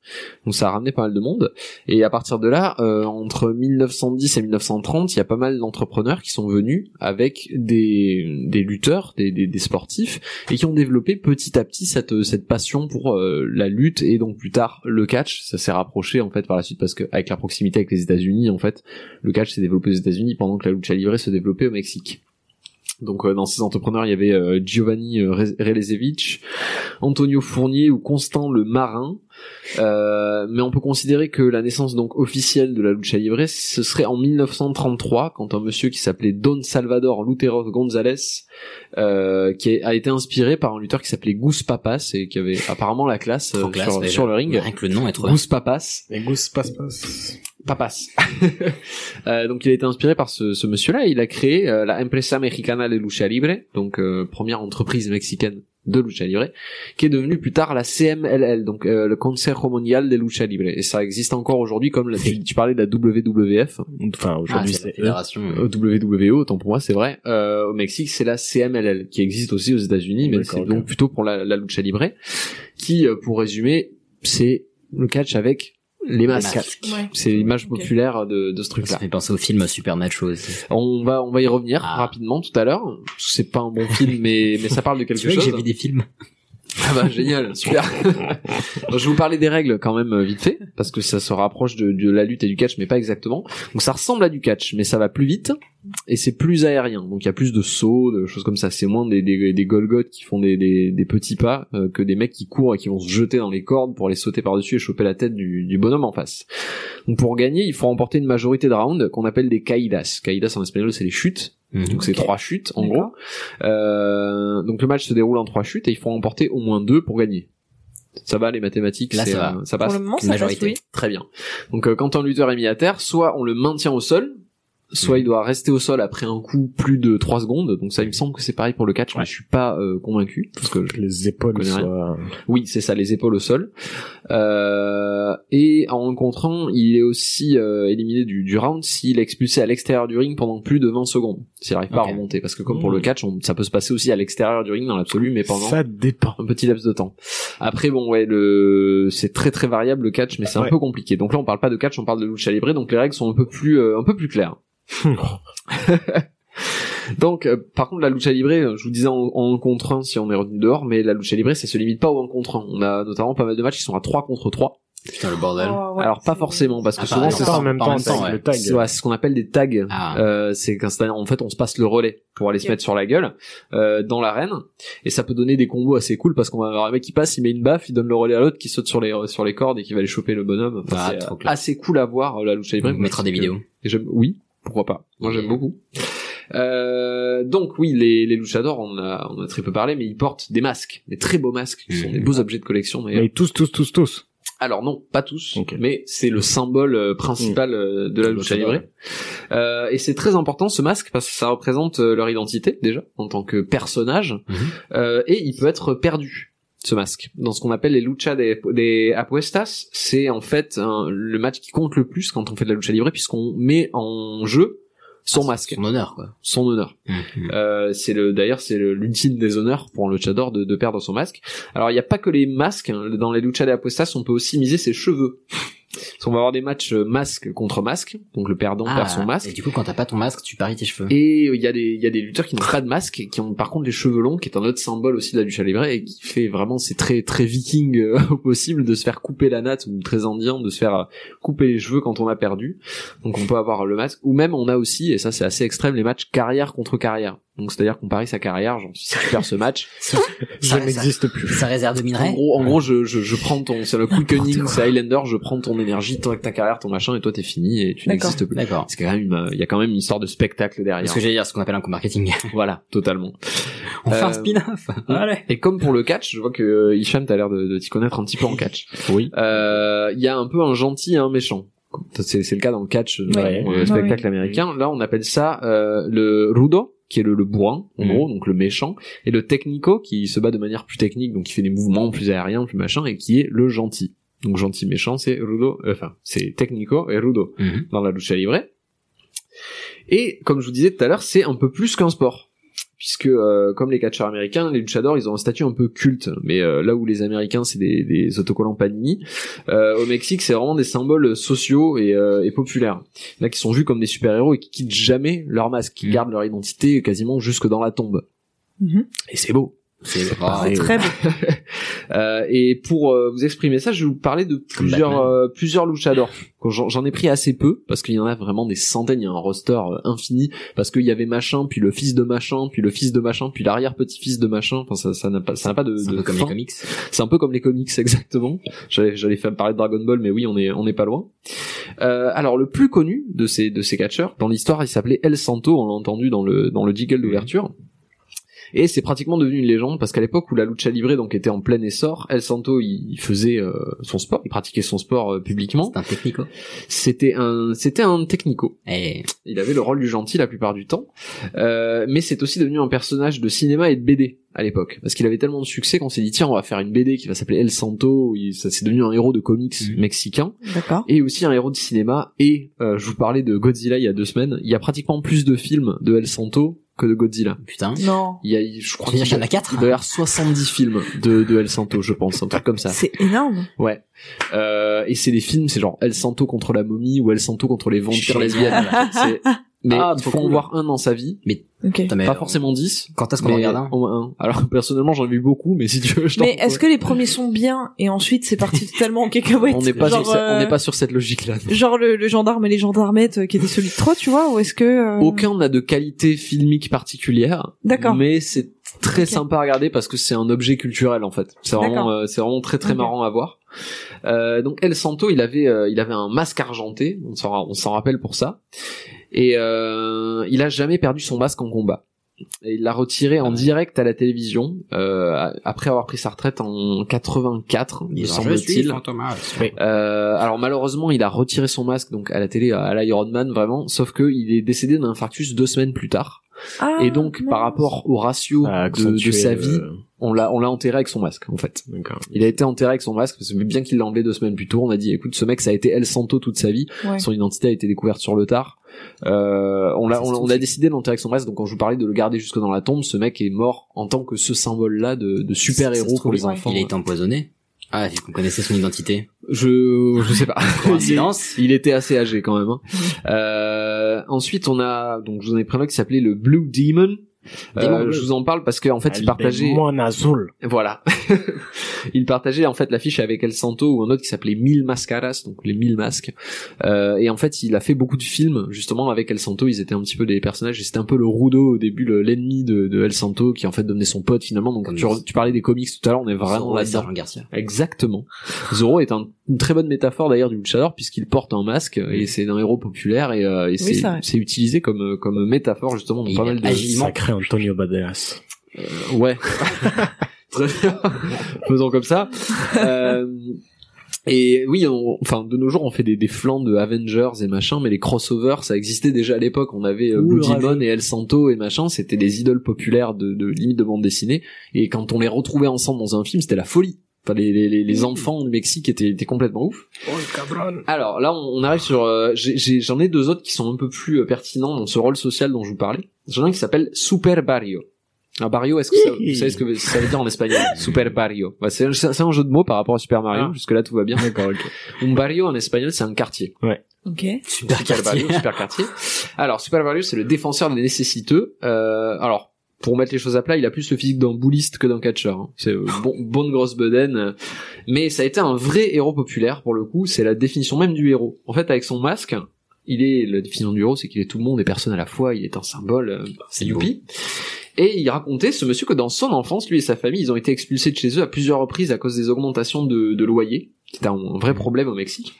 Speaker 4: Donc ça a ramené pas mal de monde. Et à partir de là, euh, entre 1910 et 1930, il y a pas mal d'entrepreneurs qui sont venus avec des, des lutteurs, des, des, des sportifs, et qui ont développé petit à petit cette, cette passion pour euh, la lutte et donc plus tard le catch. Ça s'est rapproché en fait par la suite parce que avec la proximité avec les États-Unis, en fait, le catch s'est développé aux États-Unis pendant que la lucha libre se développait au Mexique. Donc euh, dans ces entrepreneurs, il y avait euh, Giovanni euh, Re- Relezevich, Antonio Fournier ou Constant le Marin. Euh, mais on peut considérer que la naissance donc officielle de la lucha libre, ce serait en 1933 quand un monsieur qui s'appelait Don Salvador Lutero González, euh, qui a été inspiré par un lutteur qui s'appelait Goose Papas et qui avait apparemment la classe, euh,
Speaker 2: Trop classe,
Speaker 4: sur,
Speaker 2: déjà.
Speaker 4: sur le ring.
Speaker 2: Rien que le nom est trop bien.
Speaker 4: Goose Papas.
Speaker 9: Et Goose Papas.
Speaker 4: Papas. Euh, donc il a été inspiré par ce, ce monsieur-là. et Il a créé euh, la Empresa Mexicana de Lucha Libre, donc euh, première entreprise mexicaine de lucha libre, qui est devenue plus tard la CMLL, donc euh, le Consejo Mundial de Lucha Libre. Et ça existe encore aujourd'hui, comme la- tu, tu parlais de la WWF. Enfin
Speaker 2: aujourd'hui, Ah, c'est la c'est eux. fédération,
Speaker 4: Euh,
Speaker 2: oui.
Speaker 4: WWE, E, autant pour moi, c'est vrai. Euh, au Mexique, c'est la CMLL, qui existe aussi aux États-Unis, mais c'est donc plutôt pour la, la lucha libre, qui, euh, pour résumer, c'est le catch avec euh, les masques.
Speaker 2: masques. Ouais.
Speaker 4: C'est l'image populaire de, de ce truc-là.
Speaker 2: Ça fait penser au film Supernatural aussi.
Speaker 4: On va, on va y revenir rapidement tout à l'heure. C'est pas un bon film, mais, mais ça parle de quelque
Speaker 2: Tu vois que
Speaker 4: chose.
Speaker 2: j'ai vu des films.
Speaker 4: Ah bah génial, super. je vais vous parler des règles quand même euh, vite fait, parce que ça se rapproche de, de la lutte et du catch, mais pas exactement. Donc ça ressemble à du catch, mais ça va plus vite, et c'est plus aérien. Donc il y a plus de sauts, de choses comme ça. C'est moins des, des, des Golgoths qui font des, des, des petits pas euh, que des mecs qui courent et qui vont se jeter dans les cordes pour les sauter par-dessus et choper la tête du, du bonhomme en face. Donc pour gagner, il faut remporter une majorité de rounds qu'on appelle des caídas. Caídas en espagnol, c'est les chutes. Donc c'est trois chutes en gros. Euh, donc le match se déroule en trois chutes et il faut remporter au moins deux pour gagner. Ça va les mathématiques,
Speaker 2: Là,
Speaker 4: c'est,
Speaker 2: ça va.
Speaker 4: euh, ça
Speaker 2: Pour
Speaker 4: passe.
Speaker 2: le moment, ça passe, Majorité. oui.
Speaker 4: Très bien. Donc euh, quand un lutteur est mis à terre, soit on le maintient au sol,
Speaker 2: Mm.
Speaker 4: soit il doit rester au sol après un coup plus de 3 secondes. Donc ça, il me semble que c'est pareil pour le catch, mais je suis pas euh, convaincu parce que
Speaker 9: les épaules soient-
Speaker 4: Oui, c'est ça, les épaules au sol. Euh, et en le contrant, il est aussi euh, éliminé du, du round s'il est expulsé à l'extérieur du ring pendant plus de 20 secondes. S'il n'arrive pas à remonter, parce que comme pour le catch, on- ça peut se passer aussi à l'extérieur du ring dans l'absolu, mais pendant
Speaker 9: Ça dépend.
Speaker 4: un petit laps de temps. Après, bon, ouais, le c'est très très variable le catch, mais c'est un
Speaker 9: Ouais.
Speaker 4: peu compliqué. Donc là, on parle pas de catch, on parle de lucha libre, donc les règles sont un peu plus euh, un peu plus claires. Donc, euh, par contre, la lucha libre, euh, je vous disais en, en 1 contre 1 si on est revenu dehors, mais la lucha libre, ça se limite pas au 1 contre 1. On a notamment pas mal de matchs qui sont à 3 contre 3.
Speaker 2: Putain, le bordel.
Speaker 1: Oh. Ah,
Speaker 4: Alors, pas forcément, parce que
Speaker 2: Ah,
Speaker 4: souvent,
Speaker 2: pas
Speaker 4: c'est
Speaker 2: en même temps, Pas en même temps,
Speaker 4: c'est
Speaker 2: le tag.
Speaker 4: ouais, c'est ce qu'on appelle des tags.
Speaker 2: Ah,
Speaker 4: Euh, c'est qu'en c'est-à-dire, en fait, on se passe le relais pour aller se mettre sur la gueule euh, dans l'arène, et ça peut donner des combos assez cool, parce qu'on va avoir un mec qui passe, il met une baffe, il donne le relais à l'autre, qui saute sur les euh, sur les cordes et qui va aller choper le bonhomme. Enfin,
Speaker 2: Ah,
Speaker 4: c'est,
Speaker 2: trop
Speaker 4: euh, assez cool à voir euh, la lucha libre.
Speaker 2: On mettra des
Speaker 4: Parce que-
Speaker 2: vidéos.
Speaker 4: et j'aime- oui, pourquoi pas. Moi, j'aime beaucoup. Euh, donc oui, les, les luchadors, on a, on a très peu parlé, mais ils portent des masques, des très beaux masques,
Speaker 2: Mmh.
Speaker 4: qui sont des beaux objets de collection. d'ailleurs.
Speaker 3: Mais tous, tous, tous, tous.
Speaker 4: Alors non, pas tous, mais c'est le symbole euh, principal euh, de la lucha libre. Euh, et c'est très important ce masque parce que ça représente euh, leur identité déjà en tant que personnage Euh, et il peut être perdu ce masque dans ce qu'on appelle les lucha des, des apuestas. C'est en fait un- le match qui compte le plus quand on fait de la lucha libre puisqu'on met en jeu Ah, son masque, son honneur, quoi. son honneur. Euh, c'est le d'ailleurs c'est le- l'ultime des honneurs pour un luchador de, de perdre son masque. Alors il n'y a pas que les masques hein. dans les lucha de apostas, on peut aussi miser ses cheveux. Parce qu'on va avoir des matchs euh, masque contre masque, donc le perdant
Speaker 2: Ah,
Speaker 4: perd son masque.
Speaker 2: Et du coup, quand t'as pas ton masque, tu paries tes cheveux.
Speaker 4: Et euh, il y a des il y a des lutteurs qui n'ont pas de masque et qui ont par contre des cheveux longs qui est un autre symbole aussi de la lucha libre et qui fait vraiment c'est très très viking euh, au possible de se faire couper la natte ou très indien de se faire euh, couper les cheveux quand on a perdu. Donc on peut avoir le masque ou même on a aussi et ça c'est assez extrême les matchs carrière contre carrière. Donc c'est-à-dire comparer sa carrière, genre si tu perds ce match,
Speaker 2: Ça-
Speaker 4: ça n'existe plus.
Speaker 2: Sa réserve de minerais
Speaker 4: En gros, en gros, je, je, je prends ton, c'est le cool Cunning, c'est Highlander, je prends ton énergie, toi, ta carrière, ton machin, et toi t'es fini et tu
Speaker 1: D'accord.
Speaker 4: n'existes plus.
Speaker 2: D'accord.
Speaker 4: C'est quand même, une- il y a quand même une histoire de spectacle
Speaker 2: C'est
Speaker 4: derrière.
Speaker 2: ce que j'allais dire, ce qu'on appelle un co-marketing.
Speaker 4: Voilà, totalement.
Speaker 2: On fait un
Speaker 4: Euh,
Speaker 2: spin-off. Ah, Allez.
Speaker 4: Et comme pour le catch, je vois que euh, Hicham, t'as l'air de, de t'y connaître un petit peu en catch.
Speaker 3: Oui.
Speaker 4: Euh, Il y a un peu un gentil et un méchant. C'est c'est le cas dans le catch, euh,
Speaker 1: Ouais.
Speaker 4: dans
Speaker 1: Ouais,
Speaker 4: le spectacle
Speaker 1: ouais.
Speaker 4: américain. Là, on appelle ça euh, le rudo, qui est le, le bourrin, en
Speaker 2: Mhm.
Speaker 4: gros, donc le méchant, et le technico, qui se bat de manière plus technique, donc qui fait des mouvements plus aériens, plus machin, et qui est le gentil. Donc gentil méchant, c'est rudo, euh, enfin c'est technico et rudo
Speaker 2: Mhm.
Speaker 4: dans la lucha libre. Et comme je vous disais tout à l'heure, c'est un peu plus qu'un sport. Puisque euh, comme les catcheurs américains, les luchadors, ils ont un statut un peu culte. Mais euh, là où les Américains, c'est des, des autocollants Panini, euh, au Mexique, c'est vraiment des symboles sociaux et, euh, et populaires. Là, qui sont vus comme des super-héros et qui quittent jamais leur masque, qui
Speaker 2: Mhm.
Speaker 4: gardent leur identité quasiment jusque dans la tombe.
Speaker 1: Mhm.
Speaker 4: Et c'est beau.
Speaker 2: C'est
Speaker 1: C'est
Speaker 2: pareil.
Speaker 1: très beau.
Speaker 4: Euh, et pour euh, vous exprimer ça, je vais vous parler de plusieurs
Speaker 2: Batman.
Speaker 4: euh, plusieurs luchadors. Quand J'en j'en ai pris assez peu parce qu'il y en a vraiment des centaines. Il y a un roster euh, infini parce qu'il y avait machin, puis le fils de machin, puis le fils de machin, puis l'arrière petit fils de machin. Enfin, ça ça n'a pas ça n'a pas de,
Speaker 2: C'est un
Speaker 4: de
Speaker 2: peu comme les
Speaker 4: fin.
Speaker 2: comics.
Speaker 4: C'est un peu comme les comics exactement. J'allais j'allais faire parler de Dragon Ball, mais oui, on est on n'est pas loin. Euh, alors le plus connu de ces de ces catcheurs dans l'histoire, il s'appelait El Santo. On l'a entendu dans le dans le jiggle d'ouverture. Et c'est pratiquement devenu une légende parce qu'à l'époque où la lucha libre donc était en plein essor, El Santo il il faisait euh, son sport, il pratiquait son sport euh, publiquement.
Speaker 2: C'est un technico. Eh,
Speaker 4: C'était un c'était un technico.
Speaker 2: Et
Speaker 4: Il avait le rôle du gentil la plupart du temps, Euh, mais c'est aussi devenu un personnage de cinéma et de BD à l'époque, parce qu'il avait tellement de succès qu'on s'est dit tiens on va faire une BD qui va s'appeler El Santo, Il- ça c'est devenu un héros de comics
Speaker 2: Mhm.
Speaker 4: mexicain
Speaker 1: D'accord.
Speaker 4: et aussi un héros de cinéma. Et euh, je vous parlais de Godzilla il y a deux semaines, il y a pratiquement plus de films de El Santo que de Godzilla.
Speaker 2: putain.
Speaker 1: Non.
Speaker 4: Il y a, je crois
Speaker 2: Tu veux dire
Speaker 4: qu'il
Speaker 2: qu'il
Speaker 4: y
Speaker 2: y en a quatre
Speaker 4: il doit y avoir 70 films de, de El Santo, je pense, un truc comme ça.
Speaker 1: C'est énorme.
Speaker 4: Ouais. Euh, et c'est des films, c'est genre El Santo contre la momie ou El Santo contre les vampires
Speaker 2: Génial.
Speaker 4: lesbiennes. C'est- Mais
Speaker 2: Ah,
Speaker 4: il faut
Speaker 2: trop
Speaker 4: en
Speaker 2: cool.
Speaker 4: voir un dans sa vie,
Speaker 1: Ok.
Speaker 2: Putain, mais
Speaker 4: pas
Speaker 2: alors,
Speaker 4: forcément 10.
Speaker 2: Quand est-ce qu'on en
Speaker 4: mais
Speaker 2: regarde un
Speaker 4: au moins un. Alors personnellement, j'en ai vu beaucoup, mais si tu veux, je t'en
Speaker 1: Mais est-ce que les premiers sont bien et ensuite c'est parti totalement en cacahuète
Speaker 4: on n'est pas,
Speaker 1: genre,
Speaker 4: sur ce- on
Speaker 1: euh,
Speaker 4: n'est pas sur cette logique-là. non.
Speaker 1: genre le, le gendarme et les gendarmettes euh, qui étaient celui de trop, tu vois, ou est-ce que euh,
Speaker 4: Aucun n'a de qualité filmique particulière.
Speaker 1: D'accord.
Speaker 4: Mais c'est très
Speaker 1: Ok.
Speaker 4: sympa à regarder parce que c'est un objet culturel en fait. C'est vraiment,
Speaker 1: D'accord.
Speaker 4: euh, c'est vraiment très très
Speaker 1: Ok.
Speaker 4: marrant à voir. Euh, donc El Santo, il avait, euh, il avait un masque argenté. On s'en, ra- on s'en rappelle pour ça. Et euh, il a jamais perdu son masque en combat. Et il l'a retiré en direct à la télévision euh, a- après avoir pris sa retraite en 84, me semble-t-il.
Speaker 2: Ah,
Speaker 4: Euh, alors malheureusement, il a retiré son masque donc à la télé à l'Iron Man vraiment, sauf que il est décédé d'un infarctus deux semaines plus tard.
Speaker 1: Ah,
Speaker 4: et donc
Speaker 1: mince.
Speaker 4: par rapport au ratio
Speaker 3: À
Speaker 4: de, de
Speaker 3: accentuer
Speaker 4: sa
Speaker 3: le-
Speaker 4: vie,
Speaker 2: euh,
Speaker 4: on l'a on l'a enterré avec son masque en fait.
Speaker 3: D'accord.
Speaker 4: Il a été enterré avec son masque parce que bien qu'il l'a enlevé deux semaines plus tôt, on a dit écoute ce mec ça a été El Santo toute sa vie,
Speaker 1: Ouais.
Speaker 4: son identité a été découverte sur le tard. Euh, on l'a
Speaker 2: Ça se
Speaker 4: on,
Speaker 2: trouve,
Speaker 4: l'a- on a
Speaker 2: c'est-
Speaker 4: décidé de l'enterrer avec son masque donc quand je vous parlais de le garder jusque dans la tombe, ce mec est mort en tant que ce symbole là de, de super
Speaker 2: Ça se
Speaker 4: héros
Speaker 2: trouve,
Speaker 4: pour les
Speaker 2: il-
Speaker 4: enfants.
Speaker 2: Il a été empoisonné. Ah, vu qu'on connaissait son identité.
Speaker 4: Je je sais pas.
Speaker 2: Coïncidence.
Speaker 4: Il était assez âgé quand même. hein. Euh, ensuite, on a donc je vous en ai prévenu qui s'appelait le Blue Demon. Euh,
Speaker 2: Démon bleu. Ah,
Speaker 4: je vous en parle parce qu'en en fait, il partageait.
Speaker 3: Mon azul.
Speaker 4: Voilà. il partageait en fait l'affiche avec El Santo ou un autre qui s'appelait Mille Mascaras, donc les Mille Masques. Euh, et en fait, il a fait beaucoup de films justement avec El Santo. Ils étaient un petit peu des personnages. et C'était un peu le rudo au début, le- l'ennemi de, de El Santo qui en fait devenait son pote finalement. Donc
Speaker 2: Comme
Speaker 4: tu, tu parlais des comics tout à l'heure, on est vraiment
Speaker 2: Zorro et
Speaker 4: là-dedans.
Speaker 2: Sergent Garcia.
Speaker 4: Exactement. Zoro est un- une très bonne métaphore d'ailleurs du luchador puisqu'il porte un masque et c'est un héros populaire et, euh, et c'est
Speaker 1: c'est vrai.
Speaker 4: c'est utilisé comme euh, comme métaphore justement dans
Speaker 2: Et
Speaker 4: pas
Speaker 2: il
Speaker 4: mal
Speaker 2: est
Speaker 4: de
Speaker 2: agilement.
Speaker 3: Sacré Antonio Banderas.
Speaker 4: ouais. Très bien. Faisons comme ça. Euh, et oui, on- enfin de nos jours, on fait des, des flancs de Avengers et machin, mais les crossovers, ça existait déjà à l'époque. On avait euh,
Speaker 3: Ouh,
Speaker 4: Blue
Speaker 3: le
Speaker 4: Demon
Speaker 3: rageux.
Speaker 4: et El Santo et machin, c'était des idoles populaires de, de limite de bande dessinée. Et quand on les retrouvait ensemble dans un film, c'était la folie. Enfin, les, les, les,
Speaker 3: Mmh.
Speaker 4: les enfants du Mexique étaient, étaient complètement ouf. Alors là, on on arrive sur. euh, j'ai- j'ai- J'en ai, deux autres qui sont un peu plus euh, pertinents dans ce rôle social dont je vous parlais. J'en ai un qui s'appelle Super Barrio. Un barrio, est-ce que ça, vous savez ce que ça veut dire en espagnol Super Barrio. Bah, c'est un, c'est un jeu de mots par rapport à Super Mario.
Speaker 3: Ah.
Speaker 4: Jusque là, tout va bien.
Speaker 3: D'accord, ok.
Speaker 4: Un barrio en espagnol, c'est un quartier.
Speaker 1: Ok.
Speaker 2: Super
Speaker 4: Super
Speaker 2: quartier.
Speaker 4: Barrio, super quartier. Alors Super Barrio, c'est le défenseur des nécessiteux. Euh, alors. Pour mettre les choses à plat, il a plus le physique d'un bouliste que d'un catcheur. hein. C'est euh, bon, bonne grosse bedaine. euh, mais ça a été un vrai héros populaire pour le coup, c'est la définition même du héros. En fait, avec son masque, il est la définition du héros, c'est qu'il est tout le monde et personne à la fois. Il est un symbole. euh,
Speaker 2: Ah, C'est
Speaker 4: youpi. Et il racontait ce monsieur que dans son enfance, lui et sa famille, ils ont été expulsés de chez eux à plusieurs reprises à cause des augmentations de, de loyers. C'était un, un
Speaker 2: Mmh.
Speaker 4: vrai problème au Mexique,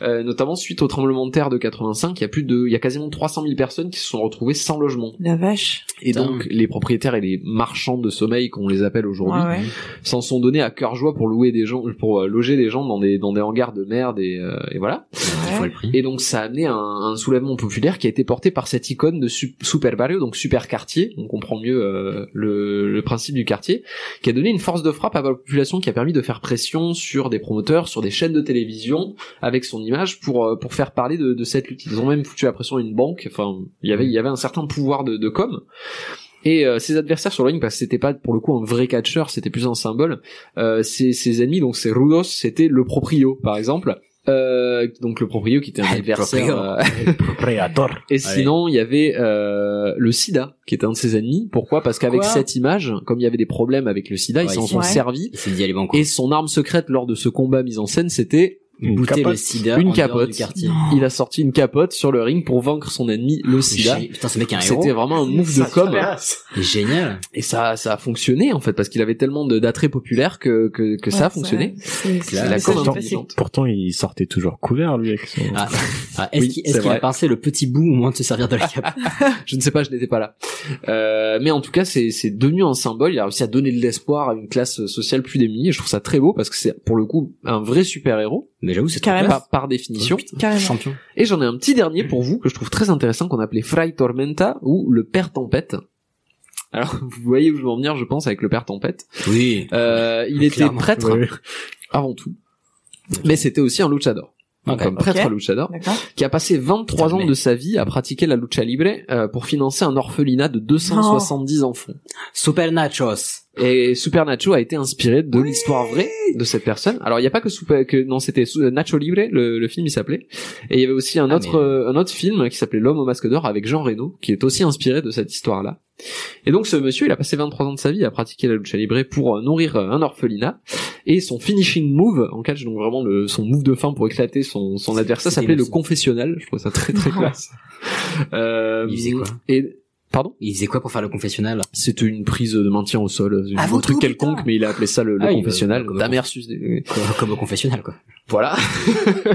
Speaker 4: Euh, notamment suite au tremblement de terre de 85. Il y a plus de, il y a quasiment 300 000 personnes qui se sont retrouvées sans logement.
Speaker 1: La vache.
Speaker 4: Et
Speaker 2: Putain.
Speaker 4: donc les propriétaires et les marchands de sommeil, qu'on les appelle aujourd'hui,
Speaker 1: Ah ouais.
Speaker 4: s'en sont donnés à cœur joie pour louer des gens, pour euh, loger des gens dans des dans des hangars de merde et, euh, et voilà.
Speaker 2: Dix fois le prix.
Speaker 4: Et donc ça a amené un, un soulèvement populaire qui a été porté par cette icône de su- Super Barrio, donc Super Quartier, on comprend mieux euh, le, le principe du quartier, qui a donné une force de frappe à la population qui a permis de faire pression sur des promoteurs, sur des chaînes de télévision, avec son image pour euh, pour faire parler de, de cette lutte. Ils ont même foutu la pression à une banque, enfin il y avait il y avait un certain pouvoir de, de com. Et euh, ses adversaires sur le ring, parce que c'était pas pour le coup un vrai catcheur, c'était plus un symbole. Euh, ses, ses ennemis, donc ses rudos, c'était le proprio, par exemple. Euh, donc le proprio qui était un
Speaker 2: El
Speaker 4: adversaire.
Speaker 2: proprio.
Speaker 4: euh,
Speaker 3: Préator.
Speaker 4: et sinon, il y avait euh, le sida, qui était un de ses ennemis. Pourquoi Parce qu'avec
Speaker 2: Quoi
Speaker 4: cette image, comme il y avait des problèmes avec le sida, ils
Speaker 2: Ouais,
Speaker 4: s'en
Speaker 2: ils-
Speaker 4: sont
Speaker 1: Ouais.
Speaker 4: servis.
Speaker 2: Il s'est dit allez banco.
Speaker 4: Et son arme secrète lors de ce combat mis en scène, c'était
Speaker 2: Bouter le sida
Speaker 4: Une
Speaker 2: en dehors
Speaker 4: capote.
Speaker 2: du quartier.
Speaker 4: il a sorti une capote sur le ring pour vaincre son ennemi, le sida.
Speaker 2: J'ai- Putain, ce mec est un
Speaker 4: C'était
Speaker 2: héros.
Speaker 4: vraiment un move de com.
Speaker 2: Il est Génial.
Speaker 4: Et ça, ça a fonctionné en fait parce qu'il avait tellement de- d'attrait populaire que que, que ça a
Speaker 1: Ouais,
Speaker 4: fonctionné.
Speaker 1: C'est c'est-
Speaker 2: La-
Speaker 1: c'est
Speaker 4: la
Speaker 1: ça,
Speaker 4: commande
Speaker 1: j'ai
Speaker 3: pourtant,
Speaker 1: passé.
Speaker 4: intelligente.
Speaker 3: pourtant, il sortait toujours couvert, lui, avec son...
Speaker 2: Ah, Ah, est-ce
Speaker 4: Oui,
Speaker 2: qu'il
Speaker 4: c'est
Speaker 2: est-ce qu'il a
Speaker 4: vrai.
Speaker 2: pincé le petit bout au moment de se servir de la capote
Speaker 4: Je ne sais pas, je n'étais pas là. Euh, mais en tout cas, c'est c'est devenu un symbole. Il a réussi à donner de l'espoir à une classe sociale plus démunie. Et je trouve ça très beau parce que c'est pour le coup un vrai super héros
Speaker 2: Mais j'avoue, c'est
Speaker 1: Carrément.
Speaker 4: par, par définition.
Speaker 1: Carrément.
Speaker 2: Champion.
Speaker 4: Et j'en ai un petit dernier pour vous que je trouve très intéressant qu'on appelait Fray Tormenta ou le Père Tempête. Alors vous voyez où je veux en venir, je pense, avec le Père Tempête.
Speaker 2: Oui.
Speaker 4: Euh, il était
Speaker 2: Clairement,
Speaker 4: prêtre
Speaker 3: oui.
Speaker 4: avant tout, mais c'était aussi un luchador. Donc
Speaker 2: Ok.
Speaker 4: un prêtre
Speaker 1: Ok.
Speaker 4: luchador.
Speaker 1: D'accord.
Speaker 4: qui a passé 23
Speaker 2: Putain,
Speaker 4: ans
Speaker 2: mais-
Speaker 4: de sa vie à pratiquer la lucha libre euh, pour financer un orphelinat de 270 enfants.
Speaker 2: Super Nachos.
Speaker 4: Et Super Nacho a été inspiré de l'histoire vraie de cette personne. Alors il n'y a pas que Super, que non c'était Su- Nacho Libre, le, le film il s'appelait. Et il y avait aussi un
Speaker 2: Ah,
Speaker 4: autre
Speaker 2: mais-
Speaker 4: euh, un autre film qui s'appelait L'homme au masque d'or avec Jean Reno, qui est aussi inspiré de cette histoire là. Et donc ce monsieur il a passé 23 ans de sa vie à pratiquer la lucha libre pour euh, nourrir euh, un orphelinat. Et son finishing move en catch donc vraiment le, son move de fin pour éclater son son
Speaker 2: C'est-
Speaker 4: adversaire
Speaker 2: c'était
Speaker 4: s'appelait le
Speaker 2: innocent.
Speaker 4: confessionnal. Je trouve ça très très classe. Euh,
Speaker 2: Ah. Il faisait quoi
Speaker 4: et pardon
Speaker 2: Il faisait quoi pour faire le confessionnal
Speaker 4: c'était une prise de maintien au sol, euh,
Speaker 2: Ah,
Speaker 4: un
Speaker 2: vous
Speaker 4: truc
Speaker 2: tout,
Speaker 4: quelconque,
Speaker 2: putain.
Speaker 4: mais il a appelé ça le, le
Speaker 2: Ah, il va-
Speaker 4: confessionnal.
Speaker 2: comme-
Speaker 4: Ta mère suce des-
Speaker 2: comme, comme au confessionnal, quoi.
Speaker 4: Voilà.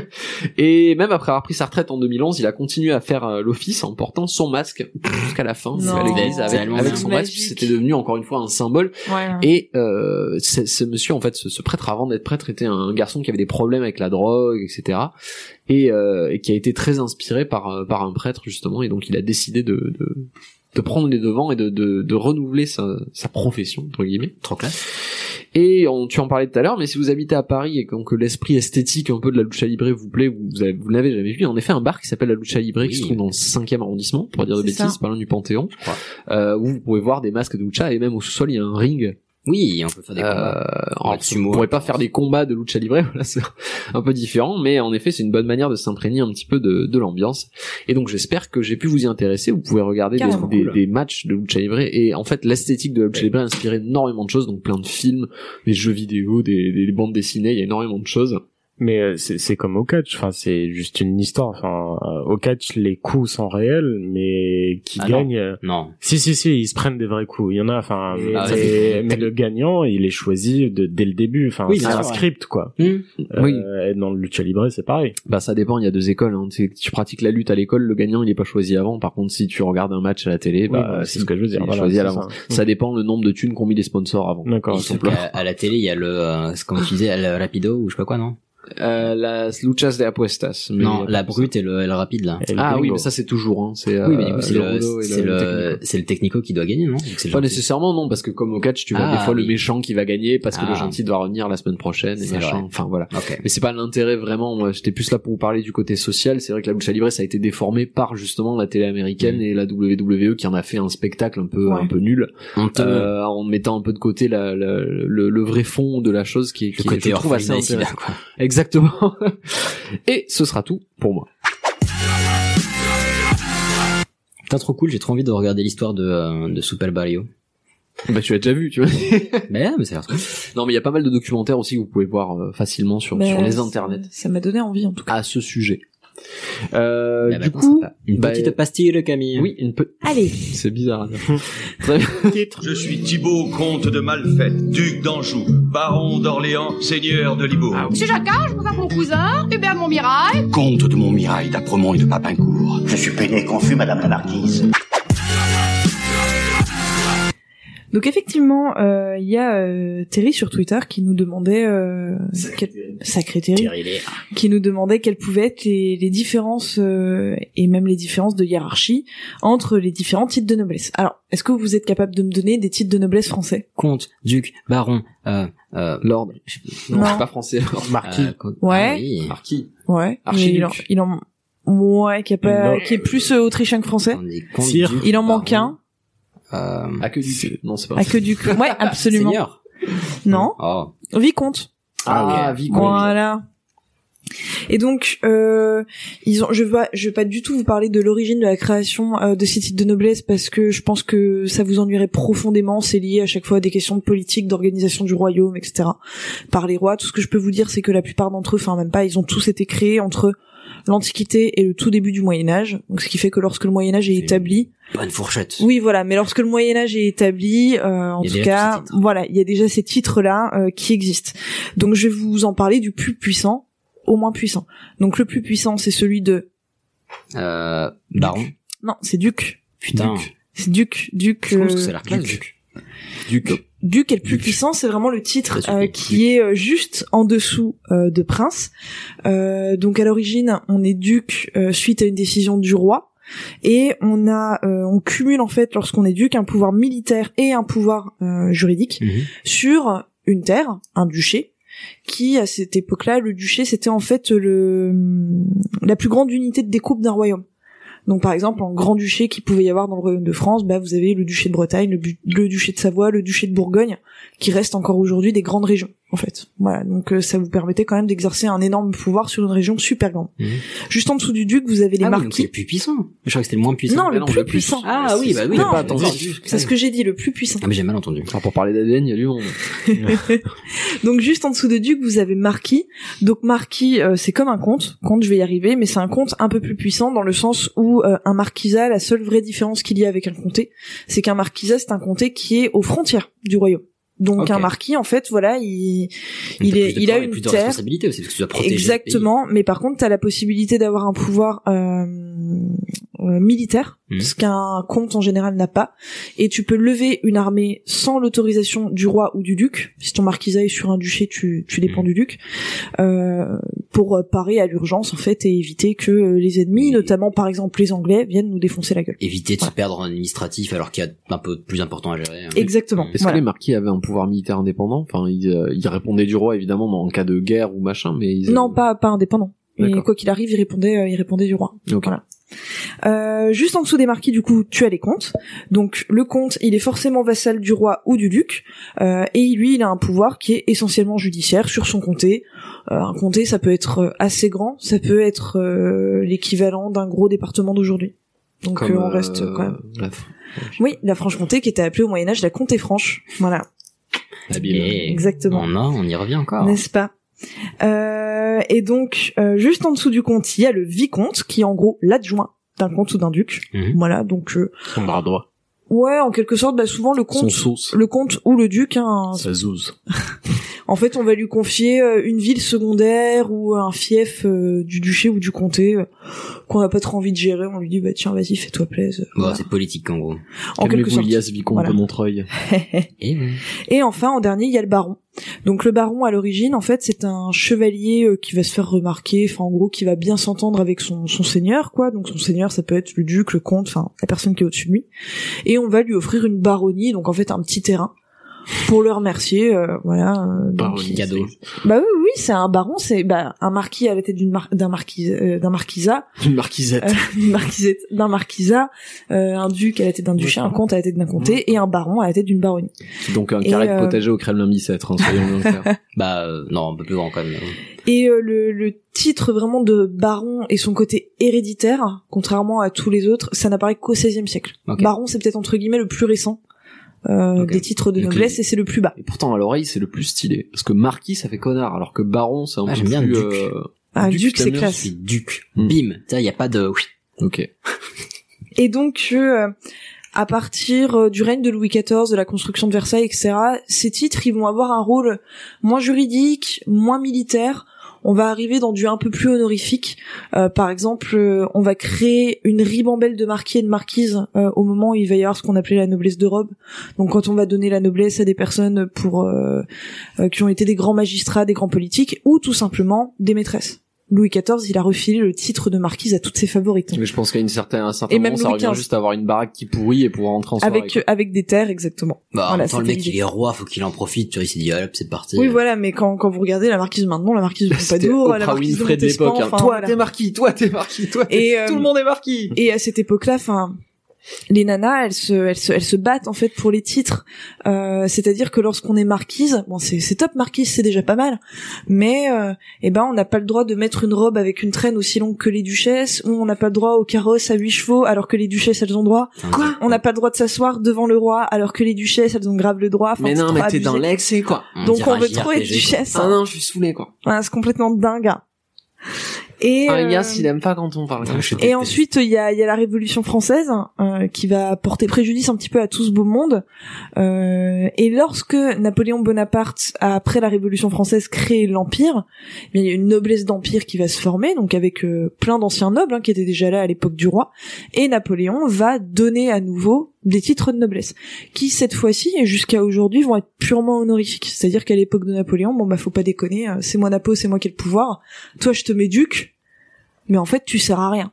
Speaker 4: et même après avoir pris sa retraite en 2011, il a continué à faire euh, l'office en portant son masque jusqu'à la fin.
Speaker 1: Non.
Speaker 4: à l'église
Speaker 1: C'est
Speaker 4: avec,
Speaker 2: tellement
Speaker 4: avec
Speaker 2: bien.
Speaker 4: son masque,
Speaker 1: Magique.
Speaker 4: c'était devenu encore une fois un symbole.
Speaker 1: Ouais.
Speaker 4: Et euh, ce ce monsieur, en fait, ce, ce prêtre, avant d'être prêtre, était un garçon qui avait des problèmes avec la drogue, etc. Et, euh, et qui a été très inspiré par, euh, par un prêtre, justement. Et donc, il a décidé de, de, de prendre les devants et de, de, de renouveler sa, sa profession, entre guillemets.
Speaker 2: Trop classe.
Speaker 4: Et on, tu en parlais tout à l'heure, mais si vous habitez à Paris et que, que l'esprit esthétique un peu de la lucha libre vous plaît, vous, vous, avez- vous l'avez jamais vu, il y a en effet un bar qui s'appelle la lucha libre qui
Speaker 2: Oui.
Speaker 4: se trouve dans le 5e arrondissement, pour pas dire de
Speaker 1: C'est ça.
Speaker 4: bêtises, pas loin du Panthéon, euh, où vous pouvez voir des masques de lucha et même au sous-sol il y a un ring
Speaker 2: Oui, on peut faire des combats.
Speaker 4: euh,
Speaker 2: Ouais,
Speaker 4: alors,
Speaker 2: de
Speaker 4: on
Speaker 2: sumo,
Speaker 4: pourrait pas
Speaker 2: je
Speaker 4: faire
Speaker 2: pense.
Speaker 4: des combats de lucha libre, voilà, c'est un peu différent, mais en effet, c'est une bonne manière de s'imprégner un petit peu de, de l'ambiance. Et donc, j'espère que j'ai pu vous y intéresser. Vous pouvez regarder des,
Speaker 1: Carrément.
Speaker 4: des-
Speaker 2: Cool.
Speaker 4: des matchs de lucha libre, et en fait, l'esthétique de la lucha libre a inspiré énormément de choses, donc plein de films, des jeux vidéo, des, des bandes dessinées, il y a énormément de choses.
Speaker 3: Mais euh, c'est c'est comme au catch, enfin c'est juste une histoire. Enfin euh, au catch, les coups sont réels, mais qui
Speaker 2: Ah non.
Speaker 3: gagne euh,
Speaker 2: Non.
Speaker 3: Si si si, ils se prennent des vrais coups. Il y en a, enfin, mais,
Speaker 2: Ah,
Speaker 3: mais-
Speaker 2: c'est-
Speaker 3: mais le gagnant, il est choisi de, dès le début. Enfin,
Speaker 2: Oui,
Speaker 3: c'est
Speaker 2: bien
Speaker 3: un
Speaker 2: sûr, ouais.
Speaker 3: script quoi.
Speaker 4: hmm. Oui.
Speaker 3: Euh, et dans le lucha libre, c'est pareil.
Speaker 4: Bah, ça dépend, il y a deux écoles. Hein. Tu, sais, tu pratiques la lutte à l'école, le gagnant, il est pas choisi avant. Par contre, si tu regardes un match à la télé,
Speaker 3: Oui,
Speaker 4: bah,
Speaker 3: bah, c'est ce que je veux dire.
Speaker 4: il est
Speaker 3: Voilà,
Speaker 4: choisi à
Speaker 3: c'est
Speaker 4: l'avance. Mm.
Speaker 3: ça.
Speaker 4: Ça dépend le nombre de thunes qu'ont mis les sponsors avant.
Speaker 3: D'accord.
Speaker 2: Il se trouve qu'à- à la télé, il y a le, euh, c'est comme tu disais, le rapido ou je sais pas quoi, non
Speaker 4: Euh, la luchas de apuestas. mais-
Speaker 2: Non, la brute et le, et le rapide là.
Speaker 3: Et le
Speaker 4: Ah oui,
Speaker 3: gringo.
Speaker 4: mais ça c'est toujours. Hein. C'est
Speaker 2: oui,
Speaker 4: euh,
Speaker 2: mais du coup, c'est le,
Speaker 4: Rodo et
Speaker 2: c'est
Speaker 4: le
Speaker 2: le,
Speaker 4: Technico.
Speaker 2: c'est le technico qui doit gagner, non Ou c'est le
Speaker 4: Pas
Speaker 2: gentil
Speaker 4: nécessairement non, parce que comme au catch, tu vois
Speaker 2: Ah,
Speaker 4: des fois le
Speaker 2: oui.
Speaker 4: méchant qui va gagner parce que le
Speaker 2: Ah.
Speaker 4: gentil doit revenir la semaine prochaine et
Speaker 2: C'est
Speaker 4: machin.
Speaker 2: vrai.
Speaker 4: Enfin voilà.
Speaker 2: Ok.
Speaker 4: Mais c'est pas l'intérêt vraiment. Moi, j'étais plus là pour vous parler du côté social. C'est vrai que la lucha libre ça a été déformé par justement la télé américaine
Speaker 2: Mm.
Speaker 4: et la WWE qui en a fait un spectacle un peu
Speaker 1: Ouais.
Speaker 4: un peu nul
Speaker 2: Honteux.
Speaker 4: euh, en mettant un peu de côté la, la- le, le vrai fond de la chose qui est
Speaker 2: le
Speaker 4: qui est,
Speaker 2: côté
Speaker 4: je trouve assez
Speaker 2: orphelinat ici,
Speaker 4: intéressant.
Speaker 2: là, quoi.
Speaker 4: Exactement. et ce sera tout pour moi.
Speaker 2: Putain, trop cool, j'ai trop envie de regarder l'histoire de, euh, de Super Barrio.
Speaker 4: Bah tu l'as déjà vu, tu vois.
Speaker 2: Mais, mais ça a l'air trop
Speaker 4: Non, mais il y a pas mal de documentaires aussi que vous pouvez voir euh, facilement sur,
Speaker 1: Mais
Speaker 4: sur les
Speaker 1: ça-
Speaker 4: internets
Speaker 1: Bah, Ça m'a donné envie en tout cas.
Speaker 4: à ce sujet. Euh,
Speaker 2: Ah bah
Speaker 4: du
Speaker 2: non,
Speaker 4: coup,
Speaker 2: Une
Speaker 4: bah,
Speaker 2: petite pastille, le Camille.
Speaker 4: oui, une pe-
Speaker 1: Allez.
Speaker 4: c'est bizarre. à dire. Très bien.
Speaker 8: Je suis Thibaut, comte de Malfête, duc d'Anjou, baron d'Orléans, seigneur de Libourg.
Speaker 11: Monsieur Jacquard, je préfère mon cousin, Hubert Montmirail.
Speaker 8: Comte de Montmirail, d'Apremont et de Papincourt. Je suis peiné et confus, madame la marquise.
Speaker 1: Donc effectivement, euh, il y a euh, Terry sur Twitter qui nous demandait euh, quel- sacré Terry, qui nous demandait quelles pouvaient être les, les différences euh, et même les différences de hiérarchie entre les différents titres de noblesse. Alors, est-ce que vous êtes capable de me donner des titres de noblesse français
Speaker 2: Comte, duc, baron, euh, euh,
Speaker 4: Lord. Non,
Speaker 1: Non.
Speaker 4: c'est pas français. Lord.
Speaker 3: Marquis.
Speaker 2: euh, co-
Speaker 1: Ouais.
Speaker 2: ah oui.
Speaker 4: Marquis.
Speaker 1: Ouais.
Speaker 4: Archiduc.
Speaker 1: Il en, il en ouais, qui est pas,
Speaker 3: Non.
Speaker 1: qui est plus euh, autrichien que français.
Speaker 2: On est comte,
Speaker 3: Sire.
Speaker 2: duc,
Speaker 1: Il en
Speaker 2: baron,
Speaker 1: manque un,
Speaker 2: Euh,
Speaker 4: Ah, que du... Non, c'est pas
Speaker 1: à que du Ouais, absolument.
Speaker 2: Seigneur.
Speaker 1: Non,
Speaker 2: Oh.
Speaker 1: vicomte.
Speaker 4: Ah, oui.
Speaker 1: Voilà. Et donc, euh, ils ont, je vais, pas- je vais pas du tout vous parler de l'origine de la création euh, de ces titres de noblesse parce que je pense que ça vous ennuierait profondément. C'est lié à chaque fois à des questions de politique, d'organisation du royaume, etc. Par les rois. Tout ce que je peux vous dire, c'est que la plupart d'entre eux, enfin même pas, ils ont tous été créés entre l'Antiquité et le tout début du Moyen Âge. Donc, ce qui fait que lorsque le Moyen Âge est
Speaker 2: C'est-
Speaker 1: établi,
Speaker 2: Bonne fourchette.
Speaker 1: oui, voilà. Mais lorsque le Moyen Âge est établi, euh, en
Speaker 2: Il y a
Speaker 1: tout
Speaker 2: déjà tous ces
Speaker 1: cas,
Speaker 2: titres.
Speaker 1: voilà, il y a déjà ces titres-là euh, qui existent. Donc je vais vous en parler du plus puissant au moins puissant. Donc le plus puissant, c'est celui de
Speaker 2: Euh, baron.
Speaker 1: non, c'est duc.
Speaker 2: Putain.
Speaker 1: C'est duc, duc.
Speaker 2: Je pense que
Speaker 1: euh,
Speaker 2: c'est la classe.
Speaker 4: duc.
Speaker 2: duc.
Speaker 4: Duc.
Speaker 1: Duc est le plus
Speaker 2: Duc.
Speaker 1: puissant, c'est vraiment le titre
Speaker 2: Très
Speaker 1: euh,
Speaker 2: joli, duc.
Speaker 1: qui est euh, juste en dessous euh, de prince. Euh, donc à l'origine, on est duc euh, suite à une décision du roi. Et on a, euh, on cumule en fait lorsqu'on est duc un pouvoir militaire et un pouvoir euh, juridique
Speaker 2: Mhm.
Speaker 1: sur une terre, un duché, qui à cette époque-là, le duché, c'était en fait le la plus grande unité de découpe d'un royaume. Donc par exemple, en grand duché qu'il pouvait y avoir dans le royaume de France, bah vous avez le duché de Bretagne, le, bu- le duché de Savoie, le duché de Bourgogne, qui restent encore aujourd'hui des grandes régions en fait. Voilà, donc euh, ça vous permettait quand même d'exercer un énorme pouvoir sur une région super grande.
Speaker 2: Mhm.
Speaker 1: Juste en dessous du duc, vous avez les
Speaker 2: Ah oui, donc
Speaker 1: marquis.
Speaker 2: c'est le plus puissant. Je crois que c'était le moins puissant.
Speaker 1: Non, le plus puissant.
Speaker 2: Ah oui, bah oui.
Speaker 1: Non,
Speaker 2: pas
Speaker 1: mais
Speaker 2: entendu.
Speaker 1: c'est ce que j'ai dit, le plus puissant.
Speaker 2: Ah mais j'ai mal entendu.
Speaker 4: Alors, pour parler d'ADN, il y a du monde.
Speaker 1: Donc juste en dessous de Duc, vous avez Marquis. Donc Marquis, euh, c'est comme un comte. Comte, je vais y arriver, mais c'est un comte un peu plus puissant dans le sens où euh, un marquisat, la seule vraie différence qu'il y a avec un comté, c'est qu'un marquisat, c'est un comté qui est aux frontières du royaume. Donc
Speaker 2: Ok.
Speaker 1: un marquis, en fait, voilà, il,
Speaker 2: Donc,
Speaker 1: il
Speaker 2: t'as
Speaker 1: est,
Speaker 2: plus de
Speaker 1: il a
Speaker 2: pouvoir et
Speaker 1: une
Speaker 2: plus de
Speaker 1: terre.
Speaker 2: responsabilité aussi parce que tu dois protéger. le
Speaker 1: Exactement, mais par contre, t'as la possibilité d'avoir un pouvoir euh, euh, militaire,
Speaker 2: Mhm.
Speaker 1: ce qu'un comte en général n'a pas, et tu peux lever une armée sans l'autorisation du roi ou du duc. Si ton marquisat est sur un duché, tu, tu dépends
Speaker 2: Mhm.
Speaker 1: du duc, euh, pour euh, parer à l'urgence en fait et éviter que euh, les ennemis,
Speaker 2: Et-
Speaker 1: notamment par exemple les Anglais, viennent nous défoncer la gueule.
Speaker 2: pays. Éviter de se
Speaker 1: Ouais.
Speaker 2: perdre en administratif alors qu'il y a un peu plus important à gérer. hein.
Speaker 1: Exactement.
Speaker 4: Est-ce
Speaker 1: voilà.
Speaker 4: que les marquis avaient un pouvoir militaire indépendant Enfin, ils, euh, ils répondaient du roi, évidemment, en cas de guerre ou machin, mais ils...
Speaker 1: Non, pas pas indépendant. Et
Speaker 4: D'accord.
Speaker 1: quoi qu'il arrive, il répondait, euh, il répondait du roi.
Speaker 4: Ok.
Speaker 1: Voilà. Euh, juste en dessous des marquis, du coup, tu as les comtes. Donc le comte, il est forcément vassal du roi ou du duc, euh, et lui, il a un pouvoir qui est essentiellement judiciaire sur son comté. Euh, un comté, ça peut être euh, assez grand, ça peut être euh, l'équivalent d'un gros département d'aujourd'hui. Donc
Speaker 4: Comme,
Speaker 1: euh, on reste
Speaker 4: euh,
Speaker 1: quand même.
Speaker 4: la-
Speaker 1: Oui, la Franche-Comté qui était appelée au Moyen Âge la Comté Franche. Voilà,
Speaker 4: Habile.
Speaker 2: Et
Speaker 1: Eh, exactement.
Speaker 2: Eh, on a, on y revient encore.
Speaker 1: N'est-ce pas Euh, Et donc, euh, juste en dessous du comte, il y a le vicomte, qui est en gros l'adjoint d'un comte ou d'un duc.
Speaker 2: Mhm.
Speaker 1: Voilà, donc... euh,
Speaker 3: Son bras droit.
Speaker 1: ouais, en quelque sorte, bah, souvent le
Speaker 3: Son
Speaker 1: comte...
Speaker 3: sauce.
Speaker 1: Le comte ou le duc, hein,
Speaker 3: Sa zouze.
Speaker 1: en fait, on va lui confier euh, une ville secondaire ou un fief euh, du duché ou du comté euh, qu'on n'a pas trop envie de gérer. On lui dit, bah tiens, vas-y, fais-toi plaisir.
Speaker 2: Bon,
Speaker 1: Voilà.
Speaker 2: c'est politique en gros. Eh
Speaker 1: En quelque
Speaker 4: Calmez-vous,
Speaker 1: sorte.
Speaker 4: Ilias Vicomte
Speaker 1: Voilà.
Speaker 4: de Montreuil.
Speaker 2: Et oui.
Speaker 1: Et enfin, en dernier, il y a le baron. Donc le baron, à l'origine, en fait, c'est un chevalier euh, qui va se faire remarquer, enfin en gros, qui va bien s'entendre avec son, son seigneur, quoi. Donc son seigneur, ça peut être le duc, le comte, enfin la personne qui est au-dessus de lui. Et on va lui offrir une baronnie, donc en fait un petit terrain, pour le remercier, euh, voilà. euh, donc,
Speaker 2: Baronnie cadeau.
Speaker 1: Bah oui, oui, c'est un baron, c'est bah, un marquis à la tête d'une mar- d'un marquis euh, d'un marquisat,
Speaker 4: Une marquisette.
Speaker 1: euh, d'une marquisette, d'un marquisat, euh, un duc à la tête d'un duché, un comte à la tête d'un comté et un baron à la tête d'une baronnie.
Speaker 4: Donc un
Speaker 1: Et,
Speaker 4: carré
Speaker 1: euh,
Speaker 4: de potager au Kremlin Bicêtre, hein, soyons bien clairs.
Speaker 2: Bah euh, non, un peu plus grand quand même.
Speaker 1: Et euh, le, le titre vraiment de baron et son côté héréditaire, contrairement à tous les autres, ça n'apparaît qu'au XVIe siècle.
Speaker 2: Ok.
Speaker 1: Baron, c'est peut-être entre guillemets le plus récent euh,
Speaker 2: Ok.
Speaker 1: des titres de
Speaker 4: Donc,
Speaker 1: noblesse et c'est le plus bas.
Speaker 4: Et pourtant, à l'oreille, c'est le plus stylé. Parce que marquis, ça fait connard, alors que baron, c'est un
Speaker 2: Ah,
Speaker 4: peu
Speaker 2: j'aime bien
Speaker 4: plus...
Speaker 2: duc.
Speaker 4: euh,
Speaker 1: Ah, Duke, c'est
Speaker 2: Stammer,
Speaker 1: classe.
Speaker 2: Duke. Bim. Ça, y a pas de.
Speaker 4: Ok.
Speaker 1: Et donc, euh, à partir euh, du règne de Louis XIV, de la construction de Versailles, etc., ces titres, ils vont avoir un rôle moins juridique, moins militaire. On va arriver dans du un peu plus honorifique. Euh, par exemple, euh, on va créer une ribambelle de marquis et de marquises euh, au moment où il va y avoir ce qu'on appelait la noblesse de robe. Donc, quand on va donner la noblesse à des personnes pour euh, euh, qui ont été des grands magistrats, des grands politiques, ou tout simplement des maîtresses. Louis XIV, il a refilé le titre de marquise à toutes ses favorites.
Speaker 4: Mais je pense qu'à une certaine, à un certain
Speaker 1: Et même
Speaker 4: moment, ça
Speaker 1: Louis
Speaker 4: revient
Speaker 1: XV.
Speaker 4: juste à avoir une baraque qui pourrit et pouvoir rentrer en soirée.
Speaker 1: avec euh, avec des terres exactement.
Speaker 2: Bah, en
Speaker 1: Voilà,
Speaker 2: même temps, le
Speaker 1: c'était
Speaker 2: mec,
Speaker 1: l'idée.
Speaker 2: il est roi, faut qu'il en profite, tu vois, il s'est dit, hop, c'est parti.
Speaker 1: Oui voilà, mais quand quand vous regardez la marquise de maintenant, la marquise de
Speaker 4: euh, C'était
Speaker 1: Pompadour, la
Speaker 4: Oprah
Speaker 1: marquise de
Speaker 4: Winfrey de
Speaker 1: Montespan,
Speaker 4: l'époque, hein.
Speaker 1: enfin,
Speaker 4: Toi,
Speaker 1: voilà.
Speaker 4: t'es marquis, toi, t'es marquis, toi, t'es-
Speaker 1: Et, euh,
Speaker 4: tout le monde est marquis.
Speaker 1: Et à cette époque-là, enfin, les nanas, elles se, elles se, elles se battent en fait pour les titres. Euh, C'est-à-dire que lorsqu'on est marquise, bon, c'est c'est top marquise, c'est déjà pas mal, mais euh, eh ben, on n'a pas le droit de mettre une robe avec une traîne aussi longue que les duchesses, ou on n'a pas le droit au carrosse à huit chevaux, alors que les duchesses elles ont droit.
Speaker 2: Quoi
Speaker 1: On n'a pas le droit de s'asseoir devant le roi, alors que les duchesses elles ont grave le droit. Enfin,
Speaker 4: mais
Speaker 1: c'est
Speaker 4: non,
Speaker 1: trop
Speaker 4: mais t'es
Speaker 1: abusé.
Speaker 4: dans l'excès, quoi.
Speaker 1: Donc
Speaker 4: dirait
Speaker 1: on veut
Speaker 4: JRPG,
Speaker 1: trop être
Speaker 4: quoi.
Speaker 1: duchesse.
Speaker 4: Ah non, je suis saoulé, quoi.
Speaker 1: Voilà, c'est complètement dingue. Et
Speaker 4: Un gars,
Speaker 1: euh,
Speaker 4: s'il aime pas quand on parle. comme ça.
Speaker 1: et ensuite, il y a, il y a la Révolution française euh, qui va porter préjudice un petit peu à tout ce beau monde. Euh, et lorsque Napoléon Bonaparte, après la Révolution française, crée l'Empire, eh bien, il y a une noblesse d'empire qui va se former, donc avec euh, plein d'anciens nobles hein, qui étaient déjà là à l'époque du roi. Et Napoléon va donner à nouveau des titres de noblesse, qui cette fois-ci et jusqu'à aujourd'hui vont être purement honorifiques. C'est-à-dire qu'à l'époque de Napoléon, bon bah faut pas déconner, euh, c'est moi Napo, c'est moi qui ai le pouvoir. Toi, je te mets duc, mais en fait tu sers à rien.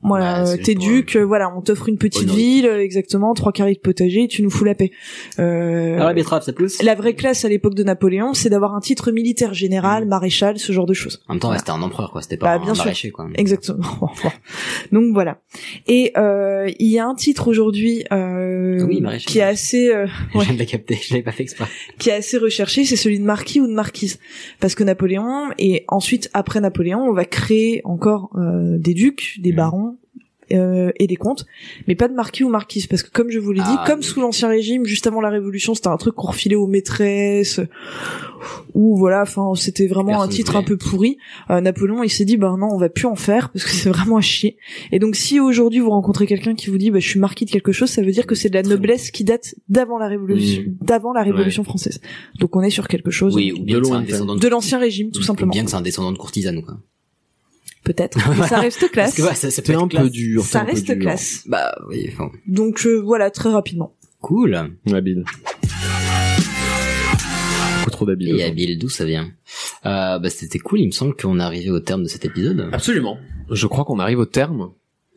Speaker 2: Bah,
Speaker 1: Voilà,
Speaker 12: Ouais,
Speaker 1: euh,
Speaker 12: c'est
Speaker 1: t'es
Speaker 12: pour,
Speaker 1: duc, euh, voilà, on t'offre une petite ville, euh, exactement, trois carrés de potager, et tu nous fous la paix. Euh,
Speaker 2: Ah, la betterave, ça pousse.
Speaker 1: la vraie classe à l'époque de Napoléon, c'est d'avoir un titre militaire général,
Speaker 2: Mm.
Speaker 1: maréchal, ce genre de choses.
Speaker 2: En même temps, ouais, c'était un empereur, quoi. C'était pas
Speaker 1: Bah,
Speaker 2: un
Speaker 1: bien sûr.
Speaker 2: maraîcher, quoi.
Speaker 1: Exactement. Donc voilà. Et euh, il y a un titre aujourd'hui euh,
Speaker 2: Oui, maréchal.
Speaker 1: qui est assez euh,
Speaker 2: Je viens de la capter, je l'avais pas fait exprès.
Speaker 1: qui est assez recherché, c'est celui de marquis ou de marquise, parce que Napoléon et ensuite après Napoléon, on va créer encore euh, des ducs,
Speaker 12: Mhm.
Speaker 1: des barons. euh, et des comtes, mais pas de marquis ou marquise, parce que comme je vous l'ai dit,
Speaker 12: Ah,
Speaker 1: comme
Speaker 12: oui.
Speaker 1: sous l'ancien régime, juste avant la Révolution, c'était un truc qu'on refilait aux maîtresses, ou voilà, enfin c'était vraiment un
Speaker 12: Personne
Speaker 1: titre
Speaker 12: voulait.
Speaker 1: un peu pourri. Euh, Napoléon, il s'est dit, ben non, on va plus en faire parce que c'est vraiment à chier. Et donc, si aujourd'hui vous rencontrez quelqu'un qui vous dit, bah je suis marquis de quelque chose, ça veut dire que c'est de la noblesse qui date d'avant la Révolution, d'avant la Révolution française. Donc, on est sur quelque chose
Speaker 2: Oui, ou bien
Speaker 1: de
Speaker 2: que c'est un
Speaker 1: loin,
Speaker 2: descendant
Speaker 1: de l'ancien régime, tout simplement.
Speaker 2: Bien que c'est un descendant de courtisane, quoi.
Speaker 1: Peut-être. Mais ça reste
Speaker 2: Parce
Speaker 1: classe.
Speaker 2: que, ouais, ça, ça peut être classe.
Speaker 1: Ça reste classe.
Speaker 2: Bah, oui, enfin.
Speaker 1: Donc euh, voilà, très rapidement.
Speaker 2: Cool.
Speaker 4: Habile. Beaucoup trop d'habile.
Speaker 2: Et habile, d'où ça vient? Euh, bah, c'était cool. Il me semble qu'on est arrivé au terme de cet épisode.
Speaker 4: Absolument. Je crois qu'on arrive au terme.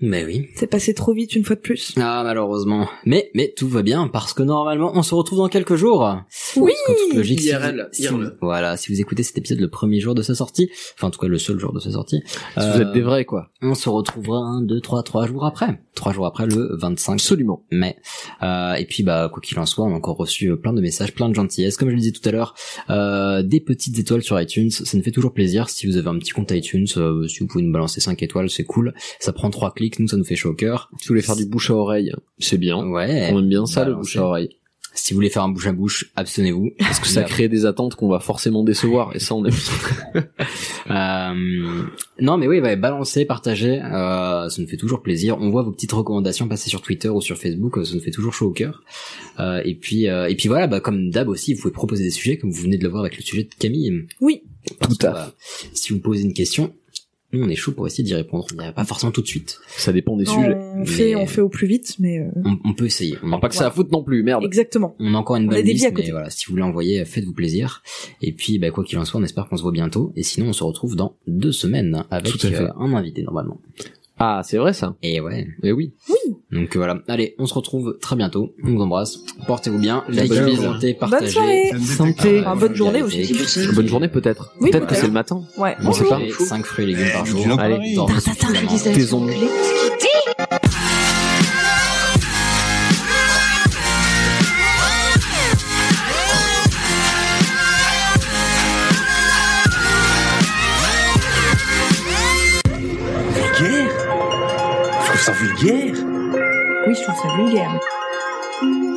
Speaker 2: Mais oui.
Speaker 1: C'est passé trop vite une fois de plus.
Speaker 2: Ah, malheureusement. Mais, mais tout va bien parce que normalement, on se retrouve dans quelques jours.
Speaker 1: Oui.
Speaker 2: Parce qu'en toute logique, si
Speaker 4: IRL,
Speaker 2: vous- si vous- voilà, si vous écoutez cet épisode le premier jour de sa sortie, enfin en tout cas le seul jour de sa sortie, euh,
Speaker 4: Si vous êtes des vrais, quoi.
Speaker 2: On se retrouvera un, deux, trois, trois jours après, trois jours après le 25
Speaker 4: Absolument.
Speaker 2: mai. Euh, et puis bah quoi qu'il en soit, on a encore reçu euh, plein de messages, plein de gentillesse, comme je le disais tout à l'heure, euh, des petites étoiles sur iTunes, ça nous fait toujours plaisir. Si vous avez un petit compte iTunes, euh, si vous pouvez nous balancer 5 étoiles, c'est cool. Ça prend trois clics, nous ça nous fait chaud au cœur.
Speaker 4: Si vous voulez faire du bouche à oreille, c'est bien.
Speaker 2: Ouais.
Speaker 4: Hein Bah, On aime bien ça, le
Speaker 2: Balancez.
Speaker 4: bouche à oreille.
Speaker 2: Si vous voulez faire un bouche à bouche, abstenez-vous.
Speaker 4: Parce que ça
Speaker 2: Il y a-
Speaker 4: crée des attentes qu'on va forcément décevoir, et ça, on aime
Speaker 2: Euh, non, mais oui, ouais, balancer, partager, euh, ça nous fait toujours plaisir. On voit vos petites recommandations passer sur Twitter ou sur Facebook, euh, ça nous fait toujours chaud au cœur. Euh, et puis, euh, et puis voilà, bah, comme d'hab aussi, vous pouvez proposer des sujets, comme vous venez de le voir avec le sujet de Camille.
Speaker 1: Oui.
Speaker 2: Tout à si vous posez une question, nous on est chaud pour essayer d'y répondre. On n'y arrive pas forcément tout de suite.
Speaker 4: Ça dépend des
Speaker 1: Non, on fait, on fait au plus vite, mais euh,
Speaker 2: On, on peut essayer. On
Speaker 4: Pas que ça à foutre non plus, merde.
Speaker 1: exactement.
Speaker 2: on a encore une
Speaker 1: On a
Speaker 2: bonne
Speaker 1: des vies à
Speaker 2: liste,
Speaker 1: côté.
Speaker 2: mais voilà, si vous voulez envoyer, faites-vous plaisir. Et puis, bah, quoi qu'il en soit, on espère qu'on se voit bientôt. Et sinon, on se retrouve dans deux semaines avec
Speaker 4: Tout à fait.
Speaker 2: euh, un invité normalement.
Speaker 4: Ah, c'est vrai ça.
Speaker 2: Et ouais.
Speaker 4: Et oui.
Speaker 2: Donc euh, voilà. Allez, on se retrouve très bientôt. On vous embrasse. Portez-vous bien.
Speaker 4: Bonne
Speaker 2: Likez,
Speaker 4: journée.
Speaker 2: commentez,
Speaker 4: Bonne
Speaker 2: partagez.
Speaker 4: soirée. Santé.
Speaker 2: Ah,
Speaker 4: Enfin, bonne journée
Speaker 2: regardez.
Speaker 4: aussi. Bonne journée, peut-être.
Speaker 2: Oui,
Speaker 4: Peut-être que
Speaker 2: peut-être.
Speaker 4: c'est le matin.
Speaker 1: Ouais.
Speaker 4: On sait pas.
Speaker 2: 5 fruits et légumes
Speaker 8: Eh,
Speaker 2: par jour.
Speaker 4: Allez,
Speaker 2: dormez suffisamment.
Speaker 4: Taisons-nous.
Speaker 13: Vulgaire Je trouve ça vulgaire
Speaker 10: tá
Speaker 14: Oui, je trouve ça vulgaire.